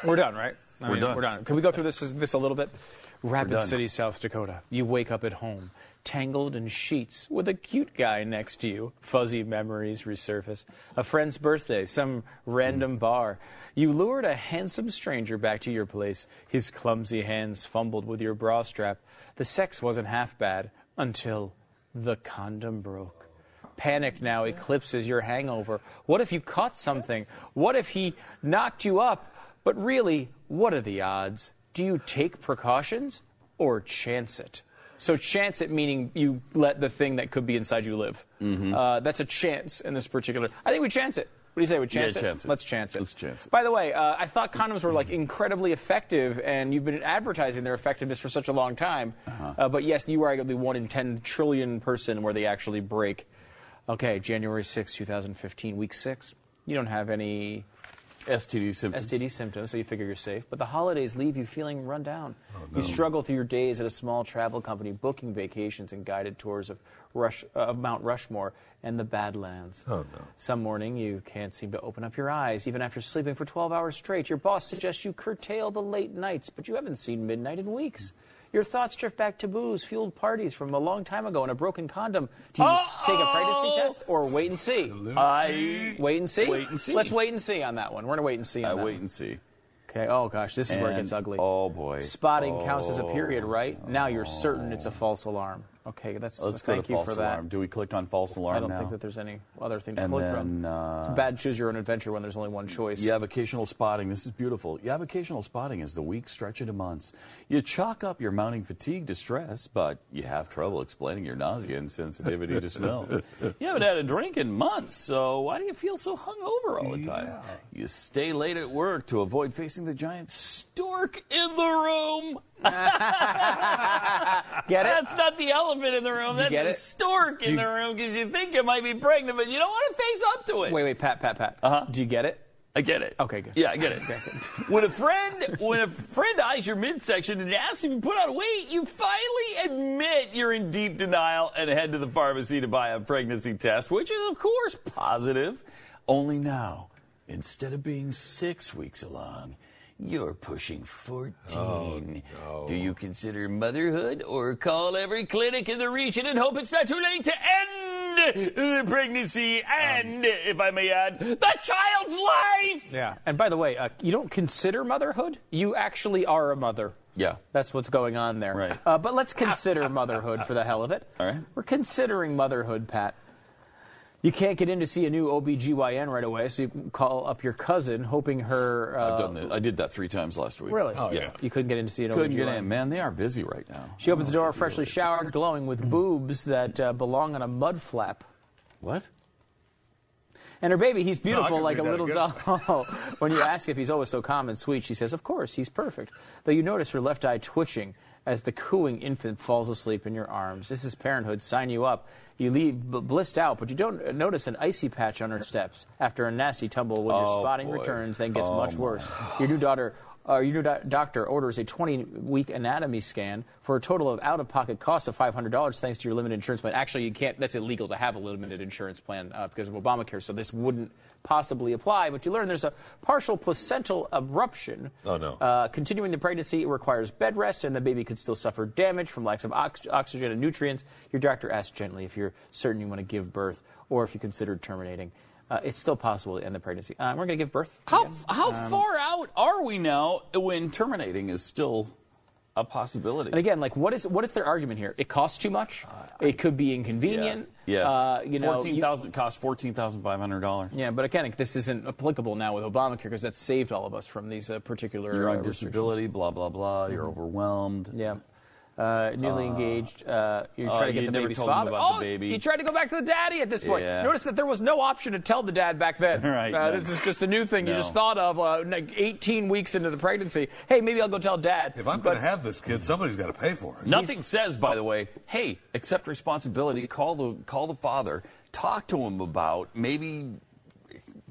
[SPEAKER 1] We're done, right? I
[SPEAKER 2] We're done.
[SPEAKER 1] We're done. Can we go through this this a little bit? Rapid
[SPEAKER 2] done.
[SPEAKER 1] City, South Dakota. You wake up at home, tangled in sheets, with a cute guy next to you. Fuzzy memories resurface. A friend's birthday, some
[SPEAKER 2] Mm.
[SPEAKER 1] random bar. You lured a handsome stranger back to your place. His clumsy hands fumbled with your bra strap. The sex wasn't half bad until the condom broke. Panic now eclipses your hangover. What if you caught something? What if he knocked you up? But really, what are the odds? Do you take precautions or chance it? So, chance it meaning you let the thing that could be inside you live.
[SPEAKER 2] Mm-hmm.
[SPEAKER 1] Uh, that's a chance in this particular. I think we chance it. What do you say? We chance,
[SPEAKER 2] Yeah, chance it.
[SPEAKER 1] Let's chance it.
[SPEAKER 2] Let's chance it.
[SPEAKER 1] By the way, uh, I thought condoms were like incredibly effective, and you've been advertising their effectiveness for such a long time. uh but yes, you are arguably one in 10 trillion person where they actually break. Okay, January sixth, two 2015, week six. You don't have any
[SPEAKER 2] STD symptoms.
[SPEAKER 1] STD symptoms, so you figure you're safe. But the holidays leave you feeling run down.
[SPEAKER 2] Oh,
[SPEAKER 1] You struggle through your days at a small travel company, booking vacations and guided tours of, Rush, uh, of Mount Rushmore and the Badlands. Oh, no. Some morning, you can't seem to open up your eyes, even after sleeping for 12 hours straight. Your boss suggests you curtail the late nights, but you haven't seen midnight in weeks. Your thoughts drift back to booze, fueled parties from a long time ago, and a broken condom. Do you take a pregnancy test or wait and see?
[SPEAKER 2] I
[SPEAKER 1] Wait and see.
[SPEAKER 2] Oh! Wait and see.
[SPEAKER 1] Let's wait and see on that one. We're gonna wait and see on
[SPEAKER 2] I
[SPEAKER 1] that.
[SPEAKER 2] wait
[SPEAKER 1] one.
[SPEAKER 2] and see.
[SPEAKER 1] Okay. Oh gosh, this is where it
[SPEAKER 2] And-
[SPEAKER 1] gets ugly.
[SPEAKER 2] oh, boy.
[SPEAKER 1] Spotting counts as a
[SPEAKER 2] Oh,
[SPEAKER 1] period, right? Now you're certain it's a false alarm. Okay, that's.
[SPEAKER 2] Let's go
[SPEAKER 1] thank
[SPEAKER 2] to
[SPEAKER 1] you
[SPEAKER 2] false
[SPEAKER 1] for that.
[SPEAKER 2] alarm. Do we click on false alarm
[SPEAKER 1] I don't
[SPEAKER 2] now?
[SPEAKER 1] think that there's any other thing to
[SPEAKER 2] And
[SPEAKER 1] click
[SPEAKER 2] then,
[SPEAKER 1] on. it's
[SPEAKER 2] uh,
[SPEAKER 1] bad. Choose your own adventure when there's only one choice.
[SPEAKER 2] You have occasional spotting. This is beautiful. You have occasional spotting as the weeks stretch into months. You chalk up your mounting fatigue to stress, but you have trouble explaining your nausea and sensitivity to smell. You haven't had a drink in months, so why do you feel so hungover all the time? You stay late at work to avoid facing the giant stork in the room.
[SPEAKER 1] Get it?
[SPEAKER 6] That's not the elephant in the room. That's
[SPEAKER 1] get
[SPEAKER 6] a
[SPEAKER 1] it?
[SPEAKER 6] stork in
[SPEAKER 1] you-
[SPEAKER 6] the room because you think you might be pregnant, but you don't want to face up to it.
[SPEAKER 1] Wait, wait, Pat, Pat, Pat. Uh-huh. Do you get it?
[SPEAKER 6] I get it.
[SPEAKER 1] Okay, good.
[SPEAKER 6] Yeah, I get it.
[SPEAKER 1] Okay, good.
[SPEAKER 6] when a friend when a friend eyes your midsection and asks if you put on weight, you finally admit you're in deep denial and head to the pharmacy to buy a pregnancy test, which is of course positive.
[SPEAKER 2] Only now, instead of being six weeks along, you're pushing 14.
[SPEAKER 6] Do you consider motherhood or call every clinic in the region and hope it's not too late to end the pregnancy and, if I may add, the child's life?
[SPEAKER 1] Yeah. And by the way, uh, you don't consider motherhood. You actually are a mother.
[SPEAKER 2] Yeah.
[SPEAKER 1] That's what's going on there.
[SPEAKER 2] Right.
[SPEAKER 1] Uh, but let's consider motherhood for the hell of it.
[SPEAKER 2] All right.
[SPEAKER 1] We're considering motherhood, Pat. You can't get in to see a new OBGYN right away, so you can call up your cousin, hoping her. Uh,
[SPEAKER 2] I've done this. I did that three times last week.
[SPEAKER 1] Really?
[SPEAKER 2] oh, yeah.
[SPEAKER 1] You couldn't get in to see an
[SPEAKER 2] Couldn't
[SPEAKER 1] OBGYN.
[SPEAKER 2] get in. Man, they are busy right now.
[SPEAKER 1] She opens the door, freshly showered, glowing with boobs that uh, belong on a mud flap.
[SPEAKER 2] What?
[SPEAKER 1] And her baby, he's beautiful
[SPEAKER 3] could
[SPEAKER 1] like a
[SPEAKER 3] read that
[SPEAKER 1] little
[SPEAKER 3] again.
[SPEAKER 1] doll. when you ask if he's always so calm and sweet, she says, Of course, he's perfect. Though you notice her left eye twitching as the cooing infant falls asleep in your arms. This is parenthood. Sign you up. You leave b- blissed out, but you don't notice an icy patch on her steps after a nasty tumble when your
[SPEAKER 2] Oh,
[SPEAKER 1] spotting
[SPEAKER 2] boy.
[SPEAKER 1] returns, then gets
[SPEAKER 2] Oh,
[SPEAKER 1] much
[SPEAKER 2] my.
[SPEAKER 1] worse. Your new daughter. Uh, your new do- doctor orders a 20-week anatomy scan for a total of out-of-pocket costs of $500, thanks to your limited insurance plan. Actually, you can't. That's illegal to have a limited insurance plan uh, because of Obamacare. So this wouldn't possibly apply. But you learn there's a partial placental abruption.
[SPEAKER 3] Oh, no.
[SPEAKER 1] Uh, continuing the pregnancy requires bed rest, and the baby could still suffer damage from lacks of ox- oxygen and nutrients. Your doctor asks gently if you're certain you want to give birth or if you considered terminating. Uh, it's still possible to end the pregnancy. Uh, we're going to give birth.
[SPEAKER 2] How how far out are we now when terminating is still a possibility?
[SPEAKER 1] And again, like what is what is their argument here? It costs too much. it could be inconvenient.
[SPEAKER 2] Uh, Yeah. Yes.
[SPEAKER 1] Uh, you know.
[SPEAKER 2] fourteen
[SPEAKER 1] you-
[SPEAKER 2] thousand costs fourteen thousand five hundred dollars.
[SPEAKER 1] yeah, but again, this isn't applicable now with Obamacare because that's saved all of us from these uh, particular.
[SPEAKER 2] You're
[SPEAKER 1] uh,
[SPEAKER 2] on
[SPEAKER 1] restrictions.
[SPEAKER 2] disability, blah blah blah. You're overwhelmed.
[SPEAKER 1] Yeah. Uh, newly engaged. Uh, you
[SPEAKER 2] oh,
[SPEAKER 1] try to get
[SPEAKER 2] you
[SPEAKER 1] the
[SPEAKER 2] never
[SPEAKER 1] baby's
[SPEAKER 2] told them
[SPEAKER 1] father.
[SPEAKER 2] about the
[SPEAKER 1] oh,
[SPEAKER 2] baby.
[SPEAKER 1] you tried to go back to the daddy at this point.
[SPEAKER 2] Yeah.
[SPEAKER 1] Notice that there was no option to tell the dad back then.
[SPEAKER 2] Right,
[SPEAKER 1] Uh,
[SPEAKER 2] no.
[SPEAKER 1] This is just a new thing you
[SPEAKER 2] No.
[SPEAKER 1] just thought of uh, like 18 weeks into the pregnancy. Hey, maybe I'll go tell dad.
[SPEAKER 3] If I'm
[SPEAKER 1] But-
[SPEAKER 3] going to have this kid, somebody's got to pay for it.
[SPEAKER 2] Nothing says, by the way, hey, accept responsibility. Call the call the father. Talk to him about maybe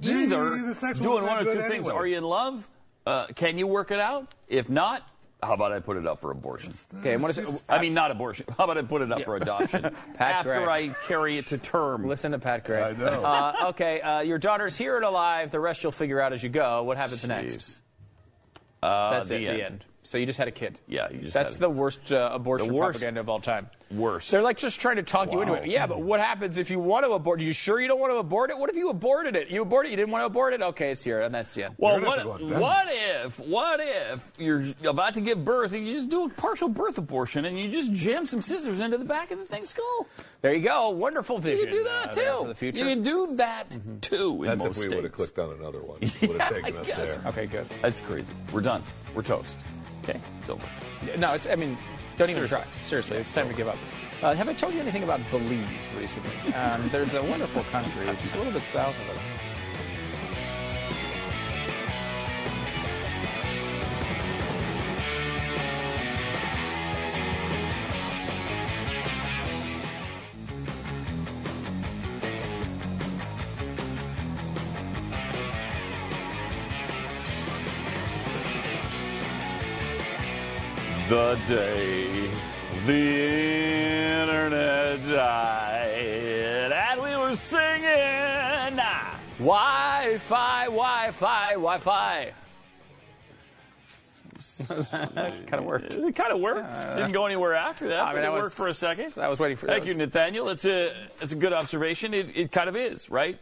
[SPEAKER 2] either
[SPEAKER 3] the sex
[SPEAKER 2] doing
[SPEAKER 3] wasn't
[SPEAKER 2] one
[SPEAKER 3] that
[SPEAKER 2] of two
[SPEAKER 3] good
[SPEAKER 2] things.
[SPEAKER 3] anyway.
[SPEAKER 2] Are you in love? Uh, can you work it out? If not, how about I put it up for abortion?
[SPEAKER 1] okay, I want to say,
[SPEAKER 2] I mean, not abortion. How about I put it up for adoption after
[SPEAKER 1] Gregg.
[SPEAKER 2] I carry it to term?
[SPEAKER 1] listen to Pat Gray.
[SPEAKER 3] I know.
[SPEAKER 1] Uh, okay, uh, your daughter's here and alive. The rest you'll figure out as you go. What happens next?
[SPEAKER 2] Jeez. Uh,
[SPEAKER 1] That's
[SPEAKER 2] the
[SPEAKER 1] it.
[SPEAKER 2] end.
[SPEAKER 1] The end. So you just had a kid.
[SPEAKER 2] Yeah, you just
[SPEAKER 1] That's
[SPEAKER 2] had
[SPEAKER 1] the
[SPEAKER 2] it.
[SPEAKER 1] worst uh, abortion
[SPEAKER 2] The worst.
[SPEAKER 1] propaganda of all time.
[SPEAKER 2] Worst.
[SPEAKER 1] They're like just trying to talk you into
[SPEAKER 2] Wow.
[SPEAKER 1] it. Yeah, but what happens if you want to abort? Are you sure you don't want to abort it? What if you aborted it? You abort it. You didn't want to abort it. Okay, it's here, and that's the end.
[SPEAKER 2] Well,
[SPEAKER 3] You're gonna have
[SPEAKER 2] what,
[SPEAKER 3] to go on
[SPEAKER 2] what if what if you're about to give birth and you just do a partial birth abortion and you just jam some scissors into the back of the thing's skull?
[SPEAKER 1] there you go. Wonderful
[SPEAKER 2] You
[SPEAKER 1] vision.
[SPEAKER 2] can do that
[SPEAKER 1] uh, there
[SPEAKER 2] too.
[SPEAKER 1] for the future. Mm-hmm.
[SPEAKER 2] You can do that too. In
[SPEAKER 3] That's
[SPEAKER 2] most
[SPEAKER 3] if we would have
[SPEAKER 2] states.
[SPEAKER 3] clicked on another one. It would have taken
[SPEAKER 2] I
[SPEAKER 3] us
[SPEAKER 2] guess.
[SPEAKER 3] there.
[SPEAKER 1] okay, good.
[SPEAKER 2] That's crazy. We're done. We're toast. Okay, it's over.
[SPEAKER 1] No, it's. I mean, don't even try. Seriously, it's time to give up. Uh, have I told you anything about Belize recently? Um, there's a wonderful country just a little bit south of us.
[SPEAKER 2] The day the internet died and we were singing. ah,
[SPEAKER 1] Wi-Fi, Wi-Fi, Wi-Fi. kind of worked.
[SPEAKER 2] It kind of worked. Didn't go anywhere after that.
[SPEAKER 1] I
[SPEAKER 2] but
[SPEAKER 1] mean,
[SPEAKER 2] it
[SPEAKER 1] I was-
[SPEAKER 2] worked for a second.
[SPEAKER 1] I was waiting for-
[SPEAKER 2] Thank
[SPEAKER 1] that
[SPEAKER 2] you,
[SPEAKER 1] was-
[SPEAKER 2] Nathaniel. It's a it's a good observation. It, it kind of is, right?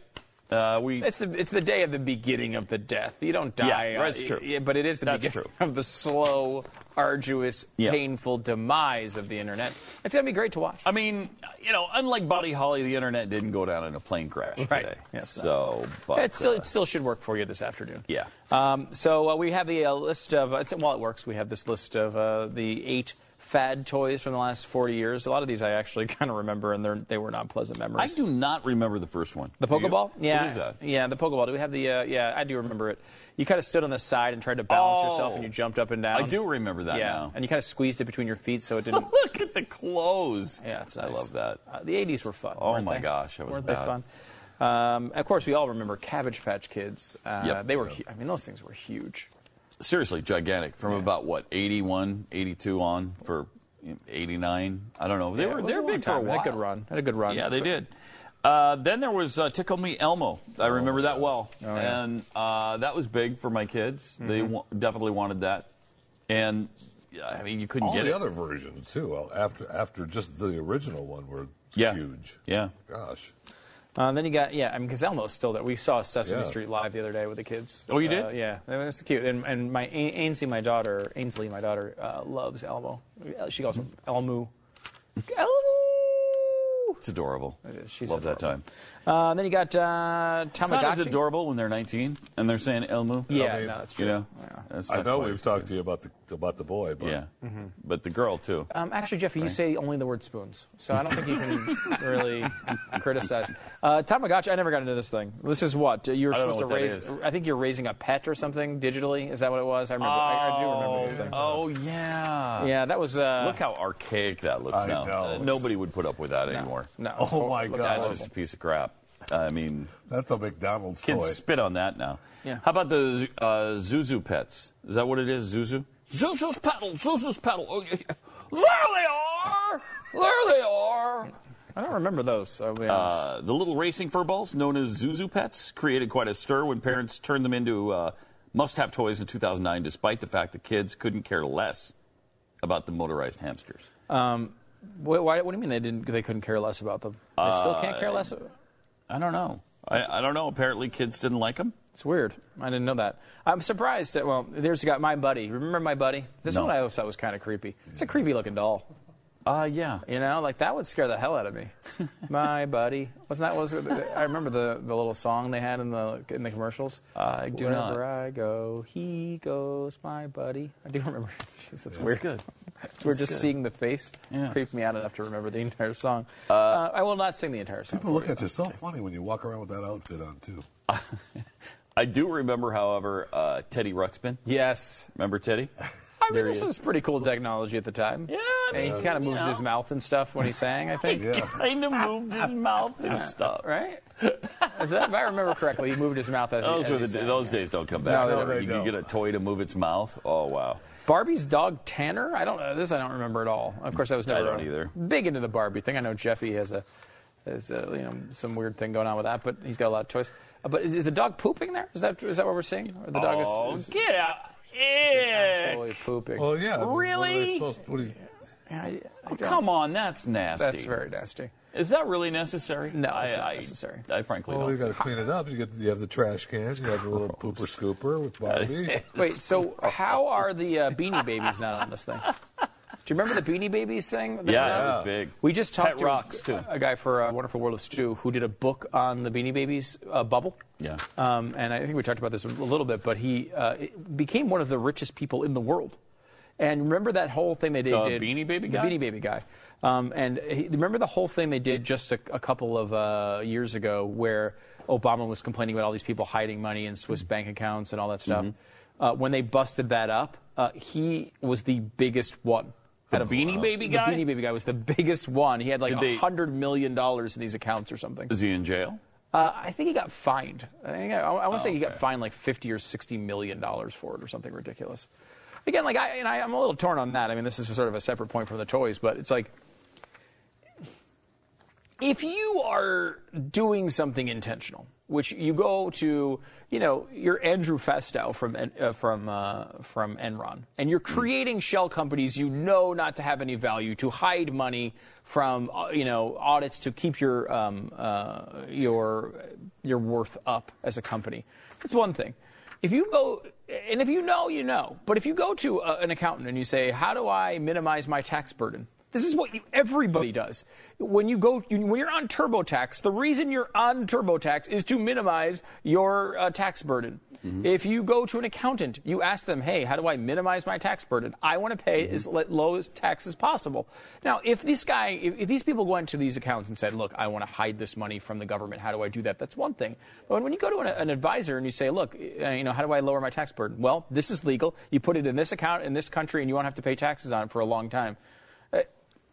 [SPEAKER 2] Uh, we
[SPEAKER 1] It's the, it's the day of the beginning of the death. You don't
[SPEAKER 2] Yeah,
[SPEAKER 1] die. uh,
[SPEAKER 2] that's true.
[SPEAKER 1] Yeah, but it is the
[SPEAKER 2] That's
[SPEAKER 1] beginning
[SPEAKER 2] true.
[SPEAKER 1] of the slow, arduous,
[SPEAKER 2] Yeah. Uh,
[SPEAKER 1] painful demise of the internet. It's going to be great to watch.
[SPEAKER 2] I mean, you know, unlike Buddy Holly, the internet didn't go down in a plane crash
[SPEAKER 1] Right.
[SPEAKER 2] today.
[SPEAKER 1] Yes.
[SPEAKER 2] So, but
[SPEAKER 1] it, still,
[SPEAKER 2] uh,
[SPEAKER 1] it still should work for you this afternoon.
[SPEAKER 2] Yeah.
[SPEAKER 1] Um, so uh, we have a, uh list of, it's, while it works, we have this list of uh, the eight fad toys from the last 40 years. A lot of these I actually kind of remember, and they're- they were not pleasant
[SPEAKER 2] I
[SPEAKER 1] memories.
[SPEAKER 2] do not remember the first one.
[SPEAKER 1] The
[SPEAKER 2] Do you?
[SPEAKER 1] Pokeball? Yeah.
[SPEAKER 2] What is that?
[SPEAKER 1] Yeah, the Pokeball. Do we have the, uh, yeah, I do remember it. You kind of stood on the side and tried to balance yourself,
[SPEAKER 2] Oh.
[SPEAKER 1] and you jumped up and down.
[SPEAKER 2] I do remember that
[SPEAKER 1] yeah,
[SPEAKER 2] now.
[SPEAKER 1] and you kind of squeezed it between your feet so it didn't.
[SPEAKER 2] Look at the clothes.
[SPEAKER 1] yeah, it's nice.
[SPEAKER 2] I love that.
[SPEAKER 1] Uh, the 80s were fun.
[SPEAKER 2] Oh
[SPEAKER 1] weren't
[SPEAKER 2] my
[SPEAKER 1] they?
[SPEAKER 2] gosh, that was
[SPEAKER 1] weren't
[SPEAKER 2] bad.
[SPEAKER 1] they fun? Um, of course, we all remember Cabbage Patch Kids. Uh,
[SPEAKER 2] Yep.
[SPEAKER 1] They were. Hu- I mean, those things were huge.
[SPEAKER 2] Seriously, gigantic. From about what 81, 82 on for 89. I don't know. They
[SPEAKER 1] Yeah,
[SPEAKER 2] were
[SPEAKER 1] it was
[SPEAKER 2] they
[SPEAKER 1] a
[SPEAKER 2] were
[SPEAKER 1] long
[SPEAKER 2] big for a
[SPEAKER 1] time. They
[SPEAKER 2] while.
[SPEAKER 1] Had a good run. Had a good run.
[SPEAKER 2] Yeah,
[SPEAKER 1] That's
[SPEAKER 2] they
[SPEAKER 1] what-
[SPEAKER 2] did. Uh, then there was uh, Tickle Me Elmo. I remember that well,
[SPEAKER 1] Oh, yeah. Mm-hmm.
[SPEAKER 2] and uh, that was big for my kids. They wa- definitely wanted that, and yeah, I mean you couldn't
[SPEAKER 3] All
[SPEAKER 2] get
[SPEAKER 3] the
[SPEAKER 2] it.
[SPEAKER 3] other versions too. Well, after after just the original one were
[SPEAKER 2] Yeah.
[SPEAKER 3] huge.
[SPEAKER 2] Yeah.
[SPEAKER 3] Gosh.
[SPEAKER 1] Uh, then you got yeah. I mean, because Elmo's still there. We saw Sesame
[SPEAKER 3] Yeah.
[SPEAKER 1] Street live the other day with the kids.
[SPEAKER 2] Oh, you did?
[SPEAKER 1] Uh, yeah, I mean, it's cute. And and my A- Ainsley, my daughter Ainsley, my daughter uh, loves Elmo. She calls him Elmo. Elmo.
[SPEAKER 2] It's adorable.
[SPEAKER 1] She's
[SPEAKER 2] Love that time.
[SPEAKER 1] Uh, then you got uh,
[SPEAKER 2] It's not as
[SPEAKER 1] Tamagotchi.
[SPEAKER 2] adorable when they're 19 and they're saying Elmo.
[SPEAKER 1] Yeah, no, that's true.
[SPEAKER 2] You know, That's
[SPEAKER 3] I
[SPEAKER 2] not
[SPEAKER 3] know
[SPEAKER 2] quite
[SPEAKER 3] we've
[SPEAKER 2] as
[SPEAKER 3] talked to you about the about the boy, but
[SPEAKER 2] good. Yeah,
[SPEAKER 1] Mm-hmm.
[SPEAKER 2] but the girl too.
[SPEAKER 1] Um, actually, Jeffy, you
[SPEAKER 2] Right.
[SPEAKER 1] say only the word spoons, so I don't think you can really criticize. Uh, Tamagotchi, I never got into this thing. This is what uh, you were
[SPEAKER 2] I don't know
[SPEAKER 1] supposed to
[SPEAKER 2] what that
[SPEAKER 1] raise.
[SPEAKER 2] is.
[SPEAKER 1] I think you're raising a pet or something digitally. Is that what it was? I remember. I, I do remember this thing.
[SPEAKER 2] Oh yeah.
[SPEAKER 1] Yeah, that was. Uh,
[SPEAKER 2] Look how archaic that looks
[SPEAKER 3] I
[SPEAKER 2] now.
[SPEAKER 3] know.
[SPEAKER 2] Uh, nobody would put up with that anymore.
[SPEAKER 1] no, it's
[SPEAKER 3] oh
[SPEAKER 1] hor-
[SPEAKER 3] my
[SPEAKER 1] looks
[SPEAKER 3] god,
[SPEAKER 2] That's just a piece of crap. I mean,
[SPEAKER 3] that's a McDonald's
[SPEAKER 2] kids
[SPEAKER 3] toy.
[SPEAKER 2] spit on that now.
[SPEAKER 1] Yeah.
[SPEAKER 2] How about the uh, Zuzu pets? Is that what it is, Zuzu?
[SPEAKER 6] Zuzu's pedal, Zuzu's pedal. Oh, yeah, yeah. There they are! There they are!
[SPEAKER 1] I don't remember those. I'll be honest.
[SPEAKER 2] Uh, the little racing fur balls, known as Zuzu Pets, created quite a stir when parents turned them into uh, must have toys in 2009, despite the fact that kids couldn't care less about the motorized hamsters.
[SPEAKER 1] Um, Wh- why, what do you mean they didn't? They couldn't care less about them. They still can't
[SPEAKER 2] Uh,
[SPEAKER 1] care less.
[SPEAKER 2] I don't know. I, I don't know. Apparently, kids didn't like them.
[SPEAKER 1] It's weird. I didn't know that. I'm surprised. That, well, there's got my buddy. Remember my buddy? This
[SPEAKER 2] No.
[SPEAKER 1] one I always thought was kind of creepy. It's a creepy looking doll.
[SPEAKER 2] Uh, yeah.
[SPEAKER 1] You know, like that would scare the hell out of me. My buddy, wasn't that was I remember the, the little song they had in the in the commercials.
[SPEAKER 2] I do not.
[SPEAKER 1] Wherever I go, he goes, my buddy. I do remember. Jeez, that's
[SPEAKER 2] It's
[SPEAKER 1] weird.
[SPEAKER 2] good.
[SPEAKER 1] We're just seeing the face
[SPEAKER 2] Yeah.
[SPEAKER 1] creep me out enough to remember the entire song. Uh, I will not sing the entire song.
[SPEAKER 3] People look at you so funny when you walk around with that outfit on too.
[SPEAKER 2] I do remember, however, uh, Teddy Ruxpin.
[SPEAKER 1] yes.
[SPEAKER 2] Remember Teddy?
[SPEAKER 1] I mean, this was pretty cool technology at the time. Yeah,
[SPEAKER 2] I
[SPEAKER 1] and he
[SPEAKER 2] mean,
[SPEAKER 1] kind of
[SPEAKER 2] you
[SPEAKER 1] moved
[SPEAKER 2] know.
[SPEAKER 1] his mouth and stuff when he sang. I think,
[SPEAKER 3] Yeah.
[SPEAKER 2] kind of moved his mouth and stuff.
[SPEAKER 1] right? Is that, if I remember correctly, he moved his mouth as
[SPEAKER 2] Those
[SPEAKER 1] he,
[SPEAKER 2] were
[SPEAKER 1] as
[SPEAKER 2] the
[SPEAKER 1] he sang.
[SPEAKER 2] those days. Don't come back.
[SPEAKER 1] No,
[SPEAKER 2] You-
[SPEAKER 1] they
[SPEAKER 3] don't.
[SPEAKER 2] you
[SPEAKER 3] They don't.
[SPEAKER 2] get a toy to move its mouth. Oh wow.
[SPEAKER 1] Barbie's dog Tanner. I don't know. This I don't remember at all. Of course, I was never
[SPEAKER 2] don't either.
[SPEAKER 1] big into the Barbie thing. I know Jeffy has a has a, you know some weird thing going on with that, but he's got a lot of choice. Uh, but is, is the dog pooping there? Is that is that what we're seeing? Or the
[SPEAKER 2] Oh,
[SPEAKER 1] dog is, is
[SPEAKER 6] Get out. Yeah.
[SPEAKER 1] actually pooping.
[SPEAKER 3] Well, yeah. I mean, What are
[SPEAKER 6] Really?
[SPEAKER 3] they supposed to, what are you,
[SPEAKER 1] Yeah, I- I don't-
[SPEAKER 2] oh, Come on, that's nasty.
[SPEAKER 1] that's very nasty.
[SPEAKER 2] Is that really necessary?
[SPEAKER 1] No, it's not
[SPEAKER 2] I,
[SPEAKER 1] necessary.
[SPEAKER 2] I frankly
[SPEAKER 3] well, you
[SPEAKER 2] don't.
[SPEAKER 3] got to clean it up. You get you have the trash can. You have the little pooper scooper with Barbie.
[SPEAKER 1] Wait, so how are the uh, Beanie Babies not on this thing? Do you remember the Beanie Babies thing? that
[SPEAKER 2] Yeah,
[SPEAKER 1] went out?
[SPEAKER 2] that was big.
[SPEAKER 1] We just talked
[SPEAKER 2] Pet
[SPEAKER 1] to
[SPEAKER 2] rocks,
[SPEAKER 1] a,
[SPEAKER 2] too.
[SPEAKER 1] a guy for a Wonderful World of Stew who did a book on the Beanie Babies uh, bubble.
[SPEAKER 2] Yeah.
[SPEAKER 1] Um, and I think we talked about this a little bit, but he uh, became one of the richest people in the world. And remember that whole thing they did?
[SPEAKER 2] The
[SPEAKER 1] did-
[SPEAKER 2] Beanie Baby
[SPEAKER 1] the
[SPEAKER 2] guy?
[SPEAKER 1] Beanie Baby guy. Um, and he, remember the whole thing they did just a, a couple of uh, years ago where Obama was complaining about all these people hiding money in Swiss bank accounts and all that stuff.
[SPEAKER 2] Mm-hmm.
[SPEAKER 1] Uh, when they busted that up, uh, he was the biggest one.
[SPEAKER 2] The Beanie Baby
[SPEAKER 1] The
[SPEAKER 2] guy?
[SPEAKER 1] Beanie Baby guy was the biggest one. He had like
[SPEAKER 2] Did they-
[SPEAKER 1] a hundred million dollars in these accounts or something.
[SPEAKER 2] Is he in jail?
[SPEAKER 1] Uh, I think he got fined. I think I, I want to say he got fined like fifty or sixty million dollars for it or something ridiculous. Again, like I and I, I'm a little torn on that. I mean, this is a sort of a separate point from the toys, but it's like if you are doing something intentional, which you go to, you know, you're Andrew Festow from En- uh, from uh, from Enron, and you're creating shell companies you know not to have any value to hide money from, uh, you know, audits to keep your um, uh, your your worth up as a company. That's one thing. If you go, and if you know, you know. But if you go to a, an accountant and you say, "How do I minimize my tax burden?" This is what you, everybody does. When you go, you, when you're on TurboTax, the reason you're on TurboTax is to minimize your uh, tax burden. If you go to an accountant, you ask them, "Hey, how do I minimize my tax burden? I want to pay as li- low as tax as possible." Now, if this guy, if, if these people went to these accounts and said, "Look, I want to hide this money from the government. How do I do that?" That's one thing. But when, when you go to an, an advisor and you say, "Look, uh, you know, how do I lower my tax burden?" Well, this is legal. You put it in this account in this country, and you won't have to pay taxes on it for a long time.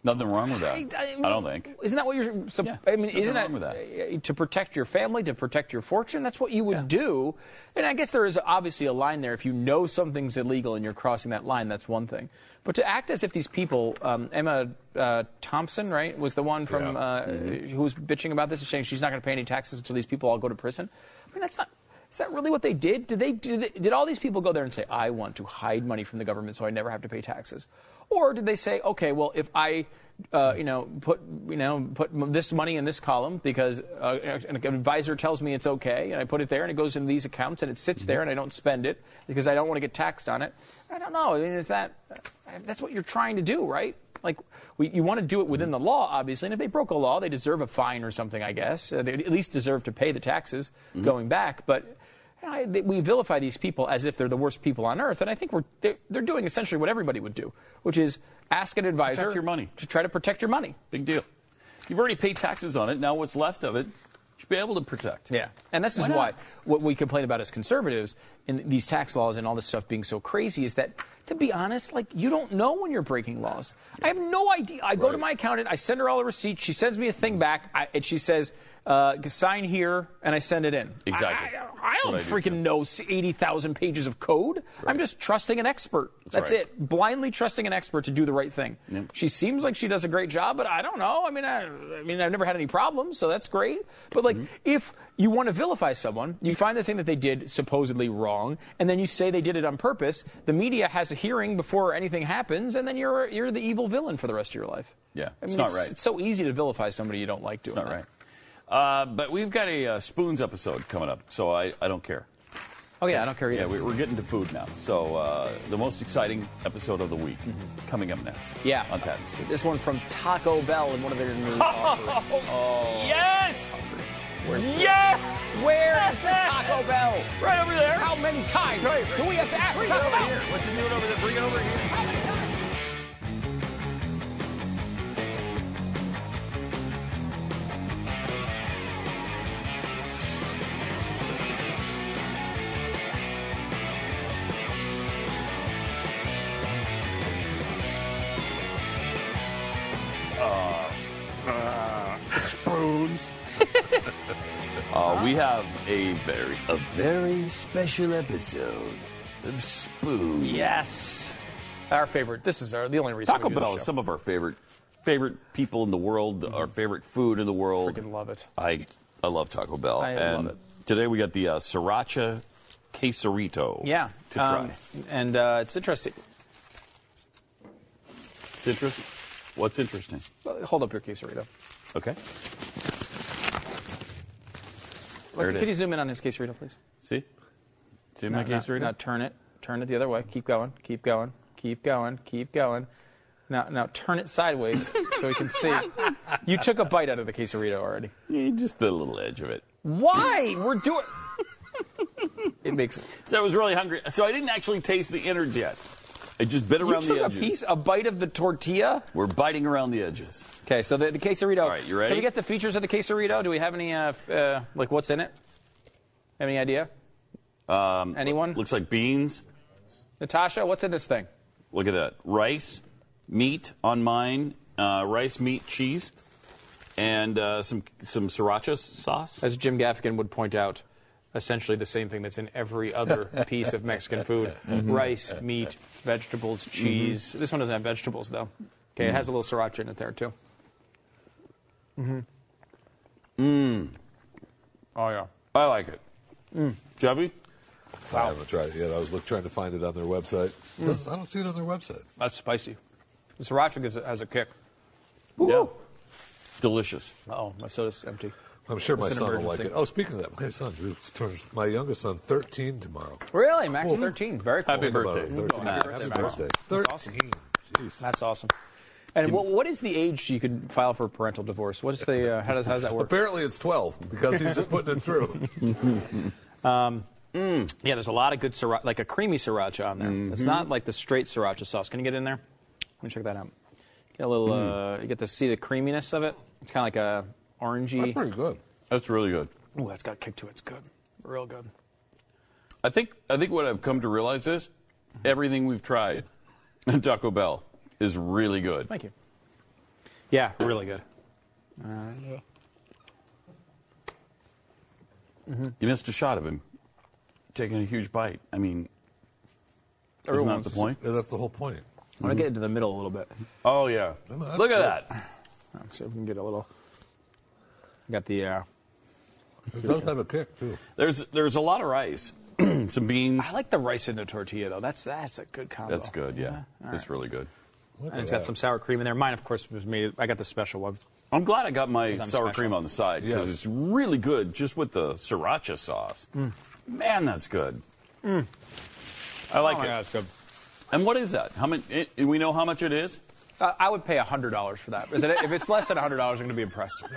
[SPEAKER 2] Nothing wrong with that. I,
[SPEAKER 1] mean,
[SPEAKER 2] don't think.
[SPEAKER 1] Isn't that what you're? sup-
[SPEAKER 2] Yeah,
[SPEAKER 1] I mean,
[SPEAKER 2] nothing
[SPEAKER 1] isn't that,
[SPEAKER 2] wrong with
[SPEAKER 1] uh, to protect your family, to protect your fortune? That's what you would do. And I guess there is obviously a line there. If you know something's illegal and you're crossing that line, that's one thing. But to act as if these people, um, Emma uh, Thompson, right, was the one from
[SPEAKER 3] Yeah.
[SPEAKER 1] uh,
[SPEAKER 2] Mm-hmm.
[SPEAKER 1] who was bitching about this, and saying she's not going to pay any taxes until these people all go to prison. I mean, that's not. Is that really what they did? Did they, did they did all these people go there and say, "I want to hide money from the government so I never have to pay taxes," or did they say, "Okay, well, if I uh, you know, put you know, put m- this money in this column because uh, an advisor tells me it's okay, and I put it there, and it goes into these accounts, and it sits there, and I don't spend it because I don't want to get taxed on it. I don't know. I mean, is that that's what you're trying to do, right? Like, we, you want to do it within the law, obviously. And if they broke a law, they deserve a fine or something, I guess. Uh, they at least deserve to pay the taxes
[SPEAKER 2] Mm-hmm.
[SPEAKER 1] going back. But you know, I, th- we vilify these people as if they're the worst people on earth, and I think we're they're, they're doing essentially what everybody would do, which is ask an advisor
[SPEAKER 2] Protect your money.
[SPEAKER 1] to try to protect your money.
[SPEAKER 2] Big deal. You've already paid taxes on it. Now what's left of it, you should be able to protect.
[SPEAKER 1] Yeah, and this is
[SPEAKER 2] Why not?
[SPEAKER 1] why what we complain about as conservatives in these tax laws and all this stuff being so crazy is that, to be honest, like you don't know when you're breaking laws. I have no idea. I go to my accountant, I send her all the receipts, she sends me a thing back, I, and she says, uh, sign here, and I send it in.
[SPEAKER 2] Exactly.
[SPEAKER 1] I, I- I
[SPEAKER 2] That's
[SPEAKER 1] don't
[SPEAKER 2] what I do,
[SPEAKER 1] freaking
[SPEAKER 2] too.
[SPEAKER 1] know s- 80,000 pages of code. I'm just trusting an expert. That's,
[SPEAKER 2] right.
[SPEAKER 1] it. Blindly trusting an expert to do the right thing. She seems like she does a great job, but I don't know. I mean, I, I mean, I've never had any problems, so that's great. But like,
[SPEAKER 2] Mm-hmm.
[SPEAKER 1] if you want to vilify someone, you find the thing that they did supposedly wrong, and then you say they did it on purpose. The media has a hearing before anything happens, and then you're you're the evil villain for the rest of your life.
[SPEAKER 2] Yeah,
[SPEAKER 1] I
[SPEAKER 2] it's
[SPEAKER 1] mean,
[SPEAKER 2] not right.
[SPEAKER 1] It's so easy to vilify somebody you don't like doing.
[SPEAKER 2] Not
[SPEAKER 1] that.
[SPEAKER 2] right. Uh, but we've got a uh, spoons episode coming up, so I, I don't care.
[SPEAKER 1] Oh yeah, I don't care.
[SPEAKER 2] Yeah,
[SPEAKER 1] either.
[SPEAKER 2] we, we're getting to food now. So uh, the most exciting episode of the week coming up next.
[SPEAKER 1] Yeah.
[SPEAKER 2] on Patton Street.
[SPEAKER 1] This one from Taco Bell and one of their new offerings.
[SPEAKER 6] Yes! Yes!
[SPEAKER 1] Where is the Taco Bell?
[SPEAKER 6] Right over there.
[SPEAKER 1] How many times do we have to ask
[SPEAKER 6] Bring it
[SPEAKER 1] Taco
[SPEAKER 6] over
[SPEAKER 1] Bell?
[SPEAKER 6] here. What's it doing over there? Bring it over here.
[SPEAKER 3] Spoons.
[SPEAKER 2] Uh, we have a very a very special episode of Spoon.
[SPEAKER 1] Yes. Our favorite. This is our, the only reason.
[SPEAKER 2] Taco
[SPEAKER 1] we do
[SPEAKER 2] Bell is
[SPEAKER 1] This show. Mm-hmm.
[SPEAKER 2] some of our favorite favorite people in the world, our favorite food in the world.
[SPEAKER 1] Freaking love it.
[SPEAKER 2] I I love Taco Bell.
[SPEAKER 1] I love
[SPEAKER 2] and
[SPEAKER 1] it.
[SPEAKER 2] Today we got the uh, sriracha quesarito.
[SPEAKER 1] Yeah.
[SPEAKER 2] to try.
[SPEAKER 1] um, and uh, it's interesting.
[SPEAKER 2] it's interesting. What's interesting?
[SPEAKER 1] Uh, Hold up your quesarito.
[SPEAKER 2] Okay. There
[SPEAKER 1] Look,
[SPEAKER 2] it
[SPEAKER 1] Could you
[SPEAKER 2] is.
[SPEAKER 1] zoom in on his quesarito, please?
[SPEAKER 2] See, see
[SPEAKER 1] No,
[SPEAKER 2] my
[SPEAKER 1] no,
[SPEAKER 2] quesarito.
[SPEAKER 1] no, turn it. Turn it the other way. Keep going. Keep going. Keep going. Keep going. Now, now turn it sideways so we can see. You took a bite out of the quesarito already.
[SPEAKER 2] Yeah, just the little edge of it.
[SPEAKER 1] Why? We're doing. It makes.
[SPEAKER 2] So I was really hungry, so I didn't actually taste the innards yet. I just bit
[SPEAKER 1] You
[SPEAKER 2] around
[SPEAKER 1] took
[SPEAKER 2] the
[SPEAKER 1] a
[SPEAKER 2] edges.
[SPEAKER 1] piece, a bite of the tortilla.
[SPEAKER 2] We're biting around the edges.
[SPEAKER 1] Okay, so the, the quesarito.
[SPEAKER 2] All right, you ready?
[SPEAKER 1] Can we get the features of the quesarito? Do we have any? Uh, f- uh, like what's in it? Have Any idea? Um, Anyone?
[SPEAKER 2] Looks like beans.
[SPEAKER 1] Natasha, what's in this thing?
[SPEAKER 2] Look at that. Rice, meat on mine. Uh, rice, meat, cheese, and uh, some some sriracha s- sauce.
[SPEAKER 1] As Jim Gaffigan would point out, essentially the same thing that's in every other piece of Mexican food:
[SPEAKER 2] Mm-hmm.
[SPEAKER 1] rice, meat, vegetables, cheese. This one doesn't have vegetables though. Okay,
[SPEAKER 2] Mm-hmm.
[SPEAKER 1] it has a little sriracha in it there too.
[SPEAKER 2] Mm.
[SPEAKER 1] Mm-hmm. Mm. Oh yeah.
[SPEAKER 2] I like it.
[SPEAKER 3] Mm.
[SPEAKER 2] Chevy,
[SPEAKER 3] I haven't tried it yet. I was look, trying to find it on their website. Doesn't- I don't see it on their website.
[SPEAKER 1] That's spicy. The sriracha gives it has a kick.
[SPEAKER 2] yeah, delicious.
[SPEAKER 1] Oh, my soda's empty.
[SPEAKER 3] I'm sure my
[SPEAKER 1] It's an
[SPEAKER 3] son will like
[SPEAKER 1] emergency.
[SPEAKER 3] it. Oh, speaking of that, my son who turns my youngest son 13 tomorrow.
[SPEAKER 1] Really, Max
[SPEAKER 3] Cool.
[SPEAKER 1] 13. Very cool.
[SPEAKER 2] Happy
[SPEAKER 3] Think about
[SPEAKER 2] birthday.
[SPEAKER 3] it, 13.
[SPEAKER 2] Happy
[SPEAKER 3] Happy
[SPEAKER 2] birthday,
[SPEAKER 3] birthday.
[SPEAKER 1] That's awesome.
[SPEAKER 3] 13. Jeez.
[SPEAKER 1] That's awesome. And what, what is the age you could file for parental divorce? What is the uh, how does how does that work?
[SPEAKER 3] Apparently it's 12 because he's just putting it through.
[SPEAKER 1] Yeah, there's a lot of good sriracha, like a creamy sriracha on there. It's not like the straight sriracha sauce. Can you get in there? Let me check that out. Get a little. Uh, you get to see the creaminess of it. It's kind of like a
[SPEAKER 3] That's
[SPEAKER 1] orangey.
[SPEAKER 3] pretty good.
[SPEAKER 2] That's really good.
[SPEAKER 1] Ooh, that's got a kick to it. It's good. Real good.
[SPEAKER 2] I think I think what I've come to realize is everything we've tried at Taco Bell is really good.
[SPEAKER 1] Thank you. Yeah, really good.
[SPEAKER 2] You missed a shot of him taking a huge bite. I mean, isn't that
[SPEAKER 1] Everyone's
[SPEAKER 2] the point?
[SPEAKER 3] Yeah, that's the whole point.
[SPEAKER 1] I'm gonna get into the middle a little bit.
[SPEAKER 2] Oh yeah.
[SPEAKER 3] No, that's
[SPEAKER 2] Look at
[SPEAKER 3] good.
[SPEAKER 2] that.
[SPEAKER 1] See if we can get a little. I got the. Uh,
[SPEAKER 3] It does have a kick, too.
[SPEAKER 2] There's there's a lot of rice, some beans.
[SPEAKER 1] I like the rice in the tortilla though. That's that's a good combo.
[SPEAKER 2] That's good. Yeah, it's really good.
[SPEAKER 1] and it's got some sour cream in there. Mine, of course, was made. I got the special one.
[SPEAKER 2] I'm glad I got my
[SPEAKER 1] Because I'm
[SPEAKER 2] sour
[SPEAKER 1] special.
[SPEAKER 2] cream on the side because
[SPEAKER 1] Yes.
[SPEAKER 2] it's really good just with the sriracha sauce.
[SPEAKER 3] Mm.
[SPEAKER 2] Man, that's good. I like
[SPEAKER 10] Oh,
[SPEAKER 2] it.
[SPEAKER 10] yeah,
[SPEAKER 2] that's good. And what is that? How many? It, do we know how much it is.
[SPEAKER 1] Uh, I would pay hundred dollars for that. Is it, if it's less than hundred dollars, I'm going to be impressed. Do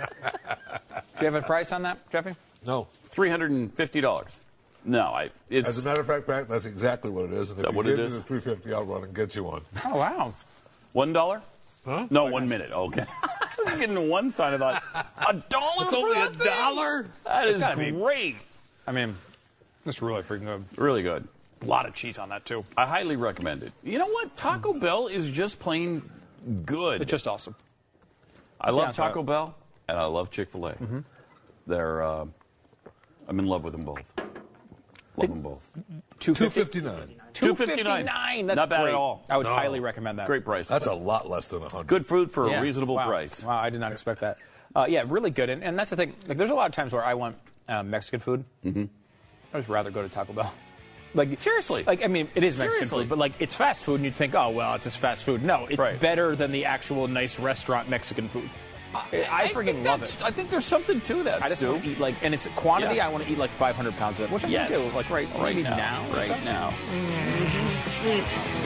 [SPEAKER 1] you have a price on that, Jeffy?
[SPEAKER 3] No.
[SPEAKER 2] Three hundred and fifty dollars. No, I. It's
[SPEAKER 3] As a matter of fact, Mac, that's exactly what it is. And
[SPEAKER 2] Is that
[SPEAKER 3] if
[SPEAKER 2] what
[SPEAKER 3] you
[SPEAKER 2] it
[SPEAKER 3] give
[SPEAKER 2] is?
[SPEAKER 3] me the 350, I'll run and get you one.
[SPEAKER 1] Oh wow.
[SPEAKER 2] One dollar? Huh?
[SPEAKER 3] Oh
[SPEAKER 2] No, one minute. Okay. I was getting one sign. I thought a dollar.
[SPEAKER 3] It's
[SPEAKER 2] for
[SPEAKER 3] only
[SPEAKER 2] that
[SPEAKER 3] a
[SPEAKER 2] thing?
[SPEAKER 3] dollar?
[SPEAKER 2] That
[SPEAKER 1] It's
[SPEAKER 2] is
[SPEAKER 1] gotta be.
[SPEAKER 2] great.
[SPEAKER 1] I mean, it's really freaking good.
[SPEAKER 2] Really good.
[SPEAKER 1] A lot of cheese on that too.
[SPEAKER 2] I highly recommend it. You know what? Taco Bell is just plain good.
[SPEAKER 1] It's just awesome.
[SPEAKER 2] I love
[SPEAKER 1] Yeah, so- Mm-hmm.
[SPEAKER 2] Taco Bell and I love Chick Fil A. They're. Uh, I'm in love with them both. Love them both.
[SPEAKER 3] 259.
[SPEAKER 2] Two fifty nine.
[SPEAKER 1] That's
[SPEAKER 2] Not bad
[SPEAKER 1] great.
[SPEAKER 2] at all.
[SPEAKER 1] I would
[SPEAKER 3] No.
[SPEAKER 1] highly recommend that.
[SPEAKER 2] Great price.
[SPEAKER 3] That's a lot less than 100.
[SPEAKER 2] Good food for
[SPEAKER 1] Yeah.
[SPEAKER 2] a reasonable
[SPEAKER 1] Wow.
[SPEAKER 2] price.
[SPEAKER 1] Wow, I did not expect that. Uh, yeah, really good. And, and that's the thing. Like, there's a lot of times where I want uh, Mexican food. Mm-hmm. I would rather go to Taco Bell. Like
[SPEAKER 2] Seriously.
[SPEAKER 1] like I mean, it is Mexican
[SPEAKER 2] Seriously.
[SPEAKER 1] food, but like it's fast food, and you'd think, oh well, it's just fast food. No, it's
[SPEAKER 2] Right.
[SPEAKER 1] better than the actual nice restaurant Mexican food. I, I freaking
[SPEAKER 2] think
[SPEAKER 1] love
[SPEAKER 2] that's-
[SPEAKER 1] it.
[SPEAKER 2] I think there's something to that.
[SPEAKER 1] I just
[SPEAKER 2] Stu.
[SPEAKER 1] want to eat like, and it's quantity.
[SPEAKER 2] Yeah.
[SPEAKER 1] I want to eat like 500 pounds of it, which I
[SPEAKER 2] Yes.
[SPEAKER 1] can do, like right,
[SPEAKER 2] right
[SPEAKER 1] maybe
[SPEAKER 2] now.
[SPEAKER 1] now or
[SPEAKER 2] right
[SPEAKER 1] something.
[SPEAKER 2] now.